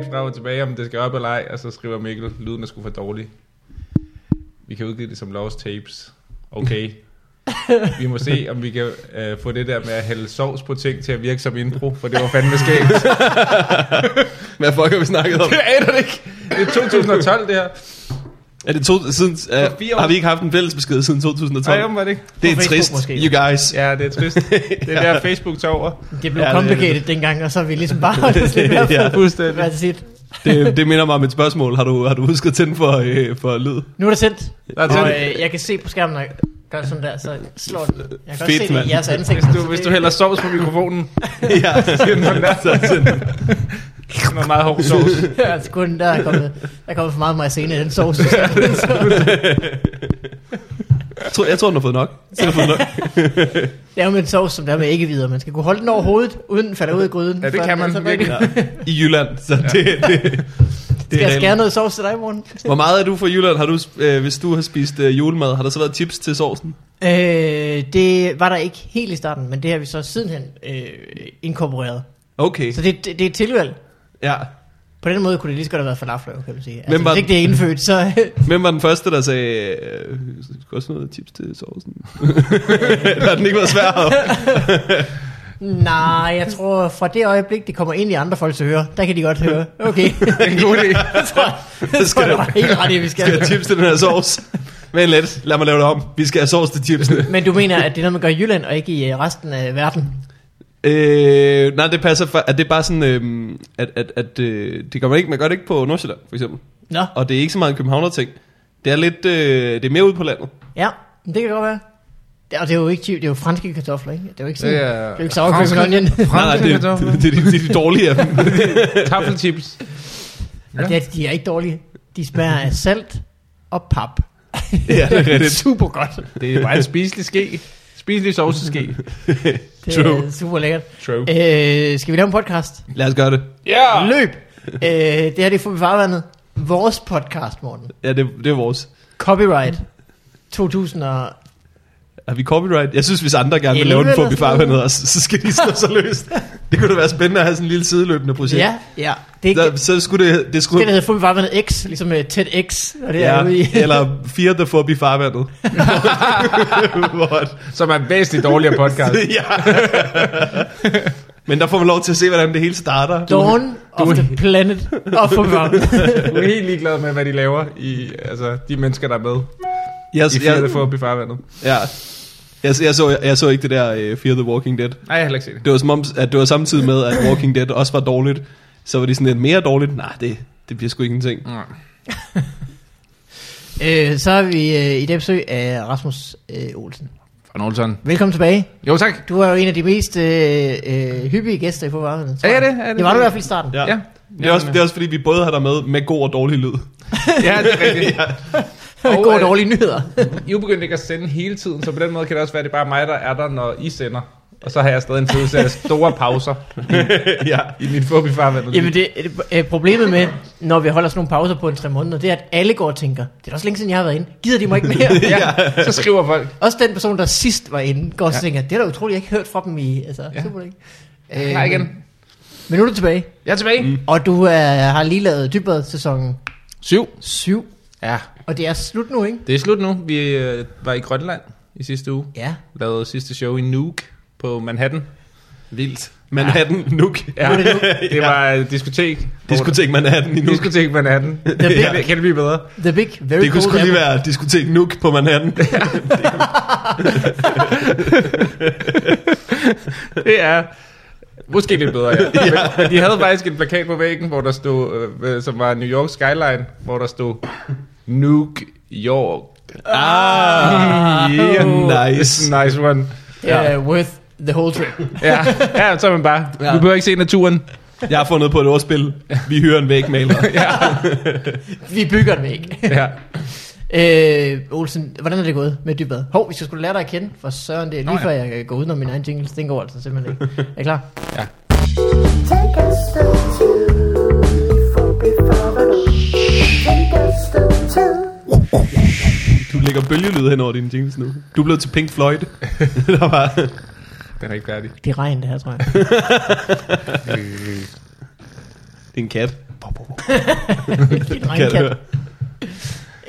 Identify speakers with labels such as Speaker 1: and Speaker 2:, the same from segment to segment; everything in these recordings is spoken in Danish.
Speaker 1: ikke, om det skal op eller ej, og så skriver Mikkel, lyden er sgu for dårlig. Vi kan udgive det som lost tapes. Okay. Vi må se, om vi kan øh, få det der med at hælde sovs på ting til at virke som intro, for det var fandme skægt.
Speaker 2: Hvad fuck har vi snakket om?
Speaker 1: Det aner det ikke. Det er 2012, det her.
Speaker 2: Er det to, siden,
Speaker 1: For fire
Speaker 2: uh,
Speaker 1: år.
Speaker 2: har vi ikke haft en fælles besked siden 2012?
Speaker 1: Nej, jamen, var det ikke?
Speaker 2: det er
Speaker 3: På Facebook
Speaker 2: trist,
Speaker 3: måske.
Speaker 2: you guys.
Speaker 1: Ja, det er trist. Det er der, Facebook tager over.
Speaker 3: Det blev
Speaker 2: Ja, det-
Speaker 3: complicated dengang, og så er vi ligesom bare holdt os lidt
Speaker 2: Ja.
Speaker 3: mere ja.
Speaker 1: Fuldstændig.
Speaker 2: Det, det minder mig om et spørgsmål. Har du, har du husket at tænde for, øh, for lyd?
Speaker 3: Nu er det sendt.
Speaker 1: Der er
Speaker 3: Og
Speaker 1: tændt.
Speaker 3: øh, jeg kan se på skærmen, når jeg gør sådan der, så slår den. Jeg kan også
Speaker 2: Fedt,
Speaker 3: se det
Speaker 2: mand.
Speaker 3: i jeres ansigt.
Speaker 1: Hvis du, hvis du hælder sovs på mikrofonen,
Speaker 2: ja, så tænd den.
Speaker 1: så er der meget hård sovs.
Speaker 3: Ja, altså kun der er kommet, der er kommet for meget maizene i den sovs.
Speaker 2: Jeg tror, jeg tror, den har fået nok. Så har fået nok.
Speaker 3: Det er jo med en sovs, som der er med ikke videre. Man skal kunne holde den over hovedet, uden den falder ud af gryden.
Speaker 1: Ja, det
Speaker 3: For-
Speaker 1: kan man
Speaker 3: altså,
Speaker 1: virkelig.
Speaker 3: hvad-
Speaker 2: I Jylland, så det, det, det,
Speaker 3: Skal jeg
Speaker 2: reglen.
Speaker 3: skære noget sovs til dig i morgen?
Speaker 2: Hvor meget er du fra Jylland? Har du, øh, hvis du har spist øh, julemad, har der så været tips til sovsen?
Speaker 3: Øh, det var der ikke helt i starten, men det har vi så sidenhen øh, inkorporeret.
Speaker 2: Okay,
Speaker 3: Så det, det, det er et tilvalg.
Speaker 2: ja. På
Speaker 3: På den måde kunne det lige så godt have været falafler, kan man sige. Altså,
Speaker 2: Hvem var
Speaker 3: hvis ikke det er indfødt, så...
Speaker 2: Hvem var den første, der sagde, øh, skal du også have noget tips til sovsen? har den ikke været svær?
Speaker 3: nej, jeg tror, fra det øjeblik, det kommer ind i andre folks ører, der kan de godt høre. Okay,
Speaker 2: Det er en god idé.
Speaker 3: jeg tror, jeg, tror,
Speaker 2: Skal
Speaker 3: jeg
Speaker 2: du-
Speaker 3: var helt ret i, vi
Speaker 2: Skal jeg
Speaker 3: skal.
Speaker 2: have tips til den her sovs? Men lidt, lad mig lave det om. Vi skal have sovs til chipsene.
Speaker 3: Men du mener, at det er noget, man gør i Jylland, og ikke i øh, resten af verden?
Speaker 2: Øh, nej, det passer. For, at det er bare sådan, øh, at, at, at øh, det gør man ikke, man gør det ikke på Nordsjælland, for eksempel.
Speaker 3: Nå,
Speaker 2: Og det er ikke så meget en københavner ting. Det er lidt, øh, det er mere ude på landet.
Speaker 3: ja, men det kan godt være. Det, og det er jo ikke det er jo franske kartofler, ikke? Det er jo ikke sådan,
Speaker 1: Det
Speaker 3: det
Speaker 1: er
Speaker 3: er, det er jo ikke sauerkøkken og onion.
Speaker 2: Nej, nej, det,
Speaker 1: kartofler.
Speaker 2: det, det, det, det er de dårlige af dem.
Speaker 1: Taffelchips.
Speaker 3: Og det, er- de er ikke dårlige. De smager af salt og pap.
Speaker 2: Ja, det er rigtigt.
Speaker 3: super godt.
Speaker 1: Det er bare en spiselig ske. Spiselig sovseske.
Speaker 3: Det
Speaker 2: True.
Speaker 3: er super lækkert.
Speaker 1: True.
Speaker 3: Øh, skal vi lave en podcast?
Speaker 2: Lad os gøre det.
Speaker 1: Ja!
Speaker 3: Løb! øh, det her det er Fubi Farvandet. Vores podcast, Morten.
Speaker 2: Ja, det, det er vores.
Speaker 3: Copyright 2000 og...
Speaker 2: Har vi copyright? Jeg synes, hvis andre gerne vil
Speaker 3: Elleve
Speaker 2: lave den
Speaker 3: eller
Speaker 2: for i
Speaker 3: sådan noget.
Speaker 2: farvandet også, så skal de slå sig løs. Det kunne da være spændende at have sådan en lille sideløbende projekt.
Speaker 3: Ja, ja. Det er ikke
Speaker 2: Der,
Speaker 3: det,
Speaker 2: så skulle det, det
Speaker 3: det der
Speaker 2: skulle,
Speaker 3: hedder Fubi Farvandet X, ligesom uh, TED X. Og det ja, er
Speaker 2: ja,
Speaker 3: ude i...
Speaker 2: eller fire, der får i farvandet. Hvor at-
Speaker 1: Som er en væsentligt dårligere podcast.
Speaker 2: ja. Men der får man lov til at se, hvordan det hele starter.
Speaker 3: Dawn of the Planet of Fubi Farvandet.
Speaker 1: Du er helt ligeglad med, hvad de laver. I, altså, de mennesker, der er med.
Speaker 2: Altså, jeg,
Speaker 1: I fire, der får op i farvandet.
Speaker 2: ja. Jeg, jeg, så, jeg så ikke det der uh, Fear the Walking Dead.
Speaker 1: Nej, jeg har heller ikke set det.
Speaker 2: Det var som om, at det var samtidig med, at Walking Dead også var dårligt. Så var det sådan lidt mere dårligt. Nej, det, det bliver sgu ikke en ting.
Speaker 3: øh, så er vi øh, i dag besøg af Rasmus øh, Olsen.
Speaker 1: Fra Nolson.
Speaker 3: Velkommen tilbage.
Speaker 1: Jo, tak.
Speaker 3: Du er jo en af de mest øh, øh, hyppige gæster i fodboldverdenen. tror
Speaker 1: Er jeg
Speaker 3: jeg.
Speaker 1: det? Er jeg det?
Speaker 3: det var du i hvert fald i starten.
Speaker 2: Ja.
Speaker 1: Ja.
Speaker 2: Det, er også, det er også fordi, vi både har dig med med god og dårlig lyd.
Speaker 1: Ja, det er rigtigt.
Speaker 3: Ja.
Speaker 1: Og,
Speaker 3: Gode og
Speaker 1: øh,
Speaker 3: dårlige nyheder.
Speaker 1: I er jo begyndt ikke at sende hele tiden, så på den måde kan det også være, at det er bare mig, der er der, når I sender. Og så har jeg stadig en følelse af store pauser
Speaker 2: ja.
Speaker 1: i mit fup i farvandet.
Speaker 3: Jamen det, øh, problemet med, når vi holder sådan nogle pauser på en tre måneder, det er, at alle går og tænker, det er da også længe siden, jeg har været inde. Gider de mig ikke mere?
Speaker 1: ja, så skriver folk.
Speaker 3: også den person, der sidst var inde, går og tænker, det er da utroligt, jeg ikke har hørt fra dem i... Altså,
Speaker 1: Ja.
Speaker 3: ja. super, ikke? Øhm.
Speaker 1: Hej igen.
Speaker 3: Men nu er du tilbage,
Speaker 1: Jeg er tilbage. Mm.
Speaker 3: og du er, har lige lavet dybbad sæsonen
Speaker 1: Syv.
Speaker 3: 7,
Speaker 1: Ja,
Speaker 3: og det er slut nu, ikke?
Speaker 1: det er slut nu. Vi øh, var i Grønland i sidste uge.
Speaker 3: Ja.
Speaker 1: Lavede sidste show i Nuuk på Manhattan.
Speaker 2: Vildt. Manhattan, ja. Nuuk.
Speaker 1: Ja,
Speaker 3: Nu er det
Speaker 1: det var et diskotek.
Speaker 2: Diskotek Manhattan i Nuuk.
Speaker 1: Diskotek Manhattan.
Speaker 3: The big,
Speaker 1: Kan det, kan det blive bedre?
Speaker 3: the big very
Speaker 2: Det kunne
Speaker 3: cold
Speaker 2: sgu lige
Speaker 3: apple.
Speaker 2: være diskotek Nuuk på Manhattan.
Speaker 1: Det er måske lidt bedre, ja. Men- Men de havde faktisk en plakat på væggen, hvor der stod, øh, øh, som var New York Skyline, hvor der stod Nuuk York.
Speaker 2: ah, yeah, nice.
Speaker 1: Nice one.
Speaker 3: Ja, worth the whole trip.
Speaker 1: Ja, ja så er man bare. Ja. Du behøver ikke se naturen.
Speaker 2: Jeg har fundet på et ordspil. Vi hører en vægmaler.
Speaker 3: Vi bygger den ikke.
Speaker 1: Ja.
Speaker 3: Øh, Olsen, hvordan er det gået med dybbad? Hov, vi skal sgu lære dig at kende, for søren, det er lige
Speaker 1: Nå ja.
Speaker 3: før jeg går udenom min egen jingles, den går altså simpelthen ikke. Er I klar?
Speaker 4: Take us to Take us to
Speaker 2: Du lægger bølgelyd hen over dine jingles nu. Du er blevet til Pink Floyd. Der var...
Speaker 1: Den er ikke færdig.
Speaker 3: Det er regn, det her, tror jeg.
Speaker 2: Det er en kat. Bop, bop, bop.
Speaker 3: Din
Speaker 2: Kan jeg
Speaker 3: drengkat.
Speaker 2: høre.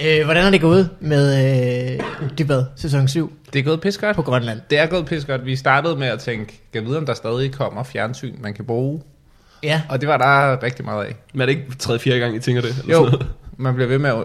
Speaker 3: Øh, hvordan er det gået med øh, Dybad sæson 7
Speaker 1: Det er gået pis godt.
Speaker 3: på Grønland?
Speaker 1: Det er gået pis godt. Vi startede med at tænke, kan vide, om der stadig kommer fjernsyn, man kan bruge.
Speaker 3: Ja,
Speaker 1: Og det var der rigtig meget af.
Speaker 2: Men er det ikke tredje, fjerde gang, I tænker det? Eller
Speaker 1: Jo,
Speaker 2: sådan noget?
Speaker 1: man bliver ved med at,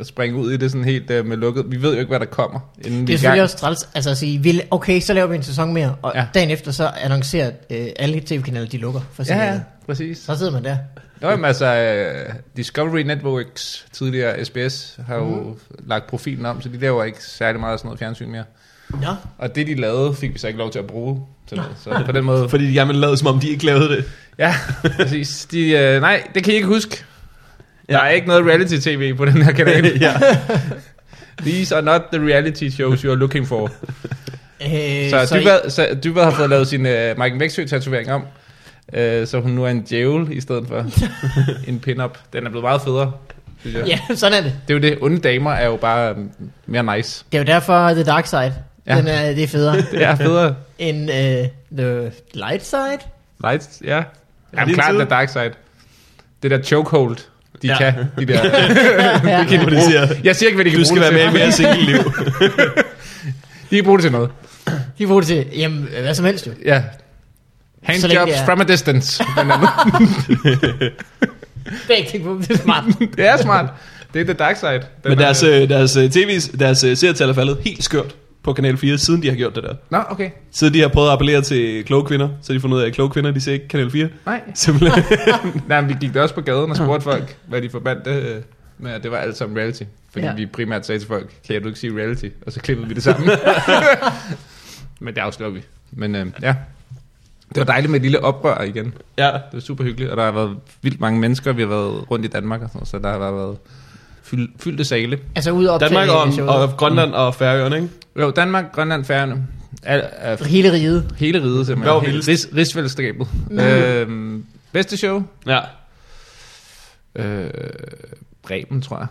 Speaker 1: at springe ud i det sådan helt uh, med lukket. Vi ved jo ikke, hvad der kommer, inden
Speaker 3: det
Speaker 1: vi er i
Speaker 3: er
Speaker 1: gang.
Speaker 3: selvfølgelig også træls altså at sige, vi, okay, så laver vi en sæson mere, og ja.
Speaker 1: Ja.
Speaker 3: dagen efter så annoncerer øh, alle tv-kanaler, de lukker for
Speaker 1: Ja,
Speaker 3: serien.
Speaker 1: ja, præcis.
Speaker 3: Så sidder man der.
Speaker 1: Nå, jamen, altså, øh, Discovery Networks, tidligere SBS, har jo
Speaker 3: Mhm.
Speaker 1: mm. lagt profilen om, så de laver ikke særlig meget af sådan noget fjernsyn mere.
Speaker 3: Nå,
Speaker 1: Og det, de lavede, fik vi så ikke lov til at bruge til noget. Så på den måde...
Speaker 2: Fordi de gerne vil lade, som om de ikke lavede det.
Speaker 1: Ja, præcis. De, øh, nej, det kan I ikke huske. Ja. Der er
Speaker 2: Ja.
Speaker 1: ikke noget reality-tv på den her kanal.
Speaker 2: ja.
Speaker 1: These are not the reality shows you are looking for.
Speaker 3: øh,
Speaker 1: Så
Speaker 3: I-
Speaker 1: Dybvad, så Dybvad har fået lavet sin øh, Mike Væksø-tatovering om, øh, så hun nu er en djævel i stedet for en pin-up. Den er blevet meget federe, synes jeg.
Speaker 3: Ja, sådan er det.
Speaker 1: Det er jo det, onde damer er jo bare øh, mere nice.
Speaker 3: Det er jo derfor The Dark Side, ja.
Speaker 1: Ja.
Speaker 3: den er, det er federe
Speaker 1: Det er federe.
Speaker 3: end øh, The Light Side.
Speaker 1: Lights, ja. Jamen
Speaker 2: lige
Speaker 1: klart,
Speaker 2: tid.
Speaker 1: der dark side. Det der chokehold, de
Speaker 2: Ja.
Speaker 1: ja. kan. De der.
Speaker 3: Ja.
Speaker 2: Det kan de siger.
Speaker 1: Jeg siger ikke, hvad de kan
Speaker 2: Du
Speaker 1: bruge
Speaker 2: skal
Speaker 1: det
Speaker 2: være med i
Speaker 1: til.
Speaker 2: mere single liv.
Speaker 1: De kan bruge det til noget.
Speaker 3: De er gode til, jamen, hvad som helst jo.
Speaker 1: Ja.
Speaker 3: Så længe
Speaker 1: Handjobs
Speaker 3: det er-
Speaker 1: from a distance. blandt andet.
Speaker 3: Det er ikke tænkt på, det er smart.
Speaker 1: det er smart. Det er the dark side. Den
Speaker 2: Men
Speaker 1: er-
Speaker 2: deres, øh, deres, øh, TV's, deres øh, seertal er faldet helt skørt på Kanal 4, siden de har gjort det der.
Speaker 1: Nå, okay.
Speaker 2: Siden de har prøvet at appellere til kloge kvinder, så har de fundet ud af, at kloge kvinder, de ser ikke Kanal 4.
Speaker 1: Nej.
Speaker 2: Simpelthen.
Speaker 1: Nej, men vi gik da også på gaden og spurgte folk, hvad de forbandt det øh, med, at det var alt sammen reality. Fordi
Speaker 3: Ja.
Speaker 1: ja. vi primært sagde til folk, kan du ikke sige reality? Og så klippede vi det sammen. men det afslører vi. Men øh, ja, det var dejligt med et lille oprør igen.
Speaker 2: ja.
Speaker 1: Det var super hyggeligt, og der har været vildt mange mennesker. Vi har været rundt i Danmark og sådan noget, så der har bare været fyld, fyldte sale.
Speaker 3: Altså ud op
Speaker 2: Danmark
Speaker 3: til
Speaker 2: og, og Grønland og Færøerne, ikke?
Speaker 1: Jo, Danmark, Grønland, Færøerne. Al, af,
Speaker 3: Hele riget.
Speaker 1: hele riget
Speaker 2: Hvad var
Speaker 1: simpelthen. Hele,
Speaker 2: vildest?
Speaker 1: rigs, rigsfællesskabet. øhm, bedste show?
Speaker 2: Ja.
Speaker 1: Øh, Bremen, tror jeg.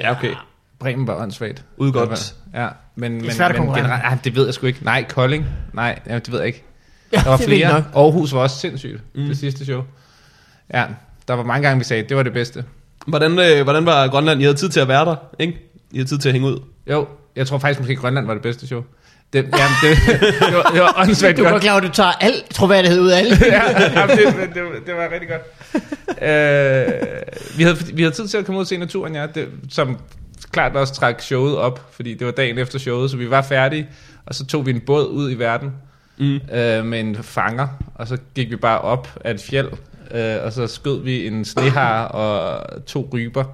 Speaker 2: Ja, okay.
Speaker 1: Bremen var åndssvagt.
Speaker 2: Ude godt.
Speaker 1: Ja, men, men,
Speaker 3: svært at
Speaker 1: men
Speaker 3: konkurrere.
Speaker 1: generelt, ah, det ved jeg sgu ikke. Nej, Kolding. Nej, ja, det ved jeg ikke.
Speaker 3: Ja,
Speaker 1: Der var
Speaker 3: det er vildt
Speaker 1: flere.
Speaker 3: nok.
Speaker 1: Aarhus var også sindssygt, mm.
Speaker 2: Mm.
Speaker 1: det sidste show. Ja, der var mange gange, vi sagde, det var det bedste.
Speaker 2: Hvordan, øh, hvordan var Grønland? I havde tid til at være der, ikke? I havde tid til at hænge ud.
Speaker 1: Jo, jeg tror faktisk måske Grønland var det bedste show. Det, jamen, det, det, var, det var åndssvagt
Speaker 3: Du er godt
Speaker 1: godt.
Speaker 3: klar, over, at du tager al troværdighed ud af alle.
Speaker 1: ja, jamen, det, det, var- det var rigtig godt. Øh, vi, havde, vi havde tid til at komme ud og se naturen, ja, det, som klart også trak showet op, fordi det var dagen efter showet, så vi var færdige, og så tog vi en båd ud i verden
Speaker 2: Mm.
Speaker 1: øh, med en fanger, og så gik vi bare op af et fjeld, øh, og så skød vi en snehar og to ryper.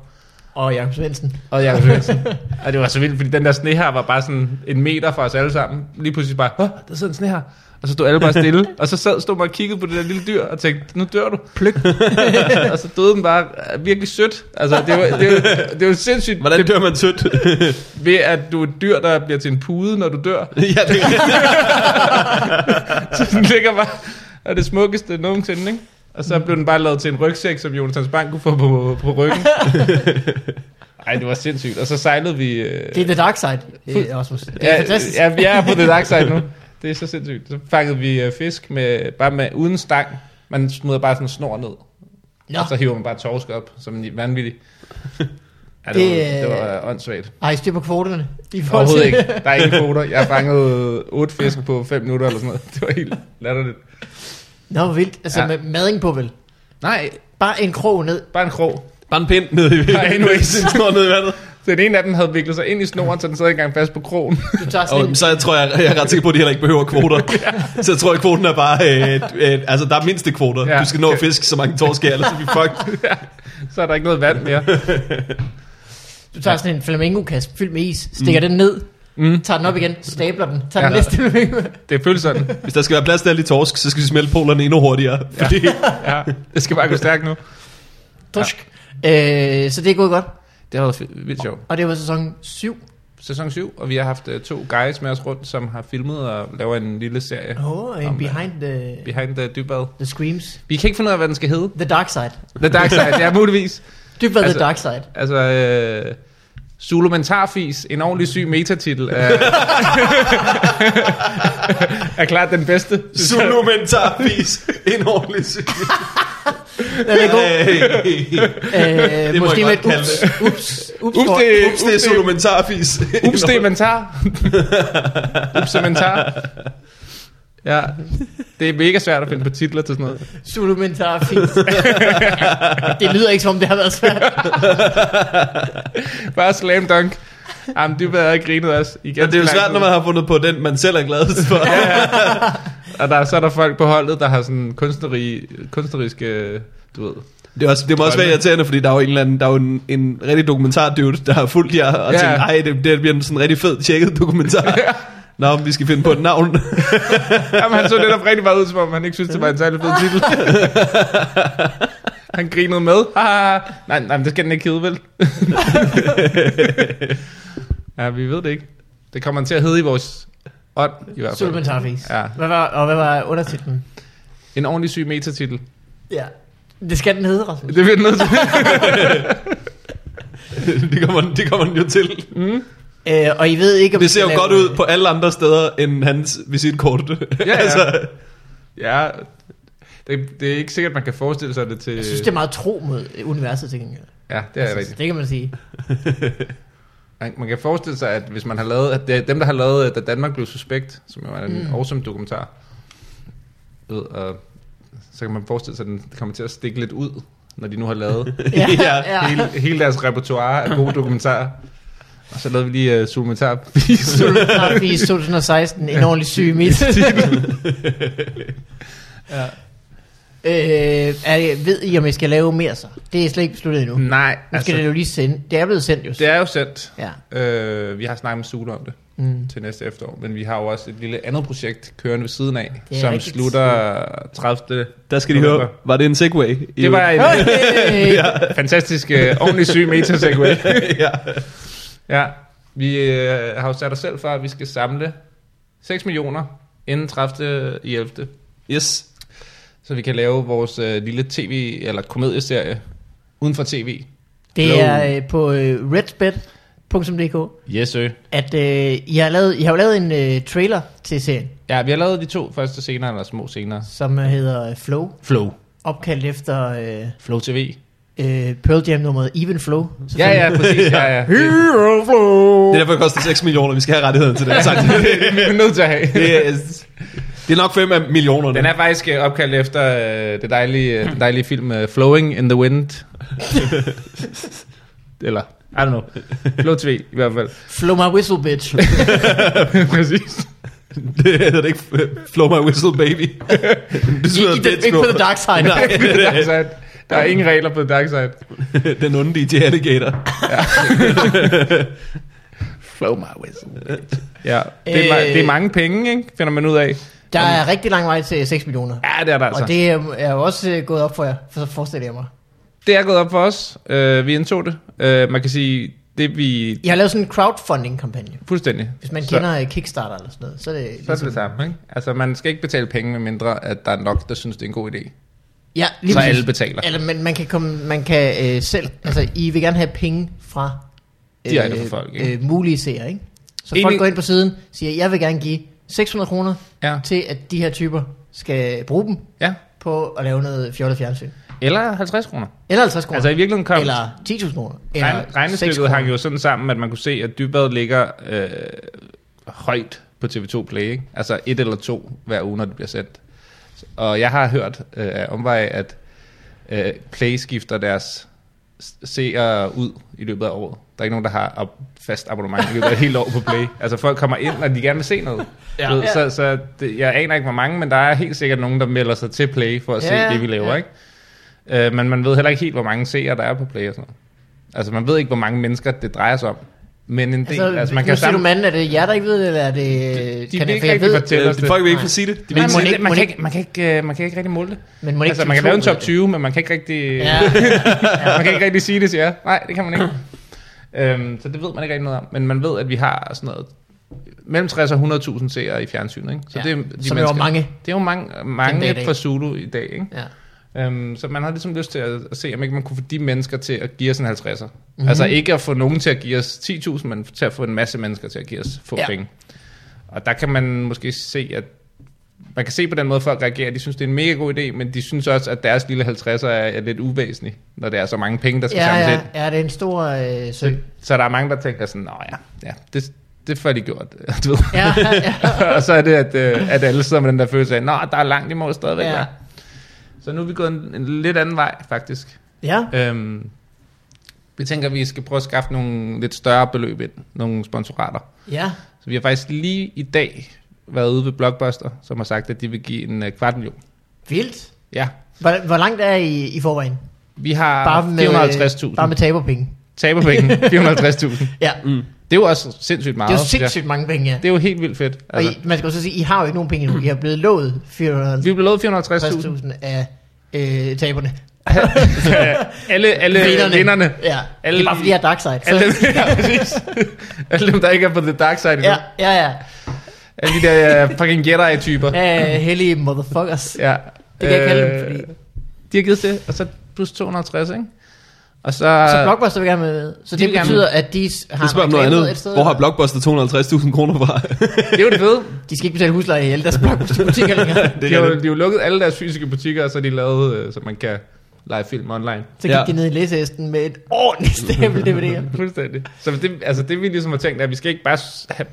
Speaker 3: Og Jakob Svendsen.
Speaker 1: Og Jacob Svendsen. og det var så vildt, fordi den der sne her var bare sådan en meter fra os alle sammen. Lige pludselig bare, Åh, der sidder en sne her. Og så stod alle bare stille. og så sad, stod man og kiggede på det der lille dyr og tænkte, nu dør du. Pløk. og så døde den bare øh, virkelig sødt. Altså, det var, det var, det var sindssygt
Speaker 2: Hvordan
Speaker 1: det,
Speaker 2: dør man sødt?
Speaker 1: ved, at du er et dyr, der bliver til en pude, når du dør.
Speaker 2: ja, det,
Speaker 1: så den ligger bare, og det smukkeste nogensinde, ikke? Og så blev den bare lavet til en rygsæk, som Jonas Bank kunne få på, på ryggen. Ej, det var sindssygt. Og så sejlede vi... øh,
Speaker 3: Det er The Dark Side, øh, Rasmus. Det er
Speaker 1: Ja,
Speaker 3: fantastisk.
Speaker 1: Ja, vi er på det dark side nu. Det er så sindssygt. Så fangede vi øh, fisk med, bare med, uden stang. Man smider bare sådan en snor ned,
Speaker 3: Nå,
Speaker 1: og så hiver man bare torsk op, som en vanvittig. Ja, det,
Speaker 3: Det-
Speaker 1: det, var, det var åndssvagt.
Speaker 3: ej, styr på kvoterne. De er
Speaker 1: Overhovedet
Speaker 3: til-
Speaker 1: ikke. Der er ingen kvoter. Jeg fangede otte fisk på 5 minutter eller sådan noget. Det var helt latterligt.
Speaker 3: Nå, hvor vildt. Altså ja.
Speaker 1: Ja.
Speaker 3: med mading på vel.
Speaker 1: Nej,
Speaker 3: Bare en krog ned.
Speaker 1: bare en krog.
Speaker 2: Bare en pind ned i
Speaker 1: Nej, nu ikke.
Speaker 2: Sådan snor ned i vandet.
Speaker 1: Så den ene af dem havde viklet sig ind i snoren, så den sad ikke engang fast på krogen.
Speaker 3: Du tager sådan
Speaker 2: Og
Speaker 3: en,
Speaker 2: så jeg tror jeg, jeg er ret sikker på, at de heller ikke behøver kvoter. Så jeg tror, at kvoten er bare... Øh, øh, altså, der er mindste kvoter.
Speaker 1: Ja.
Speaker 2: Du skal nå at fiske så mange torsk her, ellers er vi fucked.
Speaker 1: Så er der ikke noget vand mere.
Speaker 3: du tager sådan en flamingokasse fyldt med is. Stikker mm. den ned. Mm. Tager den op igen. Stabler den. Tager ja,
Speaker 1: Ja.
Speaker 3: den næste flamingo.
Speaker 1: Det føles sådan.
Speaker 2: Hvis der skal være plads til alle de torsk, så skal vi smelte polerne endnu hurtigere. Fordi,
Speaker 1: Ja, det skal bare gå stærkt nu.
Speaker 3: Dusk. Øh, så det er gået godt.
Speaker 1: Det har været fe- vildt sjovt.
Speaker 3: Og det var sæson 7.
Speaker 1: sæson 7, og vi har haft øh, to guys med os rundt, som har filmet og laver en lille serie
Speaker 3: Åh, oh, en
Speaker 1: Om, øh,
Speaker 3: behind the,
Speaker 1: behind the dybad.
Speaker 3: the screams.
Speaker 1: Vi kan ikke finde ud af, hvad den skal hedde.
Speaker 3: The Dark Side.
Speaker 1: The Dark Side, ja, muligvis.
Speaker 3: Dybt var The
Speaker 1: Altså-
Speaker 3: Dark Side.
Speaker 1: Altså, øh, Zulu Mentarfis, en ordentlig syg metatitel, er, er klart den bedste.
Speaker 2: Zulu mentarvis. En ordentlig syg.
Speaker 3: Den er god. Øh,
Speaker 2: jeg
Speaker 3: måske med
Speaker 2: godt
Speaker 3: et
Speaker 2: kalde
Speaker 3: ups, ups, ups,
Speaker 1: Ups,
Speaker 3: ups,
Speaker 1: det-
Speaker 2: Ups, det er dokumentarfis.
Speaker 1: Ups, det er inventar. Ups, inventar. Ja, det er mega svært at finde på titler til sådan noget.
Speaker 3: Sulumentarfis. det lyder ikke som om det har været svært.
Speaker 1: Bare slam dunk. Jamen, det var jeg grinet også. I
Speaker 2: Ja, det er jo svært, når man har fundet på den, man selv er gladest for.
Speaker 1: Og der, så er der folk på holdet, der har sådan kunstneri, kunstneriske, du ved.
Speaker 2: Det, er også, det må også være irriterende, fordi der er jo en, eller anden, der er jo en, en rigtig dokumentardude, der har fulgt jer og
Speaker 1: Ja.
Speaker 2: ja. tænkt, ej, det, det bliver sådan en rigtig fed tjekket dokumentar. Nå, men vi skal finde på et navn.
Speaker 1: Jamen, han så netop rigtig meget ud, som om han ikke synes, det var en særlig fed titel. han grinede med. Ah, nej, nej, men det skal den ikke hedde, vel? ja, vi ved det ikke. Det kommer han til at hedde i vores ånd, i hvert fald.
Speaker 3: Sulumentarfis.
Speaker 1: Ja.
Speaker 3: Hvad var, og hvad var undertitlen?
Speaker 1: En ordentlig syg metatitel.
Speaker 3: Ja. Det skal den hedde, Rasmus.
Speaker 1: Det bliver den nødt til.
Speaker 2: det, kommer, den- det kommer den jo til.
Speaker 3: Øh, og I ved ikke, om I
Speaker 2: Det ser
Speaker 3: skal
Speaker 2: jo godt
Speaker 3: lave-
Speaker 2: ud på alle andre steder end hans visitkort. Altså, Ja,
Speaker 1: ja. ja, det, det er ikke sikkert, man kan forestille sig det til...
Speaker 3: Jeg synes, det er meget tro mod universet til gengæld.
Speaker 1: Ja, det er
Speaker 3: Altså,
Speaker 1: rigtigt.
Speaker 3: Det kan man sige.
Speaker 1: Man, man kan forestille sig, at hvis man har lavet... At det er dem, der har lavet, øh, da Danmark blev suspekt, som jo er en mm. awesome dokumentar, ved, og så kan man forestille sig, at den kommer til at stikke lidt ud, når de nu har lavet
Speaker 3: Ja,
Speaker 2: Ja,
Speaker 3: ja.
Speaker 1: hele, hele deres repertoire af gode dokumentarer. Og så lavede vi lige uh, Zulmentar.
Speaker 3: Sulumentarfis 2016, en ordentlig syg mit.
Speaker 1: ja.
Speaker 3: Øh, er, det- ved I, om I skal lave mere så? Det er slet ikke besluttet
Speaker 2: Mm.
Speaker 3: endnu. Nu
Speaker 1: Nej,
Speaker 3: skal altså, det
Speaker 1: altså,
Speaker 3: jo lige sende. Det er blevet sendt jo.
Speaker 1: det er jo sendt.
Speaker 3: Ja.
Speaker 1: Øh, vi har snakket med Sule om det.
Speaker 3: Mm.
Speaker 1: til næste efterår. Men vi har jo også et lille andet projekt kørende ved siden af,
Speaker 3: Det er
Speaker 1: som
Speaker 3: rigtigt.
Speaker 1: slutter 30.
Speaker 2: Der skal de høre, var det en segway?
Speaker 1: Det var en
Speaker 3: Okay. ja.
Speaker 1: fantastisk, øh, ordentlig syg metasegue.
Speaker 2: ja.
Speaker 1: ja, vi øh, har jo sat os selv for, at vi skal samle 6 millioner inden 30. i 11.
Speaker 2: Yes.
Speaker 1: Så vi kan lave vores øh, lille tv- eller komedieserie uden for tv.
Speaker 3: Det er øh, på øh, redsbet.dk,
Speaker 1: Yes, sir.
Speaker 3: at øh, I, har lavet, I har jo lavet en øh, trailer til serien,
Speaker 1: Ja, vi har lavet de to første scener, eller små scener.
Speaker 3: som øh, hedder øh, Flow,
Speaker 1: Flow.
Speaker 3: opkaldt efter øh,
Speaker 1: Flow TV.
Speaker 3: øh, Pearl Jam nummeret Even Flow.
Speaker 1: Ja, ja, præcis. Ja, ja. Det
Speaker 3: Hero Flow!
Speaker 2: Det er derfor, det koster 6 millioner. Vi skal have rettigheden til det. Tak.
Speaker 1: er vi nødt til at have.
Speaker 2: det, er, det er nok 5 af millionerne.
Speaker 1: Den er faktisk øh, opkaldt efter øh, det dejlige, øh, den dejlige film øh, Flowing in the Wind. Eller, I don't know. Flow TV i hvert fald.
Speaker 3: Flow my whistle bitch.
Speaker 1: Præcis.
Speaker 2: Det hedder det ikke øh, Flow My Whistle Baby. det
Speaker 3: I, I den, ikke på the dark side.
Speaker 2: Nej, det
Speaker 1: Dark Side. Der er ingen regler på Dark Side.
Speaker 2: er den onde DJ Alligator.
Speaker 1: Flow my whistle. Ja, det er, ma-
Speaker 3: Øh.
Speaker 1: det er mange penge, ikke? finder man ud af.
Speaker 3: Der er rigtig lang vej til 6 millioner.
Speaker 1: Ja, det er der altså.
Speaker 3: Og det er- er jo også øh, gået op for jer, for så forestiller jeg mig.
Speaker 1: det er gået op for os. Uh, vi indtog det. Uh, man kan sige, det vi...
Speaker 3: Jeg har lavet sådan en crowdfunding-kampagne.
Speaker 1: Fuldstændig.
Speaker 3: Hvis man
Speaker 1: Så-
Speaker 3: kender øh, Kickstarter eller sådan noget, så er det, ligesom-
Speaker 1: Så er det det samme, ikke? Altså, man skal ikke betale penge, medmindre at der er nok, der synes, det er en god idé.
Speaker 3: Ja, lige
Speaker 1: Så
Speaker 3: præcis.
Speaker 1: alle betaler.
Speaker 3: Eller man, man kan, komme, man kan øh, selv, altså I vil gerne have penge fra
Speaker 1: Direkte fra folk, ikke?
Speaker 3: øh, mulige seere, ikke? Så
Speaker 1: Egentlig-
Speaker 3: folk går ind på siden siger, jeg vil gerne give 600 kroner
Speaker 1: Ja.
Speaker 3: til, at de her typer skal bruge dem
Speaker 1: Ja.
Speaker 3: på at lave noget fjollet fjernsyn.
Speaker 1: Eller 50 kroner.
Speaker 3: Eller 50 kroner.
Speaker 1: Altså i virkeligheden kom
Speaker 3: eller 10.000 kroner. Eller
Speaker 1: regn,
Speaker 3: 6
Speaker 1: regnestykket
Speaker 3: kroner.
Speaker 1: hang jo sådan sammen, at man kunne se, at Dybvad ligger øh, højt på TV2 Play. Ikke? Altså et eller to hver uge, når det bliver sendt. Og jeg har hørt øh, af omveje, at øh, Play skifter deres s- seere ud i løbet af året. Der er ikke nogen, der har ab- fast abonnement i løbet af et helt år på Play. Altså folk kommer ind, og de gerne vil se noget.
Speaker 2: Ja.
Speaker 1: Ja. Så, så det, jeg aner ikke, hvor mange, men der er helt sikkert nogen, der melder sig til Play for at
Speaker 3: Ja,
Speaker 1: se det, vi laver.
Speaker 3: ja.
Speaker 1: Ikke? Øh, men man ved heller ikke helt, hvor mange seere der er på Play og sådan noget. Altså, man ved ikke, hvor mange mennesker det drejer sig om. Men en del,
Speaker 3: Altså,
Speaker 1: altså, altså man
Speaker 3: nu
Speaker 1: kan
Speaker 3: siger du
Speaker 1: sammen...
Speaker 3: manden, er det jer, der ikke ved det, eller er det... De,
Speaker 1: De vil ikke rigtig fortælle os
Speaker 2: Øh,
Speaker 1: det.
Speaker 2: folk vil ikke
Speaker 3: Nej.
Speaker 2: få sige det. De vil
Speaker 3: Men
Speaker 1: Nej,
Speaker 2: ikke
Speaker 3: må
Speaker 1: man,
Speaker 3: ikke-
Speaker 1: man,
Speaker 3: må
Speaker 1: kan
Speaker 3: ikke-
Speaker 1: ikke, man, kan ikke, øh, man kan ikke rigtig måle det.
Speaker 3: Men må ikke
Speaker 1: altså, man kan
Speaker 3: TV2
Speaker 1: lave en top
Speaker 3: ved det?
Speaker 1: 20, men man kan ikke rigtig,
Speaker 3: Ja.
Speaker 1: ja. man kan ikke rigtig sige det til jer. Nej, det kan man ikke. øhm, så det ved man ikke rigtig noget om. Men man ved, at vi har sådan noget mellem 60 og 100.000 seere i fjernsynet. Ikke? Så
Speaker 3: Ja.
Speaker 1: det, er de
Speaker 3: Som jo er
Speaker 1: mennesker-
Speaker 3: mange.
Speaker 1: Det er jo mange,
Speaker 3: dag i
Speaker 1: mange
Speaker 3: dag.
Speaker 1: for Zulu i dag. Ikke?
Speaker 3: Ja.
Speaker 1: Øhm, så man har ligesom lyst til at, at se, om ikke man kunne få de mennesker til at give os en 50'er.
Speaker 3: Mhm.
Speaker 1: Mm-hmm. Altså ikke at få nogen til at give os 10.000, men til at få en masse mennesker til at give os få
Speaker 3: Ja.
Speaker 1: ja. penge. Og der kan man måske se, at man kan se på den måde, folk reagerer. De synes, det er en mega god idé, men de synes også, at deres lille 50'er er, er lidt uvæsentlig, når der er så mange penge, der skal ja,
Speaker 3: Ja,
Speaker 1: samles
Speaker 3: ja,
Speaker 1: ind.
Speaker 3: ja, det er en stor øh, sø.
Speaker 1: Så der er mange, der tænker sådan, nå ja, ja det, det får de gjort, du ved.
Speaker 3: Ja, ja.
Speaker 1: og så er det, at, øh, at alle sidder med den der følelse af, nå, der er langt i mål stadigvæk.
Speaker 3: Ja.
Speaker 1: Ja. Så nu er vi gået en, en lidt anden vej, faktisk.
Speaker 3: ja.
Speaker 1: Øhm, vi tænker, at vi skal prøve at skaffe nogle lidt større beløb ind, nogle sponsorater.
Speaker 3: ja.
Speaker 1: Så vi har faktisk lige i dag været ude ved Blockbuster, som har sagt, at de vil give en øh, kvart million.
Speaker 3: Vildt.
Speaker 1: Ja,
Speaker 3: Hvor, hvor langt er I i forvejen?
Speaker 1: vi har
Speaker 3: Bare med, øh,
Speaker 1: 450.000.
Speaker 3: Bare med taberpenge.
Speaker 1: Taberpenge, 450.000.
Speaker 3: Ja,
Speaker 1: Det er jo også sindssygt meget.
Speaker 3: det er jo
Speaker 1: synes jeg.
Speaker 3: sindssygt mange penge, ja.
Speaker 1: Mm. Det er jo helt vildt fedt. Altså,
Speaker 3: Og I, man skal også sige, I har jo ikke nogen penge endnu. I har blevet lovet
Speaker 1: Vi
Speaker 3: 450.000
Speaker 1: blev lovet 450.000.
Speaker 3: af øh, taberne.
Speaker 1: alle alle vinderne. vinderne.
Speaker 3: Ja,
Speaker 1: Alle-
Speaker 3: alle, det er bare fordi, jeg er Darkseid. Så,
Speaker 1: Alle dem, ja, præcis. Alle dem, der ikke er på The Dark Side endnu.
Speaker 3: ja,
Speaker 1: Ja.
Speaker 3: ja, ja.
Speaker 1: Alle de der uh, fucking Jedi-typer. Ja.
Speaker 3: Øh, hellige motherfuckers.
Speaker 1: ja. Øh,
Speaker 3: Det kan jeg ikke kalde dem, fordi...
Speaker 1: De har givet det, og så plus 250, ikke? Og så...
Speaker 3: Så Blockbuster vil gerne være med. Så
Speaker 1: Ah. de
Speaker 3: det
Speaker 1: vil gerne
Speaker 3: betyder, at de s- har
Speaker 2: Det spørger om
Speaker 3: en
Speaker 2: noget
Speaker 3: reklame
Speaker 2: andet.
Speaker 3: et sted.
Speaker 2: Hvor har Blockbuster 250.000 kroner fra?
Speaker 1: det er jo det fede.
Speaker 3: De skal ikke betale husleje i alle deres Blockbuster-butikker længere.
Speaker 1: De har, jo, de har jo lukket alle deres fysiske butikker, og så har de lavet, øh, så man kan lege film online.
Speaker 3: Så gik
Speaker 2: Ja.
Speaker 3: ja. de ned i læsehesten med et ordentligt stabel DVD'er.
Speaker 1: Fuldstændig. Så det, altså det vi ligesom har tænkt, er, at vi skal ikke bare s- have,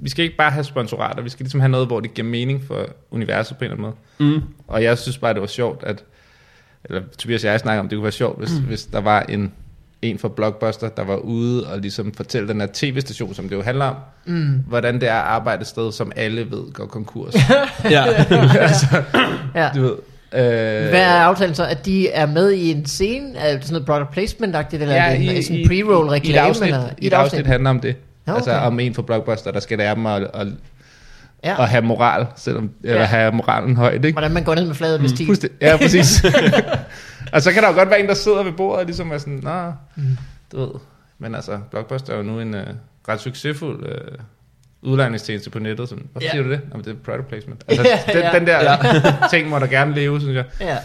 Speaker 1: vi skal ikke bare have sponsorater, vi skal ligesom have noget, hvor det giver mening for universet på en eller anden måde. Mm. Og jeg synes bare, det var sjovt, at, eller Tobias og jeg snakker om, det kunne være sjovt, hvis, mm. hvis der var en, en fra Blockbuster, der var ude og ligesom fortælle den her tv-station, som det jo handler om, mm. hvordan det er at arbejde et sted, som alle ved går konkurs.
Speaker 2: ja.
Speaker 3: Ja.
Speaker 1: du ved. Øh,
Speaker 3: Hvad er aftalen så? At de er med i en scene? Er det sådan noget product placement-agtigt? Eller ja, er det en, sådan en pre-roll
Speaker 1: i et
Speaker 3: reklame?
Speaker 1: afsnit,
Speaker 3: eller?
Speaker 1: i et afsnit handler om det.
Speaker 3: Nå,
Speaker 1: Okay. Altså
Speaker 3: okay.
Speaker 1: om en fra Blockbuster, der skal lære dem at, at,
Speaker 3: Ja.
Speaker 1: at have moral, selvom, ja. eller
Speaker 3: Ja.
Speaker 1: have moralen højt, ikke?
Speaker 3: Hvordan man går ned med fladet bestil. Mm.
Speaker 1: Fuldstæ- ja, præcis. og så kan der jo godt være en, der sidder ved bordet og ligesom er sådan, nå,
Speaker 3: Mm.
Speaker 1: du ved. Men altså, Blockbuster er jo nu en øh, ret succesfuld øh, udlejningstjeneste på nettet. Sådan, Hvorfor
Speaker 3: Ja.
Speaker 1: ja. siger du det? Jamen, det er product placement. Altså,
Speaker 3: Ja,
Speaker 1: den,
Speaker 3: ja.
Speaker 1: den der ting må der gerne leve, synes jeg.
Speaker 3: Ja.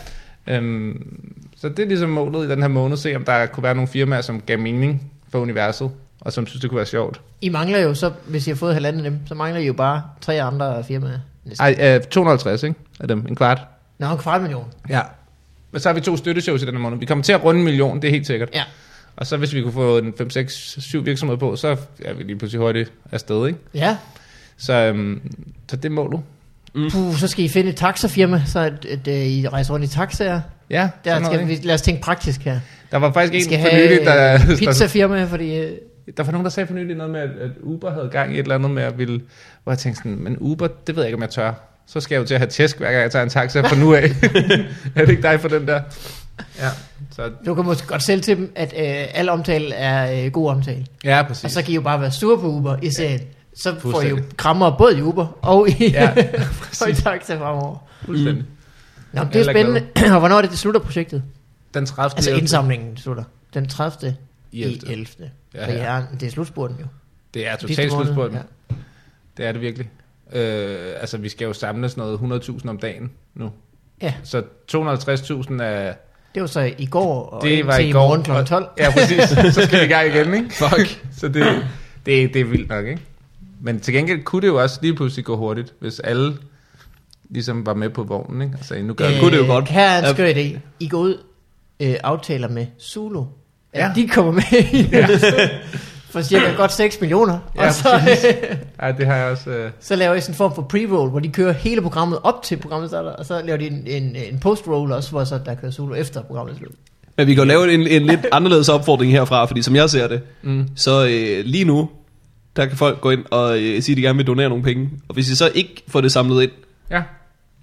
Speaker 1: Øhm, så det er ligesom målet i den her måned, se om der kunne være nogle firmaer, som gav mening for universet, og som synes, det kunne være sjovt.
Speaker 3: I mangler jo så, hvis I har fået halvanden af dem, så mangler I jo bare tre andre firmaer. næsten.
Speaker 1: Ej, øh, 250, ikke? Af dem, en kvart.
Speaker 3: Nå, en kvart million.
Speaker 1: Ja. Men så har vi to støtteshows i den her måned. Vi kommer til at runde en million, det er helt sikkert.
Speaker 3: Ja.
Speaker 1: Og så hvis vi kunne få en 5, 6, 7 virksomheder på, så er vi lige pludselig hurtigt afsted, ikke?
Speaker 3: Ja.
Speaker 1: Så, øhm, så det er målet.
Speaker 3: Puh, så skal I finde et taxafirma, så at, at, at I rejser rundt i taxaer.
Speaker 1: Ja, sådan
Speaker 3: Der
Speaker 1: noget,
Speaker 3: skal
Speaker 1: ikke?
Speaker 3: vi, lad os tænke praktisk her.
Speaker 1: der var faktisk
Speaker 3: Vi
Speaker 1: en
Speaker 3: skal
Speaker 1: for nylig,
Speaker 3: have
Speaker 1: der,
Speaker 3: der,
Speaker 1: der,
Speaker 3: pizzafirma, fordi... øh,
Speaker 1: der var nogen, der sagde for nylig noget med, at- at Uber havde gang i et eller andet med at ville, hvor jeg tænkte sådan, men Uber, det ved jeg ikke, om jeg tør. Så skal jeg jo til at have tæsk, hver gang jeg tager en taxa fra nu af. er det ikke dig for den der? Ja, så,
Speaker 3: Du kan måske godt sælge til dem, at øh, al omtale er øh, god omtale.
Speaker 1: ja præcis.
Speaker 3: Og så kan I jo bare være sure på Uber i serien. Så får I jo
Speaker 1: Fuldstændig.
Speaker 3: krammer både i Uber og i,
Speaker 1: Ja,
Speaker 3: ja, og i
Speaker 1: præcis.
Speaker 3: taxa fremover.
Speaker 1: Fuldstændig. Mm.
Speaker 3: Nå, men det er
Speaker 1: Eller
Speaker 3: spændende. og hvornår er det, det slutter projektet?
Speaker 1: Den 30.
Speaker 3: Altså
Speaker 1: hjælper.
Speaker 3: indsamlingen slutter. Den 30.
Speaker 1: I
Speaker 3: i
Speaker 1: 11..
Speaker 3: 11.
Speaker 1: Ja,
Speaker 3: Ja, ja.
Speaker 1: ja.
Speaker 3: Det, er, det er slutspurten jo.
Speaker 1: Det er
Speaker 3: Sidste
Speaker 1: totalt
Speaker 3: måned,
Speaker 1: slutspurten.
Speaker 3: ja.
Speaker 1: Det er det virkelig. Øh, altså, vi skal jo samle sådan noget 100.000 om dagen nu.
Speaker 3: Ja.
Speaker 1: Så 250.000 er...
Speaker 3: Det var så i går, og
Speaker 1: det var
Speaker 3: indtil
Speaker 1: i går.
Speaker 3: morgen kl.
Speaker 1: og-
Speaker 3: 12.
Speaker 1: Ja, præcis. Så skal vi i gang igen, ikke? Fuck. Så det, det, det er vildt nok, ikke? Men til gengæld kunne det jo også lige pludselig gå hurtigt, hvis alle ligesom var med på vognen, ikke? Og sagde, nu gør vi
Speaker 2: kunne det jo godt.
Speaker 3: Øh, Her er
Speaker 2: Ja.
Speaker 3: en skør idé. I går ud, øh, aftaler med Zulu, at
Speaker 1: Ja.
Speaker 3: ja. de kommer med i for cirka godt 6 millioner.
Speaker 1: Ja,
Speaker 3: og så,
Speaker 1: præcis.
Speaker 3: øh,
Speaker 1: Ej, det har jeg også... Øh,
Speaker 3: så laver I sådan en form for pre-roll, hvor de kører hele programmet op til programmet starter, og så laver de en, en, en post-roll også, hvor så der kører Zulu efter programmet er slut.
Speaker 2: Men vi kan jo lave en, en lidt anderledes opfordring herfra, fordi som jeg ser det, mm. så øh, lige nu, der kan folk gå ind og øh, sige, at de gerne vil donere nogle penge. Og hvis de så ikke får det samlet ind,
Speaker 1: ja,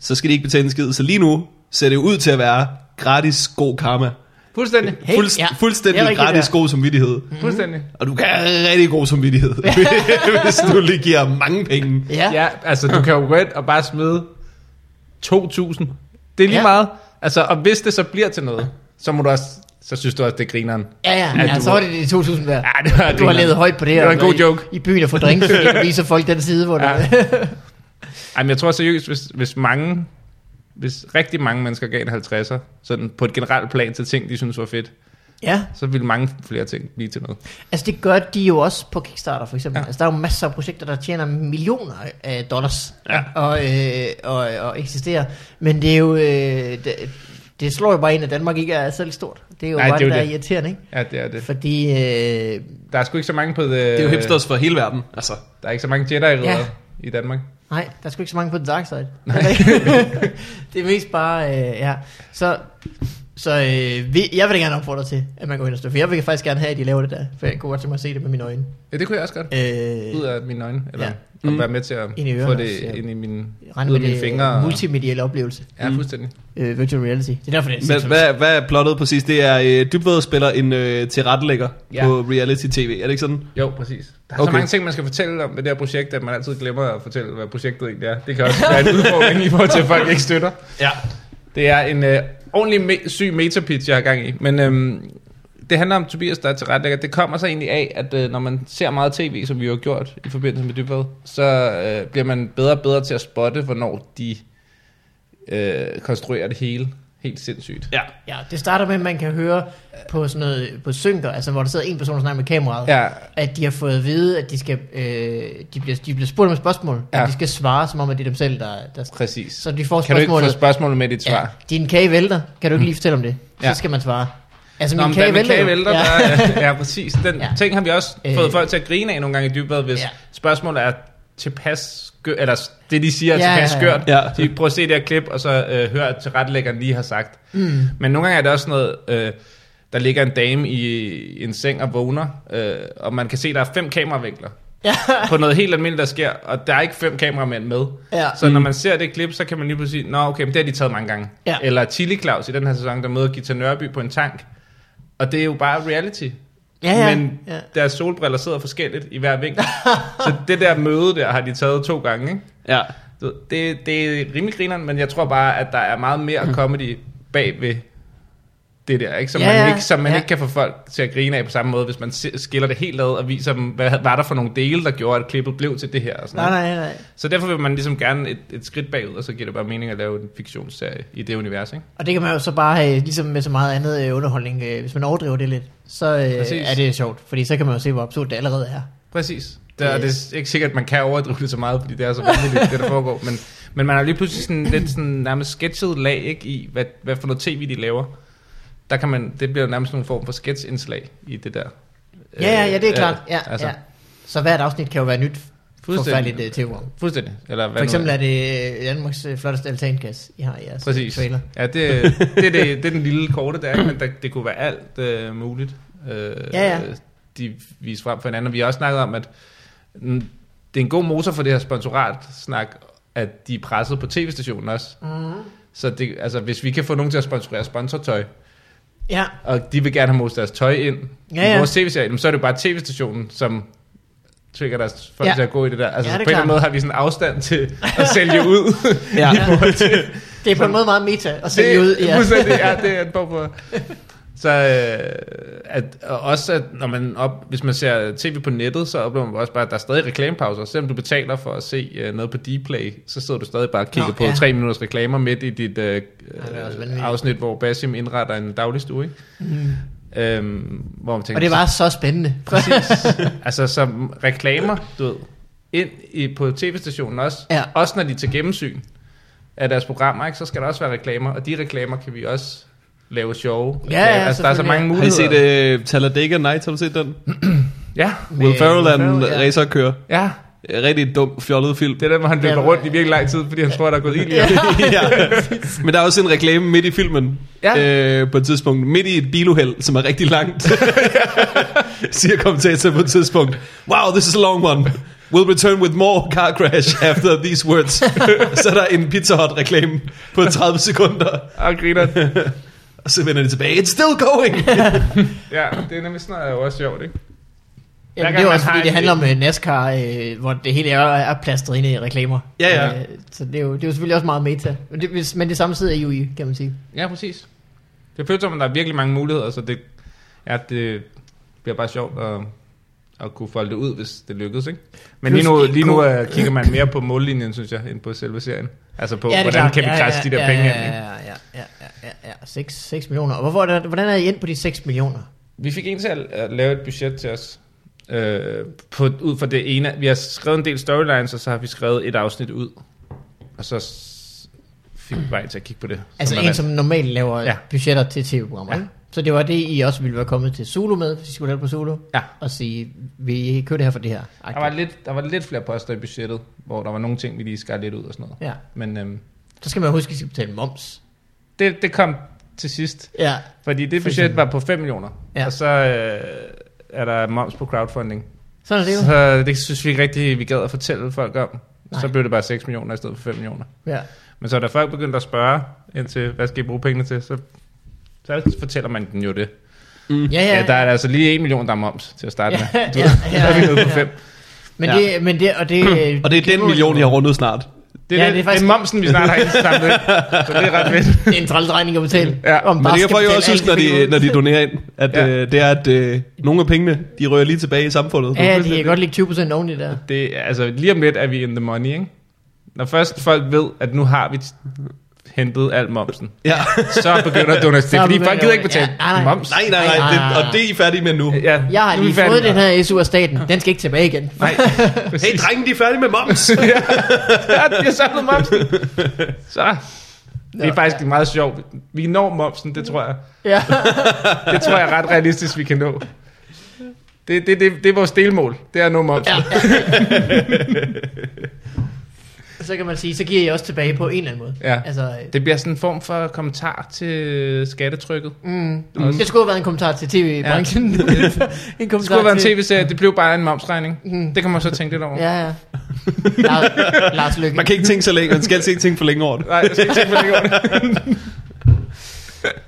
Speaker 2: så skal de ikke betale en skid. Så lige nu ser det ud til at være gratis god karma.
Speaker 1: fuldstændig.
Speaker 3: Hey,
Speaker 2: Fuldst,
Speaker 3: ja.
Speaker 2: Fuldstændig
Speaker 3: Det er rigtigt,
Speaker 2: gratis
Speaker 3: ja.
Speaker 2: god samvittighed.
Speaker 1: Fuldstændig.
Speaker 2: Og du kan have rigtig god samvittighed, hvis du lige giver mange penge.
Speaker 3: Ja, ja.
Speaker 1: Ja, altså du kan jo gå ind og bare smide 2.000. Det er lige ja.
Speaker 3: Ja.
Speaker 1: meget. Altså, og hvis det så bliver til noget, så må du også, så synes du også, det er grineren.
Speaker 3: ja, ja,
Speaker 1: Ja, du-
Speaker 3: så var det de 2.000 værd.
Speaker 1: Ja, det var
Speaker 3: Du har levet højt på det.
Speaker 1: Det var en
Speaker 3: og
Speaker 1: god
Speaker 3: i-
Speaker 1: joke.
Speaker 3: I byen og få drinks, fordi du viser folk den side, hvor
Speaker 1: Ja.
Speaker 3: ja.
Speaker 1: Ej, men jeg tror seriøst, hvis, hvis mange, hvis rigtig mange mennesker gav en 50'er, sådan på et generelt plan til ting, de synes var fedt,
Speaker 3: Ja,
Speaker 1: så vil mange flere ting blive til noget.
Speaker 3: altså det gør de jo også på Kickstarter for eksempel.
Speaker 1: Ja.
Speaker 3: Ja. Altså der er jo masser af projekter, der tjener millioner af dollars
Speaker 1: Ja.
Speaker 3: og, øh, og, og eksisterer. Men det er jo... Øh, det, det slår jo bare ind, at Danmark ikke er særlig stort. Det er jo
Speaker 1: Nej,
Speaker 3: Nej, bare
Speaker 1: det er
Speaker 3: det,
Speaker 1: jo
Speaker 3: der er
Speaker 1: det.
Speaker 3: irriterende, ikke?
Speaker 1: Ja, det er det.
Speaker 3: Fordi... Øh,
Speaker 1: Der er sgu ikke så mange på the,
Speaker 2: Det er jo hipsters for hele verden, altså.
Speaker 1: Der er ikke så mange jedi ja.
Speaker 3: Ja.
Speaker 1: i Danmark.
Speaker 3: Nej, der er sgu ikke så mange på The Dark Side. det er mest bare, øh, ja. Så, så øh, vi, jeg vil da gerne opfordre til, at man går hen og støtter. For jeg vil faktisk gerne have, at de laver det der. For jeg kunne godt tænke mig at se det med mine øjne.
Speaker 1: Ja, det kunne jeg også godt. Ud
Speaker 3: Øh,
Speaker 1: af mine øjne. Eller
Speaker 3: Ja.
Speaker 1: ja.
Speaker 2: Mm.
Speaker 1: være med til at
Speaker 3: Ind i ørerne
Speaker 1: få
Speaker 3: også,
Speaker 1: det
Speaker 3: ja.
Speaker 1: ind i mine,
Speaker 3: Rende
Speaker 1: ud af
Speaker 3: med
Speaker 1: mine
Speaker 3: det øh,
Speaker 1: fingre. og-
Speaker 3: multimedielle oplevelse.
Speaker 1: Ja, fuldstændig.
Speaker 3: Øh, virtual reality. Det er derfor, det er
Speaker 2: Men,
Speaker 3: sindssygt.
Speaker 2: hvad, hvad er plottet præcis? Det er øh, Dybved spiller en øh, tilrettelægger
Speaker 1: Ja.
Speaker 2: ja. på reality-tv, er det ikke sådan?
Speaker 1: Jo, præcis. Der er okay. så
Speaker 2: Okay.
Speaker 1: mange ting, man skal fortælle om ved det her projekt, at man altid glemmer at fortælle, hvad projektet egentlig er. Det kan også være en udfordring i forhold til, at folk ikke støtter.
Speaker 2: Ja.
Speaker 1: Det er en øh, ordentlig me- syg metapitch, jeg har gang i. Men øhm, det handler om Tobias, der er tilrettelægger. Det kommer så egentlig af, at øh, når man ser meget tv, som vi jo har gjort i forbindelse med Dybvad, så øh, bliver man bedre og bedre til at spotte, hvornår de øh, konstruerer det hele. Helt sindssygt.
Speaker 2: Ja.
Speaker 3: Ja, det starter med, at man kan høre på sådan noget, på synker, altså hvor der sidder en person og snakker med kameraet,
Speaker 1: Ja,
Speaker 3: at de har fået at vide, at de, skal, øh, de, bliver, de bliver spurgt om et spørgsmål,
Speaker 1: Ja.
Speaker 3: ja. og de skal svare, som om at det er dem selv, der... der
Speaker 1: præcis.
Speaker 3: så de får
Speaker 1: kan du ikke
Speaker 3: spørgsmålet,
Speaker 1: få spørgsmålet med dit svar? Mm.
Speaker 3: Ja, din kage vælter. Kan du ikke lige fortælle om det?
Speaker 1: Ja.
Speaker 3: Så skal man svare. Altså,
Speaker 1: Nå,
Speaker 3: min
Speaker 1: men
Speaker 3: kage
Speaker 1: kage
Speaker 3: vælter.
Speaker 1: kage
Speaker 3: jo.
Speaker 1: vælter ja.
Speaker 3: ja.
Speaker 1: Der, ja, præcis. Den ja.
Speaker 3: Ja.
Speaker 1: ting har vi også fået
Speaker 3: Øh.
Speaker 1: folk til at grine af nogle gange i dybvad, hvis ja.
Speaker 3: Ja.
Speaker 1: spørgsmålet er tilpas skørt, eller s- det de siger er
Speaker 3: Ja,
Speaker 1: tilpas
Speaker 3: ja, ja.
Speaker 1: skørt.
Speaker 2: Ja.
Speaker 1: De prøver at se det her klip, og så øh, hør, at tilrettelæggeren lige har sagt. Mm. Men nogle gange er det også noget, øh, der ligger en dame i en seng og vågner, øh, og man kan se, at der er fem kameravinkler
Speaker 3: ja.
Speaker 1: på noget helt almindeligt, der sker, og der er ikke fem kameramænd med.
Speaker 3: Ja.
Speaker 1: Så når man ser det klip, så kan man lige pludselig sige, nå okay, men det har de taget mange gange.
Speaker 3: Ja.
Speaker 1: Eller Chili Claus i den her sæson, der møder Gita Nørby på en tank. Og det er jo bare reality.
Speaker 3: Ja, ja.
Speaker 1: Men
Speaker 3: Ja.
Speaker 1: deres solbriller sidder forskelligt i hver vinkel. så det der møde der har de taget to gange. Ikke?
Speaker 2: Ja.
Speaker 1: Du ved, Det, det er rimelig grineren, men jeg tror bare, at der er meget mere comedy bag ved det der, ikke? Som,
Speaker 3: Mm. Ja,
Speaker 1: man,
Speaker 3: ja.
Speaker 1: ikke, som man
Speaker 3: Ja.
Speaker 1: ikke kan få folk til at grine af på samme måde, hvis man se- skiller det helt ad og viser dem, hvad var der for nogle dele, der gjorde, at klippet blev til det her. Og sådan
Speaker 3: Nej,
Speaker 1: noget.
Speaker 3: nej, nej.
Speaker 1: Så derfor vil man ligesom gerne et, et skridt bagud, og så giver det bare mening at lave en fiktionsserie i det univers, ikke?
Speaker 3: Og det kan man jo så bare have, ligesom med så meget andet øh, underholdning, øh, hvis man overdriver det lidt, så øh,
Speaker 1: Præcis.
Speaker 3: er det sjovt. Fordi så kan man jo se, hvor absurd det allerede er.
Speaker 1: Præcis. Der, og det er ikke sikkert, at man kan overdrive det så meget, fordi det er så vanvittigt, det der foregår. Men, men man har lige pludselig sådan lidt sådan nærmest sketchet lag ikke, i, hvad, hvad for noget tv de laver. Der kan man, det bliver nærmest nogle form for sketchindslag i det der.
Speaker 3: Ja, ja, ja, det er klart. Ja,
Speaker 1: Øh, altså,
Speaker 3: altså. ja. Så hvert afsnit kan jo være nyt forfærdeligt
Speaker 1: Fuldstændig.
Speaker 3: øh, tv-program.
Speaker 1: Fuldstændig. Eller hvad nu
Speaker 3: For eksempel er det øh, Danmarks øh, flotteste altankasse, I har i jeres øh,
Speaker 1: Præcis.
Speaker 3: trailer.
Speaker 1: Ja, det, det, det, det er den lille korte der, ikke? men der, det kunne være alt øh, muligt, øh,
Speaker 3: Ja, ja.
Speaker 1: de viser frem for hinanden. Og vi har også snakket om, at mm, det er en god motor for det her sponsorat-snak, at de er presset på tv-stationen også.
Speaker 3: Mm.
Speaker 1: Så det, altså, hvis vi kan få nogen til at sponsorere sponsortøj,
Speaker 3: Ja,
Speaker 1: og de vil gerne have most deres tøj ind ja,
Speaker 3: Ja,
Speaker 1: ja. i
Speaker 3: ja.
Speaker 1: vores tv-serie, jamen, så er det jo bare tv-stationen, som trigger deres folk ja.
Speaker 3: Ja.
Speaker 1: til at gå i det der. Altså,
Speaker 3: Ja,
Speaker 1: ja,
Speaker 3: det
Speaker 1: det
Speaker 3: er
Speaker 1: på en eller
Speaker 3: klart.
Speaker 1: anden måde har vi sådan afstand til at sælge ud.
Speaker 2: ja.
Speaker 3: det er på en måde meget meta at
Speaker 1: det,
Speaker 3: se ud. Ja.
Speaker 1: Fuldstændig, ja, det er en form for... Så øh, at, og også, at når man op, hvis man ser tv på nettet, så oplever man også bare, at der er stadig reklamepauser. Selvom du betaler for at se øh, noget på Dplay, så sidder du stadig bare og kigger Nå,
Speaker 3: Nå,
Speaker 1: på
Speaker 3: ja.
Speaker 1: tre minutters reklamer midt i dit øh,
Speaker 3: det er også
Speaker 1: øh,
Speaker 3: vanvittigt.
Speaker 1: afsnit, hvor Basim indretter en dagligstue. Ikke? Mm. Øhm, hvor man tænker,
Speaker 3: Og det var så spændende.
Speaker 1: Præcis. altså som reklamer, du ved, ind i, på tv-stationen også,
Speaker 3: Ja.
Speaker 1: også når de er til gennemsyn af deres programmer, ikke, så skal der også være reklamer, og de reklamer kan vi også lave sjove.
Speaker 3: Ja, ja,
Speaker 1: altså, der er så
Speaker 3: selvfølgelig.
Speaker 1: mange
Speaker 2: Har I
Speaker 1: muligheder.
Speaker 2: set øh, Talladega Nights, har du set den?
Speaker 1: Ja,
Speaker 2: Will Ferrell er en
Speaker 3: Ferrell, ja.
Speaker 2: racerkører.
Speaker 1: ja.
Speaker 2: Rigtig dum, fjollet film.
Speaker 1: Det er der, hvor han løber
Speaker 3: Ja,
Speaker 1: rundt i virkelig lang tid, fordi han tror, at der er gået ild i ham.
Speaker 2: ja. Men der er også en reklame midt i filmen.
Speaker 1: Ja.
Speaker 2: Øh, på et tidspunkt. Midt i et biluheld, som er rigtig langt. Siger kommentator på et tidspunkt. Wow, this is a long one. We'll return with more car crash after these words. så er der en Pizza Hut reklame på 30 sekunder.
Speaker 1: og griner.
Speaker 2: Og så vender de tilbage. It's still going.
Speaker 1: Ja, det er nemlig sådan noget, er jo også sjovt, ikke?
Speaker 3: Jamen,
Speaker 1: gang
Speaker 3: det er jo
Speaker 1: man
Speaker 3: også
Speaker 1: har
Speaker 3: fordi,
Speaker 1: en-
Speaker 3: det handler om øh, NASCAR, øh, hvor det hele er, er plastret ind i reklamer.
Speaker 2: Ja, ja.
Speaker 3: Øh, så det er, jo, det er jo selvfølgelig også meget meta. Men det, hvis- men det samme side er jo i, kan man sige.
Speaker 1: Ja, præcis. Det føles som, at der er virkelig mange muligheder, så det, ja, det bliver bare sjovt at, at kunne folde det ud, hvis det lykkes, ikke? Men lige nu,
Speaker 3: Plus,
Speaker 1: lige nu
Speaker 3: kunne-
Speaker 1: uh, kigger man mere på mållinjen, synes jeg, end på selve serien. Altså på,
Speaker 3: det
Speaker 1: ja,
Speaker 3: er
Speaker 1: hvordan
Speaker 3: klart.
Speaker 1: kan vi krasse de der penge
Speaker 3: ja,
Speaker 1: ind, ikke?
Speaker 3: ja, ja, ja, ja, ja, ja, ja 6, 6 millioner. Og hvorfor er det, hvordan er I ind på de 6 millioner?
Speaker 1: Vi fik en til at at lave et budget til os. Øh, på, ud fra det ene. Vi har skrevet en del storylines, og så har vi skrevet et afsnit ud. Og så s- fik vi vej til at kigge på det.
Speaker 3: Altså
Speaker 1: er
Speaker 3: en,
Speaker 1: valgt.
Speaker 3: som normalt laver ja.
Speaker 1: Ja.
Speaker 3: budgetter til tv-programmer.
Speaker 1: Ja.
Speaker 3: Ja. Så det var det, I også ville være kommet til Zulu med, hvis I skulle lave på Zulu,
Speaker 1: Ja.
Speaker 3: og sige, vi kører det her for det her.
Speaker 1: Der var, lidt, der var lidt flere poster i budgettet, hvor der var nogle ting, vi lige skar lidt ud og sådan noget.
Speaker 3: Ja.
Speaker 1: Men øhm,
Speaker 3: Så skal man huske, at I skal betale moms.
Speaker 1: det, det kom til sidst,
Speaker 3: Ja,
Speaker 1: fordi det
Speaker 3: For
Speaker 1: budget
Speaker 3: eksempel.
Speaker 1: var på 5 millioner,
Speaker 3: Ja.
Speaker 1: og så øh, er der moms på crowdfunding.
Speaker 3: sådan er det jo.
Speaker 1: Så det synes vi ikke rigtigt, vi gad at fortælle folk om. Nej. Så
Speaker 3: Nej.
Speaker 1: blev det bare 6 millioner i stedet for 5 millioner.
Speaker 3: Ja.
Speaker 1: Men så da folk begyndte at spørge ind til, hvad skal I bruge pengene til, så, så fortæller man den jo det.
Speaker 3: Ja,
Speaker 1: Ja,
Speaker 3: ja,
Speaker 1: ja der er altså lige 1 million, der er moms til at starte
Speaker 3: Ja,
Speaker 1: med.
Speaker 3: ja,
Speaker 1: Du, ja, ja, er vi nede på
Speaker 3: ja.
Speaker 1: 5.
Speaker 3: Men,
Speaker 2: Ja.
Speaker 3: det, men det, og det...
Speaker 2: Og det er den million, jeg har rundet snart.
Speaker 1: Det er,
Speaker 3: Ja,
Speaker 1: ja, det,
Speaker 3: det
Speaker 1: det,
Speaker 3: er
Speaker 1: er
Speaker 3: faktisk-
Speaker 1: det er momsen, vi snart har indsamlet. så det er ret vildt.
Speaker 3: Det er en træls regning at betale.
Speaker 1: Ja,
Speaker 3: om
Speaker 2: Men
Speaker 3: bare
Speaker 2: det kan
Speaker 3: skal
Speaker 2: folk jo
Speaker 3: betale
Speaker 2: også huske, når
Speaker 3: alle
Speaker 2: de,
Speaker 3: millioner.
Speaker 2: når de donerer ind, at
Speaker 1: Ja.
Speaker 2: ja. øh, det er, at øh, nogle af pengene, de rører lige tilbage i samfundet.
Speaker 3: Ja, de kan godt ligge 20% oveni der.
Speaker 1: Det, er- altså, lige om lidt er vi in the money, ikke? Når først folk ved, at nu har vi t- hentet alt momsen,
Speaker 2: ja.
Speaker 1: så begynder donationen. Det
Speaker 3: Så
Speaker 1: er fordi,
Speaker 3: begynder
Speaker 1: folk gider ikke
Speaker 3: donationen.
Speaker 1: betale
Speaker 3: Ja,
Speaker 1: ja,
Speaker 3: nej, nej.
Speaker 1: moms.
Speaker 2: Nej, nej, nej, det, og det er I færdige med nu.
Speaker 1: Ja,
Speaker 3: Jeg har
Speaker 1: nu er vi
Speaker 3: lige
Speaker 1: færdige
Speaker 3: fået
Speaker 1: med-
Speaker 3: den her SU af staten. Den skal ikke tilbage igen.
Speaker 1: Nej,
Speaker 2: Hey,
Speaker 1: præcis.
Speaker 2: drengen, de er færdige med moms.
Speaker 1: ja, vi har samlet momsen. Så. Det
Speaker 3: Nå,
Speaker 1: er faktisk meget sjovt. Vi når momsen, det tror jeg.
Speaker 3: Ja.
Speaker 1: Det tror jeg er ret realistisk, vi kan nå. Det, det, det, det er vores delmål. Det er at nå momsen.
Speaker 3: ja. så kan man sige, så giver I også tilbage på en eller anden måde.
Speaker 1: Ja.
Speaker 3: Altså, øh,
Speaker 1: Det bliver sådan en form for kommentar til skattetrykket.
Speaker 3: mm, det skulle have været en kommentar til tv-branchen. Ja. en kommentar
Speaker 1: Det skulle have været
Speaker 3: til... Mm.
Speaker 1: en tv-serie, det blev bare en momsregning. Det kan man så tænke lidt over.
Speaker 3: Ja, ja. Lars, Lars Lykke.
Speaker 2: Man kan ikke tænke så længe, man skal altså ikke tænke for længe over det.
Speaker 1: Nej, jeg skal ikke tænke på det over det.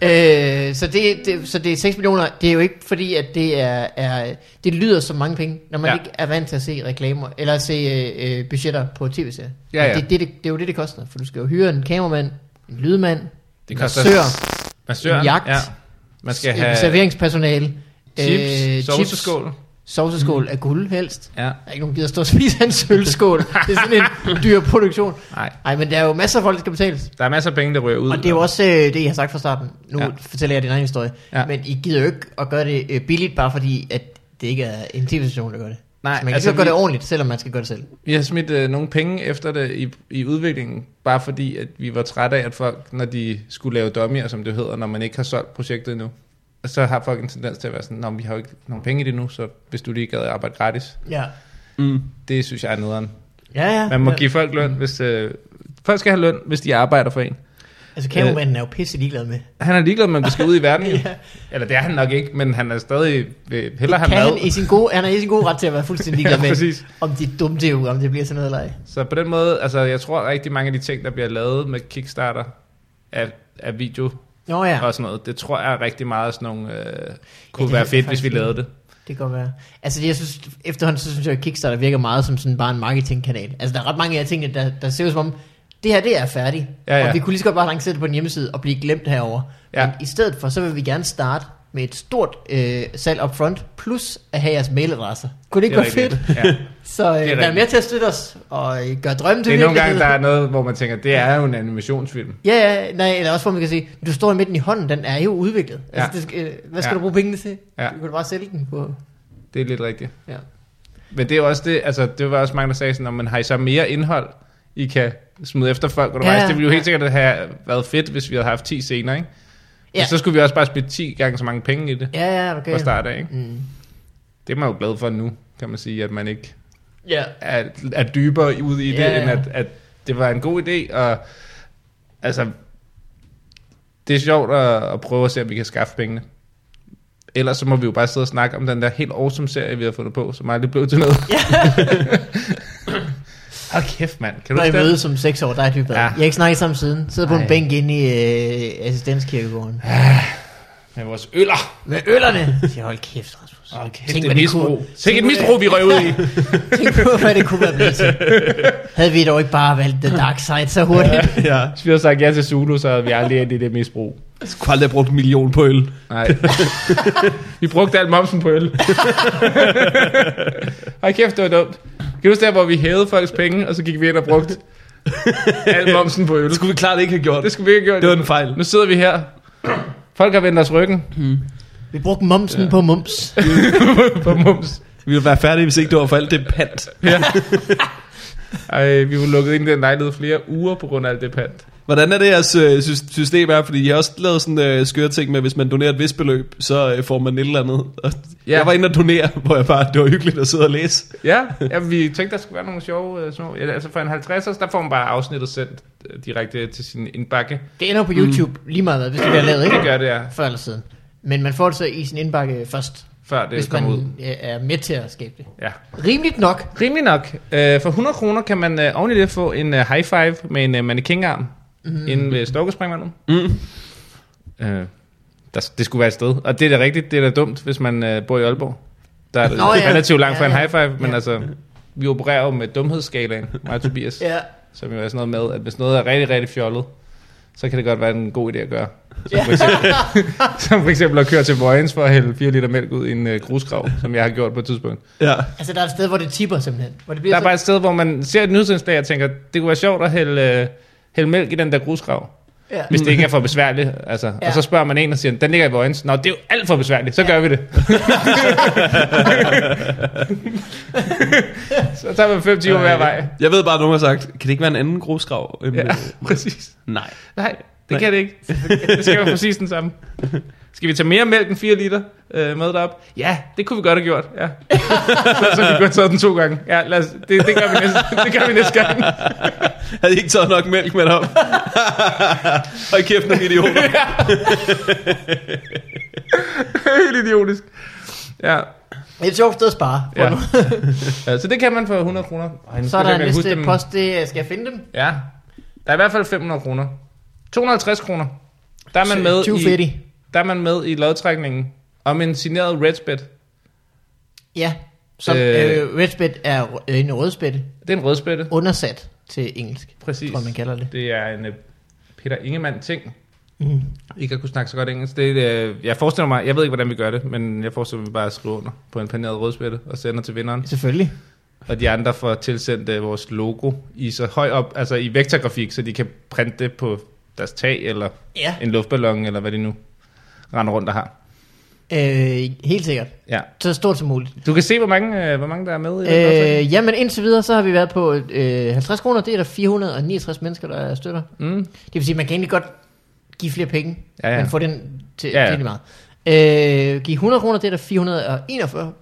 Speaker 3: Øh, så, det, det, så det er 6 millioner. Det er jo ikke fordi, at det er, er det lyder som mange penge, når man ja.
Speaker 1: Ja.
Speaker 3: ikke er vant til at se reklamer, eller at se øh, øh, budgetter på tv-serier.
Speaker 1: Ja, ja.
Speaker 3: Men Det, det, det, det er jo det, det koster, for du skal jo hyre en kameramand, en lydmand,
Speaker 1: Det
Speaker 3: en
Speaker 1: koster-
Speaker 3: massør,
Speaker 1: Massøren,
Speaker 3: Jagt.
Speaker 1: Ja. Man skal
Speaker 3: øh,
Speaker 1: have chips,
Speaker 3: serveringspersonale,
Speaker 1: øh, sovseskål.
Speaker 3: sovseskål
Speaker 1: Mm.
Speaker 3: af guld helst.
Speaker 1: Ja.
Speaker 3: Der er ikke nogen, der gider stå og spise hans ølskål. Det er sådan en dyr produktion.
Speaker 1: Nej,
Speaker 3: Nej, men der er jo masser af folk, der skal betales.
Speaker 1: der er masser af penge, der ryger ud.
Speaker 3: Og det er jo også øh, det, jeg har sagt fra starten. Nu ja.
Speaker 1: Ja.
Speaker 3: fortæller jeg din egen historie. Ja.
Speaker 1: Ja.
Speaker 3: Men I gider jo ikke at gøre det øh, billigt, bare fordi, at det ikke er en tv-station, der gør det.
Speaker 1: Nej,
Speaker 3: så man kan
Speaker 1: altså
Speaker 3: altså, gøre
Speaker 1: vi-
Speaker 3: det ordentligt, selvom man skal gøre det selv.
Speaker 1: Vi har smidt øh, nogle penge efter det i, i udviklingen, bare fordi at vi var trætte af, at folk, når de skulle lave dummier, som det hedder, når man ikke har solgt projektet endnu, så har folk en tendens til at være sådan, Nå, men vi har jo ikke nogen penge i det nu, så hvis du lige gad at arbejde gratis.
Speaker 3: Ja,
Speaker 2: Mm.
Speaker 1: Det synes jeg er nederen.
Speaker 3: ja. ja.
Speaker 1: Man må
Speaker 3: ja.
Speaker 1: give folk løn, hvis... Øh, folk skal have løn, hvis de arbejder for en.
Speaker 3: Altså, kameramanden
Speaker 1: øh,
Speaker 3: er jo pisse ligeglad med.
Speaker 1: Han er ligeglad med, om det skal ud i verden.
Speaker 3: Ja.
Speaker 1: ja. Eller det er han nok ikke, men han er stadig... Øh, hellere
Speaker 3: Kan
Speaker 1: have mad.
Speaker 3: han, i sin gode, han er i sin gode ret til at være fuldstændig ligeglad
Speaker 1: Ja,
Speaker 3: med,
Speaker 1: præcis.
Speaker 3: om det er dumme tv om det bliver sådan noget eller ej.
Speaker 1: Så på den måde, altså jeg tror rigtig mange af de ting, der bliver lavet med Kickstarter af, af video
Speaker 3: Nå ja,
Speaker 1: ja. og sådan noget, det tror jeg rigtig meget af sådan nogle, øh,
Speaker 3: Ja,
Speaker 1: kunne ja, være
Speaker 3: det synes jeg
Speaker 1: fedt, hvis
Speaker 3: faktisk
Speaker 1: vi
Speaker 3: ikke.
Speaker 1: lavede det.
Speaker 3: det kan godt være. Altså, jeg synes, efterhånden så synes jeg, at Kickstarter virker meget som sådan bare en marketingkanal. Altså, der er ret mange af tingene, der, der ser ud som om, det her, det er færdigt.
Speaker 1: Ja, ja.
Speaker 3: Og vi kunne lige så godt bare lancere det på en hjemmeside og blive glemt herover. Ja.
Speaker 1: Ja.
Speaker 3: Men i stedet for, så vil vi gerne starte med et stort øh, salg up front, plus at have jeres mailadresser. Kunne det ikke være fedt?
Speaker 1: rigtigt. Ja.
Speaker 3: Så øh, vær
Speaker 1: rigtigt.
Speaker 3: med til at støtte os, og øh, gør drømmen til
Speaker 1: Det er nogle gange,
Speaker 3: virkelighed.
Speaker 1: der er noget, hvor man tænker, det er jo en animationsfilm.
Speaker 3: Ja, ja, nej, eller også hvor man kan sige, du står i midten i hånden, den er jo udviklet. Ja.
Speaker 1: Ja.
Speaker 3: Altså, det, skal- øh, hvad skal
Speaker 1: Ja.
Speaker 3: ja. du bruge pengene til? Ja.
Speaker 1: Ja.
Speaker 3: Du kan da bare sælge den på...
Speaker 1: Det er lidt rigtigt.
Speaker 3: Ja.
Speaker 1: Men det er jo også det, altså det var også mange, der sagde sådan, "Nå, men har I så mere indhold, I kan smide efter folk undervejs?
Speaker 3: Ja.
Speaker 1: Ja. Det ville jo
Speaker 3: Ja.
Speaker 1: helt sikkert have været fedt, hvis vi havde haft 10 scener, ikke?
Speaker 3: Ja.
Speaker 1: Ja. Så skulle vi også bare spille 10 gange så mange penge i det
Speaker 3: Ja, ja, okay.
Speaker 1: fra start af, ikke?
Speaker 3: Mm.
Speaker 1: Det er man jo glad for nu, kan man sige, at man ikke
Speaker 3: Ja.
Speaker 1: er, er dybere ude i det,
Speaker 3: Ja,
Speaker 1: ja,
Speaker 3: ja.
Speaker 1: ja. end at, at det var en god idé, og altså, det er sjovt at, at prøve at se, om vi kan skaffe pengene. Ellers så må vi jo bare sidde og snakke om den der helt awesome serie, vi har fundet på, som aldrig blev til noget. Hold kæft, mand. Kan du
Speaker 3: Når I
Speaker 1: ikke
Speaker 3: mødes
Speaker 1: det?
Speaker 3: som seks år, der er dybt ja.
Speaker 1: Ja.
Speaker 3: Jeg har ikke snakket sammen siden. Sidder på en
Speaker 1: Nej.
Speaker 3: bænk inde i øh, assistenskirkegården.
Speaker 1: Med vores øller.
Speaker 3: Med øllerne. Jeg siger, hold kæft, Rasmus.
Speaker 1: Hold kæft,
Speaker 3: Tænk,
Speaker 1: Tænk,
Speaker 3: hvad
Speaker 1: et
Speaker 3: de
Speaker 1: misbrug.
Speaker 3: kunne- tænk,
Speaker 1: Tænk et
Speaker 3: hvad-
Speaker 1: misbrug, vi røg ud i.
Speaker 3: Tænk på, hvad det kunne være blevet til. Havde vi dog ikke bare valgt The Dark Side så hurtigt.
Speaker 2: Ja.
Speaker 1: Hvis vi havde sagt ja til Zulu, så havde vi aldrig endt i det misbrug.
Speaker 2: Jeg skulle aldrig have brugt en million på øl.
Speaker 1: Nej. vi brugte alt momsen på øl. Ej kæft, det var dumt. Kan du huske der, hvor vi hævede folks penge, og så gik vi ind og brugte Al momsen på øl.
Speaker 2: Det skulle vi klart ikke have gjort.
Speaker 1: Det skulle vi ikke have
Speaker 2: Det var
Speaker 1: gjort.
Speaker 2: en fejl.
Speaker 1: Nu sidder vi her. Folk har vendt os ryggen
Speaker 3: Vi brugte momsen ja. på mums.
Speaker 1: på moms.
Speaker 2: Vi ville være færdige, hvis ikke det var for alt det pant.
Speaker 1: Ej, vi var lukket ind i den lejlighed flere uger på grund af alt det pant.
Speaker 2: Hvordan er det, jeres øh, sy- system er? Fordi I har også lavet sådan øh, skøre ting med, at hvis man donerer et vist beløb, så øh, får man et eller andet. Og
Speaker 1: Ja.
Speaker 2: Jeg var inde og donere, hvor jeg bare, det var hyggeligt at sidde og læse.
Speaker 1: Ja, ja vi tænkte, der skulle være nogle sjove øh, små... Ja, altså for en 50'er, der får man bare afsnittet sendt øh, direkte til sin indbakke.
Speaker 3: Det ender jo på YouTube mm. lige meget, hvad, hvis det bliver lavet, ikke?
Speaker 1: Det gør det, ja.
Speaker 3: Før eller siden. Men man får det så i sin indbakke først,
Speaker 1: Før det
Speaker 3: hvis man
Speaker 1: kommer ud.
Speaker 3: øh, er med til at skabe det.
Speaker 1: Ja.
Speaker 3: Rimeligt nok.
Speaker 1: Rimelig nok. Øh, for 100 kroner kan man øh, oven i det få en øh, high five med en øh, mannequinarm mm. inden ved Storkespringvandet.
Speaker 2: Mm.
Speaker 1: Øh, der, det skulle være et sted. Og det er da rigtigt, det er da dumt, hvis man øh, bor i Aalborg. Der er det
Speaker 3: Nå, ja.
Speaker 1: relativt langt fra en
Speaker 3: Ja, ja.
Speaker 1: high five, men
Speaker 3: Ja.
Speaker 1: altså, vi opererer jo med dumhedsskalaen, mig og Tobias,
Speaker 3: Ja.
Speaker 1: som jo er sådan noget med, at hvis noget er rigtig, rigtig fjollet, så kan det godt være en god idé at gøre.
Speaker 3: Ja.
Speaker 1: Som for eksempel at køre til Vojens for at hælde 4 liter mælk ud i en øh, grusgrav, som jeg har gjort på et tidspunkt.
Speaker 2: Ja.
Speaker 3: altså, der er et sted, hvor det tipper simpelthen. Hvor det
Speaker 1: Der
Speaker 3: bliver
Speaker 1: er bare et sted, hvor man ser et nyhedsindslag og tænker, det kunne være sjovt at hælde, øh, hælde mælk i den der grusgrav,
Speaker 3: så, ja.
Speaker 1: hvis det ikke er for besværligt. Altså. Ja.
Speaker 3: Ja.
Speaker 1: Og så spørger man en og siger, den ligger i Vojens. Nå, det er jo alt for besværligt, så ja.
Speaker 3: Ja.
Speaker 1: gør vi det. så tager man 5 timer hver vej.
Speaker 2: Jeg ved bare, at nogen har sagt, kan det ikke være en anden grusgrav? end,
Speaker 1: Ja,
Speaker 2: øh,
Speaker 1: præcis.
Speaker 2: Nej.
Speaker 1: Nej, det
Speaker 2: Nej.
Speaker 1: kan det ikke. Det skal være præcis den samme. Skal vi tage mere mælk end 4 liter øh, med derop? Ja, det kunne vi godt have gjort. Ja. så, så kunne vi godt have taget den to gange. Ja, lad os, det, det, gør vi næste, det gør vi næste gang.
Speaker 2: Havde I ikke taget nok mælk med op? Hold kæft, nogle idioter.
Speaker 1: Helt idiotisk. Ja.
Speaker 3: Det er et sjovt sted at spare.
Speaker 1: ja. ja. Så det kan man for 100 kroner. Ej, nu
Speaker 3: Så
Speaker 1: skal
Speaker 3: er
Speaker 1: jeg
Speaker 3: der
Speaker 1: se, om jeg kan
Speaker 3: en
Speaker 1: huske
Speaker 3: næste
Speaker 1: dem.
Speaker 3: post, det er- skal jeg finde dem.
Speaker 1: Ja. Der er i hvert fald 500 kroner. 250 kroner. Der er man med
Speaker 3: 20
Speaker 1: i,
Speaker 3: fedtig.
Speaker 1: der er man med i lodtrækningen om en signeret Redsbed.
Speaker 3: Ja. Som
Speaker 1: Øh.
Speaker 3: øh, Redspit er rø- øh, en rødspætte,
Speaker 1: Det er en rødspætte.
Speaker 3: undersat til engelsk,
Speaker 1: Præcis.
Speaker 3: tror jeg, man kalder det.
Speaker 1: Det er en øh, Peter Ingemann ting.
Speaker 3: Mm.
Speaker 1: Ikke at kunne snakke så godt engelsk. Det, er, øh, jeg forestiller mig, jeg ved ikke, hvordan vi gør det, men jeg forestiller mig, at vi bare skriver under på en paneret rødspætte og sender til vinderen.
Speaker 3: Selvfølgelig.
Speaker 1: Og de andre får tilsendt uh, vores logo i så høj op, altså i vektorgrafik, så de kan printe det på deres tag, eller
Speaker 3: Ja,
Speaker 1: en luftballon, eller hvad de nu render rundt og har.
Speaker 3: øh, helt sikkert.
Speaker 1: Ja.
Speaker 3: Så stort som muligt.
Speaker 1: Du kan se, hvor mange, uh, hvor mange der er med i den aftale.
Speaker 3: Øh, jamen indtil videre, så har vi været på øh, 50 kroner. Det er der 469 mennesker, der støtter.
Speaker 1: mm.
Speaker 3: Det vil sige, man kan egentlig godt give flere penge.
Speaker 1: Ja, ja.
Speaker 3: Man får den til
Speaker 1: Ja, ja.
Speaker 3: ja, ja. meget. Øh, give 100 kroner, det er der 441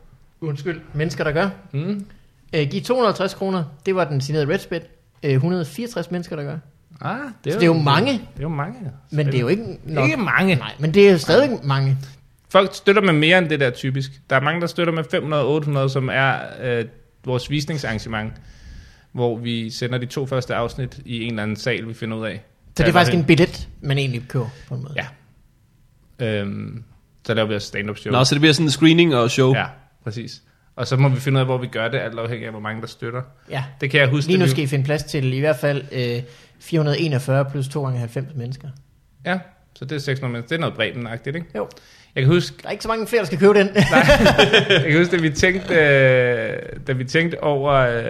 Speaker 3: undskyld, mennesker, der gør.
Speaker 1: Mm.
Speaker 3: Øh, give 250 kroner, det var den signerede Redspit. Øh, 164 mennesker, der gør.
Speaker 1: Ah,
Speaker 3: Så det er jo mange.
Speaker 1: Det er jo mange.
Speaker 3: Men det er jo ikke
Speaker 1: Nok.
Speaker 3: nok.
Speaker 1: Ikke mange.
Speaker 3: Nej, men det er jo stadig mange.
Speaker 1: Folk støtter med mere end det der typisk. Der er mange, der støtter med 500-800, som er øh, vores visningsarrangement, hvor vi sender de to første afsnit i en eller anden sal, vi finder ud af.
Speaker 3: Så det
Speaker 1: Ja,
Speaker 3: er faktisk
Speaker 1: nej.
Speaker 3: en billet, man egentlig køber på en måde.
Speaker 1: Ja. Øhm, så laver vi også stand-up show.
Speaker 2: Nå, så det bliver sådan en screening og show.
Speaker 1: Ja, præcis. Og så må vi finde ud af, hvor vi gør det, alt afhængig af, hvor mange der støtter.
Speaker 3: ja.
Speaker 1: Det kan jeg huske.
Speaker 3: Lige nu
Speaker 1: det, vi-
Speaker 3: skal I finde plads til i hvert fald øh, 441 plus 2 gange 90 mennesker.
Speaker 1: Ja, så det er 600 mennesker. Det er noget bredden ikke?
Speaker 3: Jo.
Speaker 1: Jeg kan huske,
Speaker 3: Der er ikke så mange flere, der skal købe den.
Speaker 1: jeg kan huske da, vi tænkte, øh, da vi tænkte over øh,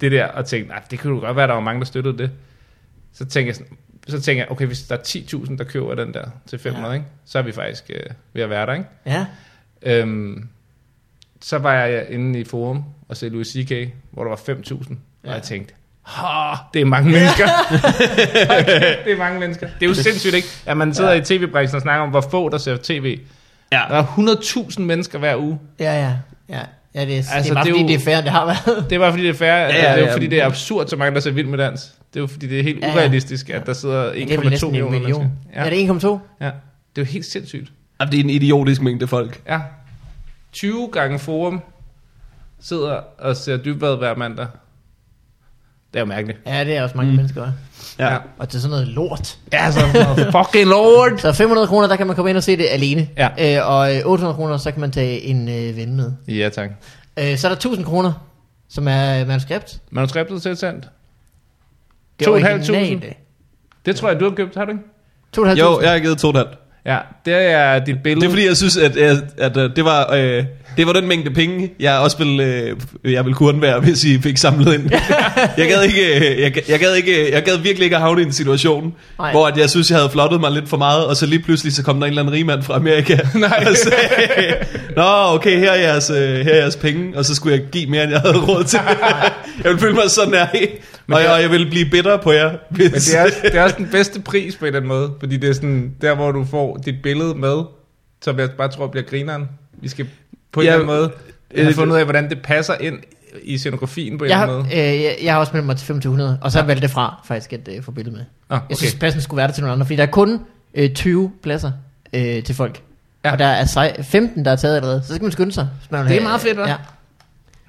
Speaker 1: det der, og tænkte, nej, det kunne jo godt være, der var mange, der støttede det. Så tænkte jeg, sådan- så tænkte jeg okay, hvis der er 10.000, der køber den der til 500, ja. ikke? så er vi faktisk øh, ved at være der, ikke?
Speaker 3: ja.
Speaker 1: Øhm, så var jeg inde i forum og se Louis C.K., hvor der var 5.000, ja.
Speaker 3: Ja.
Speaker 1: og jeg tænkte, "Hå, det er mange mennesker. okay, det er mange mennesker. Det er jo sindssygt, ikke? At man sidder ja. i tv-branchen og snakker om, hvor få der ser tv.
Speaker 2: Ja.
Speaker 1: Der er 100.000 mennesker hver uge.
Speaker 3: Ja, ja, ja. Ja, det er, altså, det
Speaker 1: Altså,
Speaker 3: er bare
Speaker 1: det er
Speaker 3: fordi,
Speaker 1: jo-
Speaker 3: det er færre, end det har været.
Speaker 1: Det er bare fordi, det er færre. Ja,
Speaker 2: ja,
Speaker 1: ja, det er
Speaker 2: ja.
Speaker 1: jo fordi, det er absurd, så mange der ser vild med dans. Det er jo fordi, det er helt
Speaker 3: Ja, ja.
Speaker 1: urealistisk, at der sidder
Speaker 3: det er vel
Speaker 1: 1,2
Speaker 3: næsten en
Speaker 1: millioner
Speaker 3: million.
Speaker 1: mennesker.
Speaker 3: Ja.
Speaker 1: Ja, ja. Det
Speaker 3: Er det 1,2?
Speaker 1: er jo helt sindssygt.
Speaker 2: Jamen, Det er en idiotisk mængde folk.
Speaker 1: Ja. 20 gange forum sidder og ser dybvad hver mandag. Det er jo mærkeligt.
Speaker 3: Ja, det er også mange mm. mennesker. hva'?
Speaker 2: Ja. ja.
Speaker 3: Og til sådan noget lort.
Speaker 1: Ja, så fucking lord.
Speaker 3: Så 500 kroner, der kan man komme ind og se det alene.
Speaker 1: Ja.
Speaker 3: Øh, og øh, 800 kroner, så kan man tage en øh, ven med.
Speaker 1: Ja, tak.
Speaker 3: Øh, så er der 1000 kroner, som er øh, manuskript.
Speaker 1: Manuskriptet tilsendt.
Speaker 3: Det er
Speaker 1: 2.500.
Speaker 3: originalt.
Speaker 1: Det tror jeg, du har købt, har du ikke?
Speaker 3: 2.500.
Speaker 2: Jo, jeg har givet to et halvt.
Speaker 5: Ja, det er dit billede.
Speaker 2: Det er fordi, jeg synes, at, at, at, øh, det, var, øh, det var den mængde penge, jeg også ville, øh, jeg ville kunne undvære, hvis I fik samlet ind. jeg, gad ikke, øh, jeg, gad- jeg, gad ikke, jeg gad virkelig ikke at havne i en situation,
Speaker 3: Nej.
Speaker 2: Nej. hvor at jeg synes, jeg havde flottet mig lidt for meget, og så lige pludselig så kom der en eller anden rigmand fra Amerika Nej. og sagde, Nå, okay, her er, jeres, øh, her er jeres penge, og så skulle jeg give mere, end jeg havde råd til. jeg ville føle mig sådan her, og, jeg, og jeg ville blive bitter på jer. Hvis,
Speaker 1: Men det er, også, det er også den bedste pris på en eller anden måde, fordi det er sådan, der hvor du får dit billede med, som jeg bare tror bliver grineren. Vi skal på en
Speaker 2: Ja,
Speaker 1: eller anden måde
Speaker 2: øh,
Speaker 1: have fundet ud af, hvordan det passer ind i scenografien på en
Speaker 3: Jeg
Speaker 1: eller
Speaker 3: har,
Speaker 1: anden
Speaker 3: øh,
Speaker 1: måde.
Speaker 3: jeg, jeg har også meldt mig til 2500, og så ja. valgte det fra faktisk at øh, få billedet med.
Speaker 1: Ah,
Speaker 3: Jeg
Speaker 1: okay.
Speaker 3: synes, pladsen skulle være der til nogle andre, fordi der er kun øh, 20 pladser øh, til folk. Ja.
Speaker 1: Ja.
Speaker 3: Og der er sej- 15, der er taget allerede. Så skal man skynde sig. hvis Man vil
Speaker 1: Det er
Speaker 3: have-
Speaker 1: meget fedt, hva'?
Speaker 3: Ja,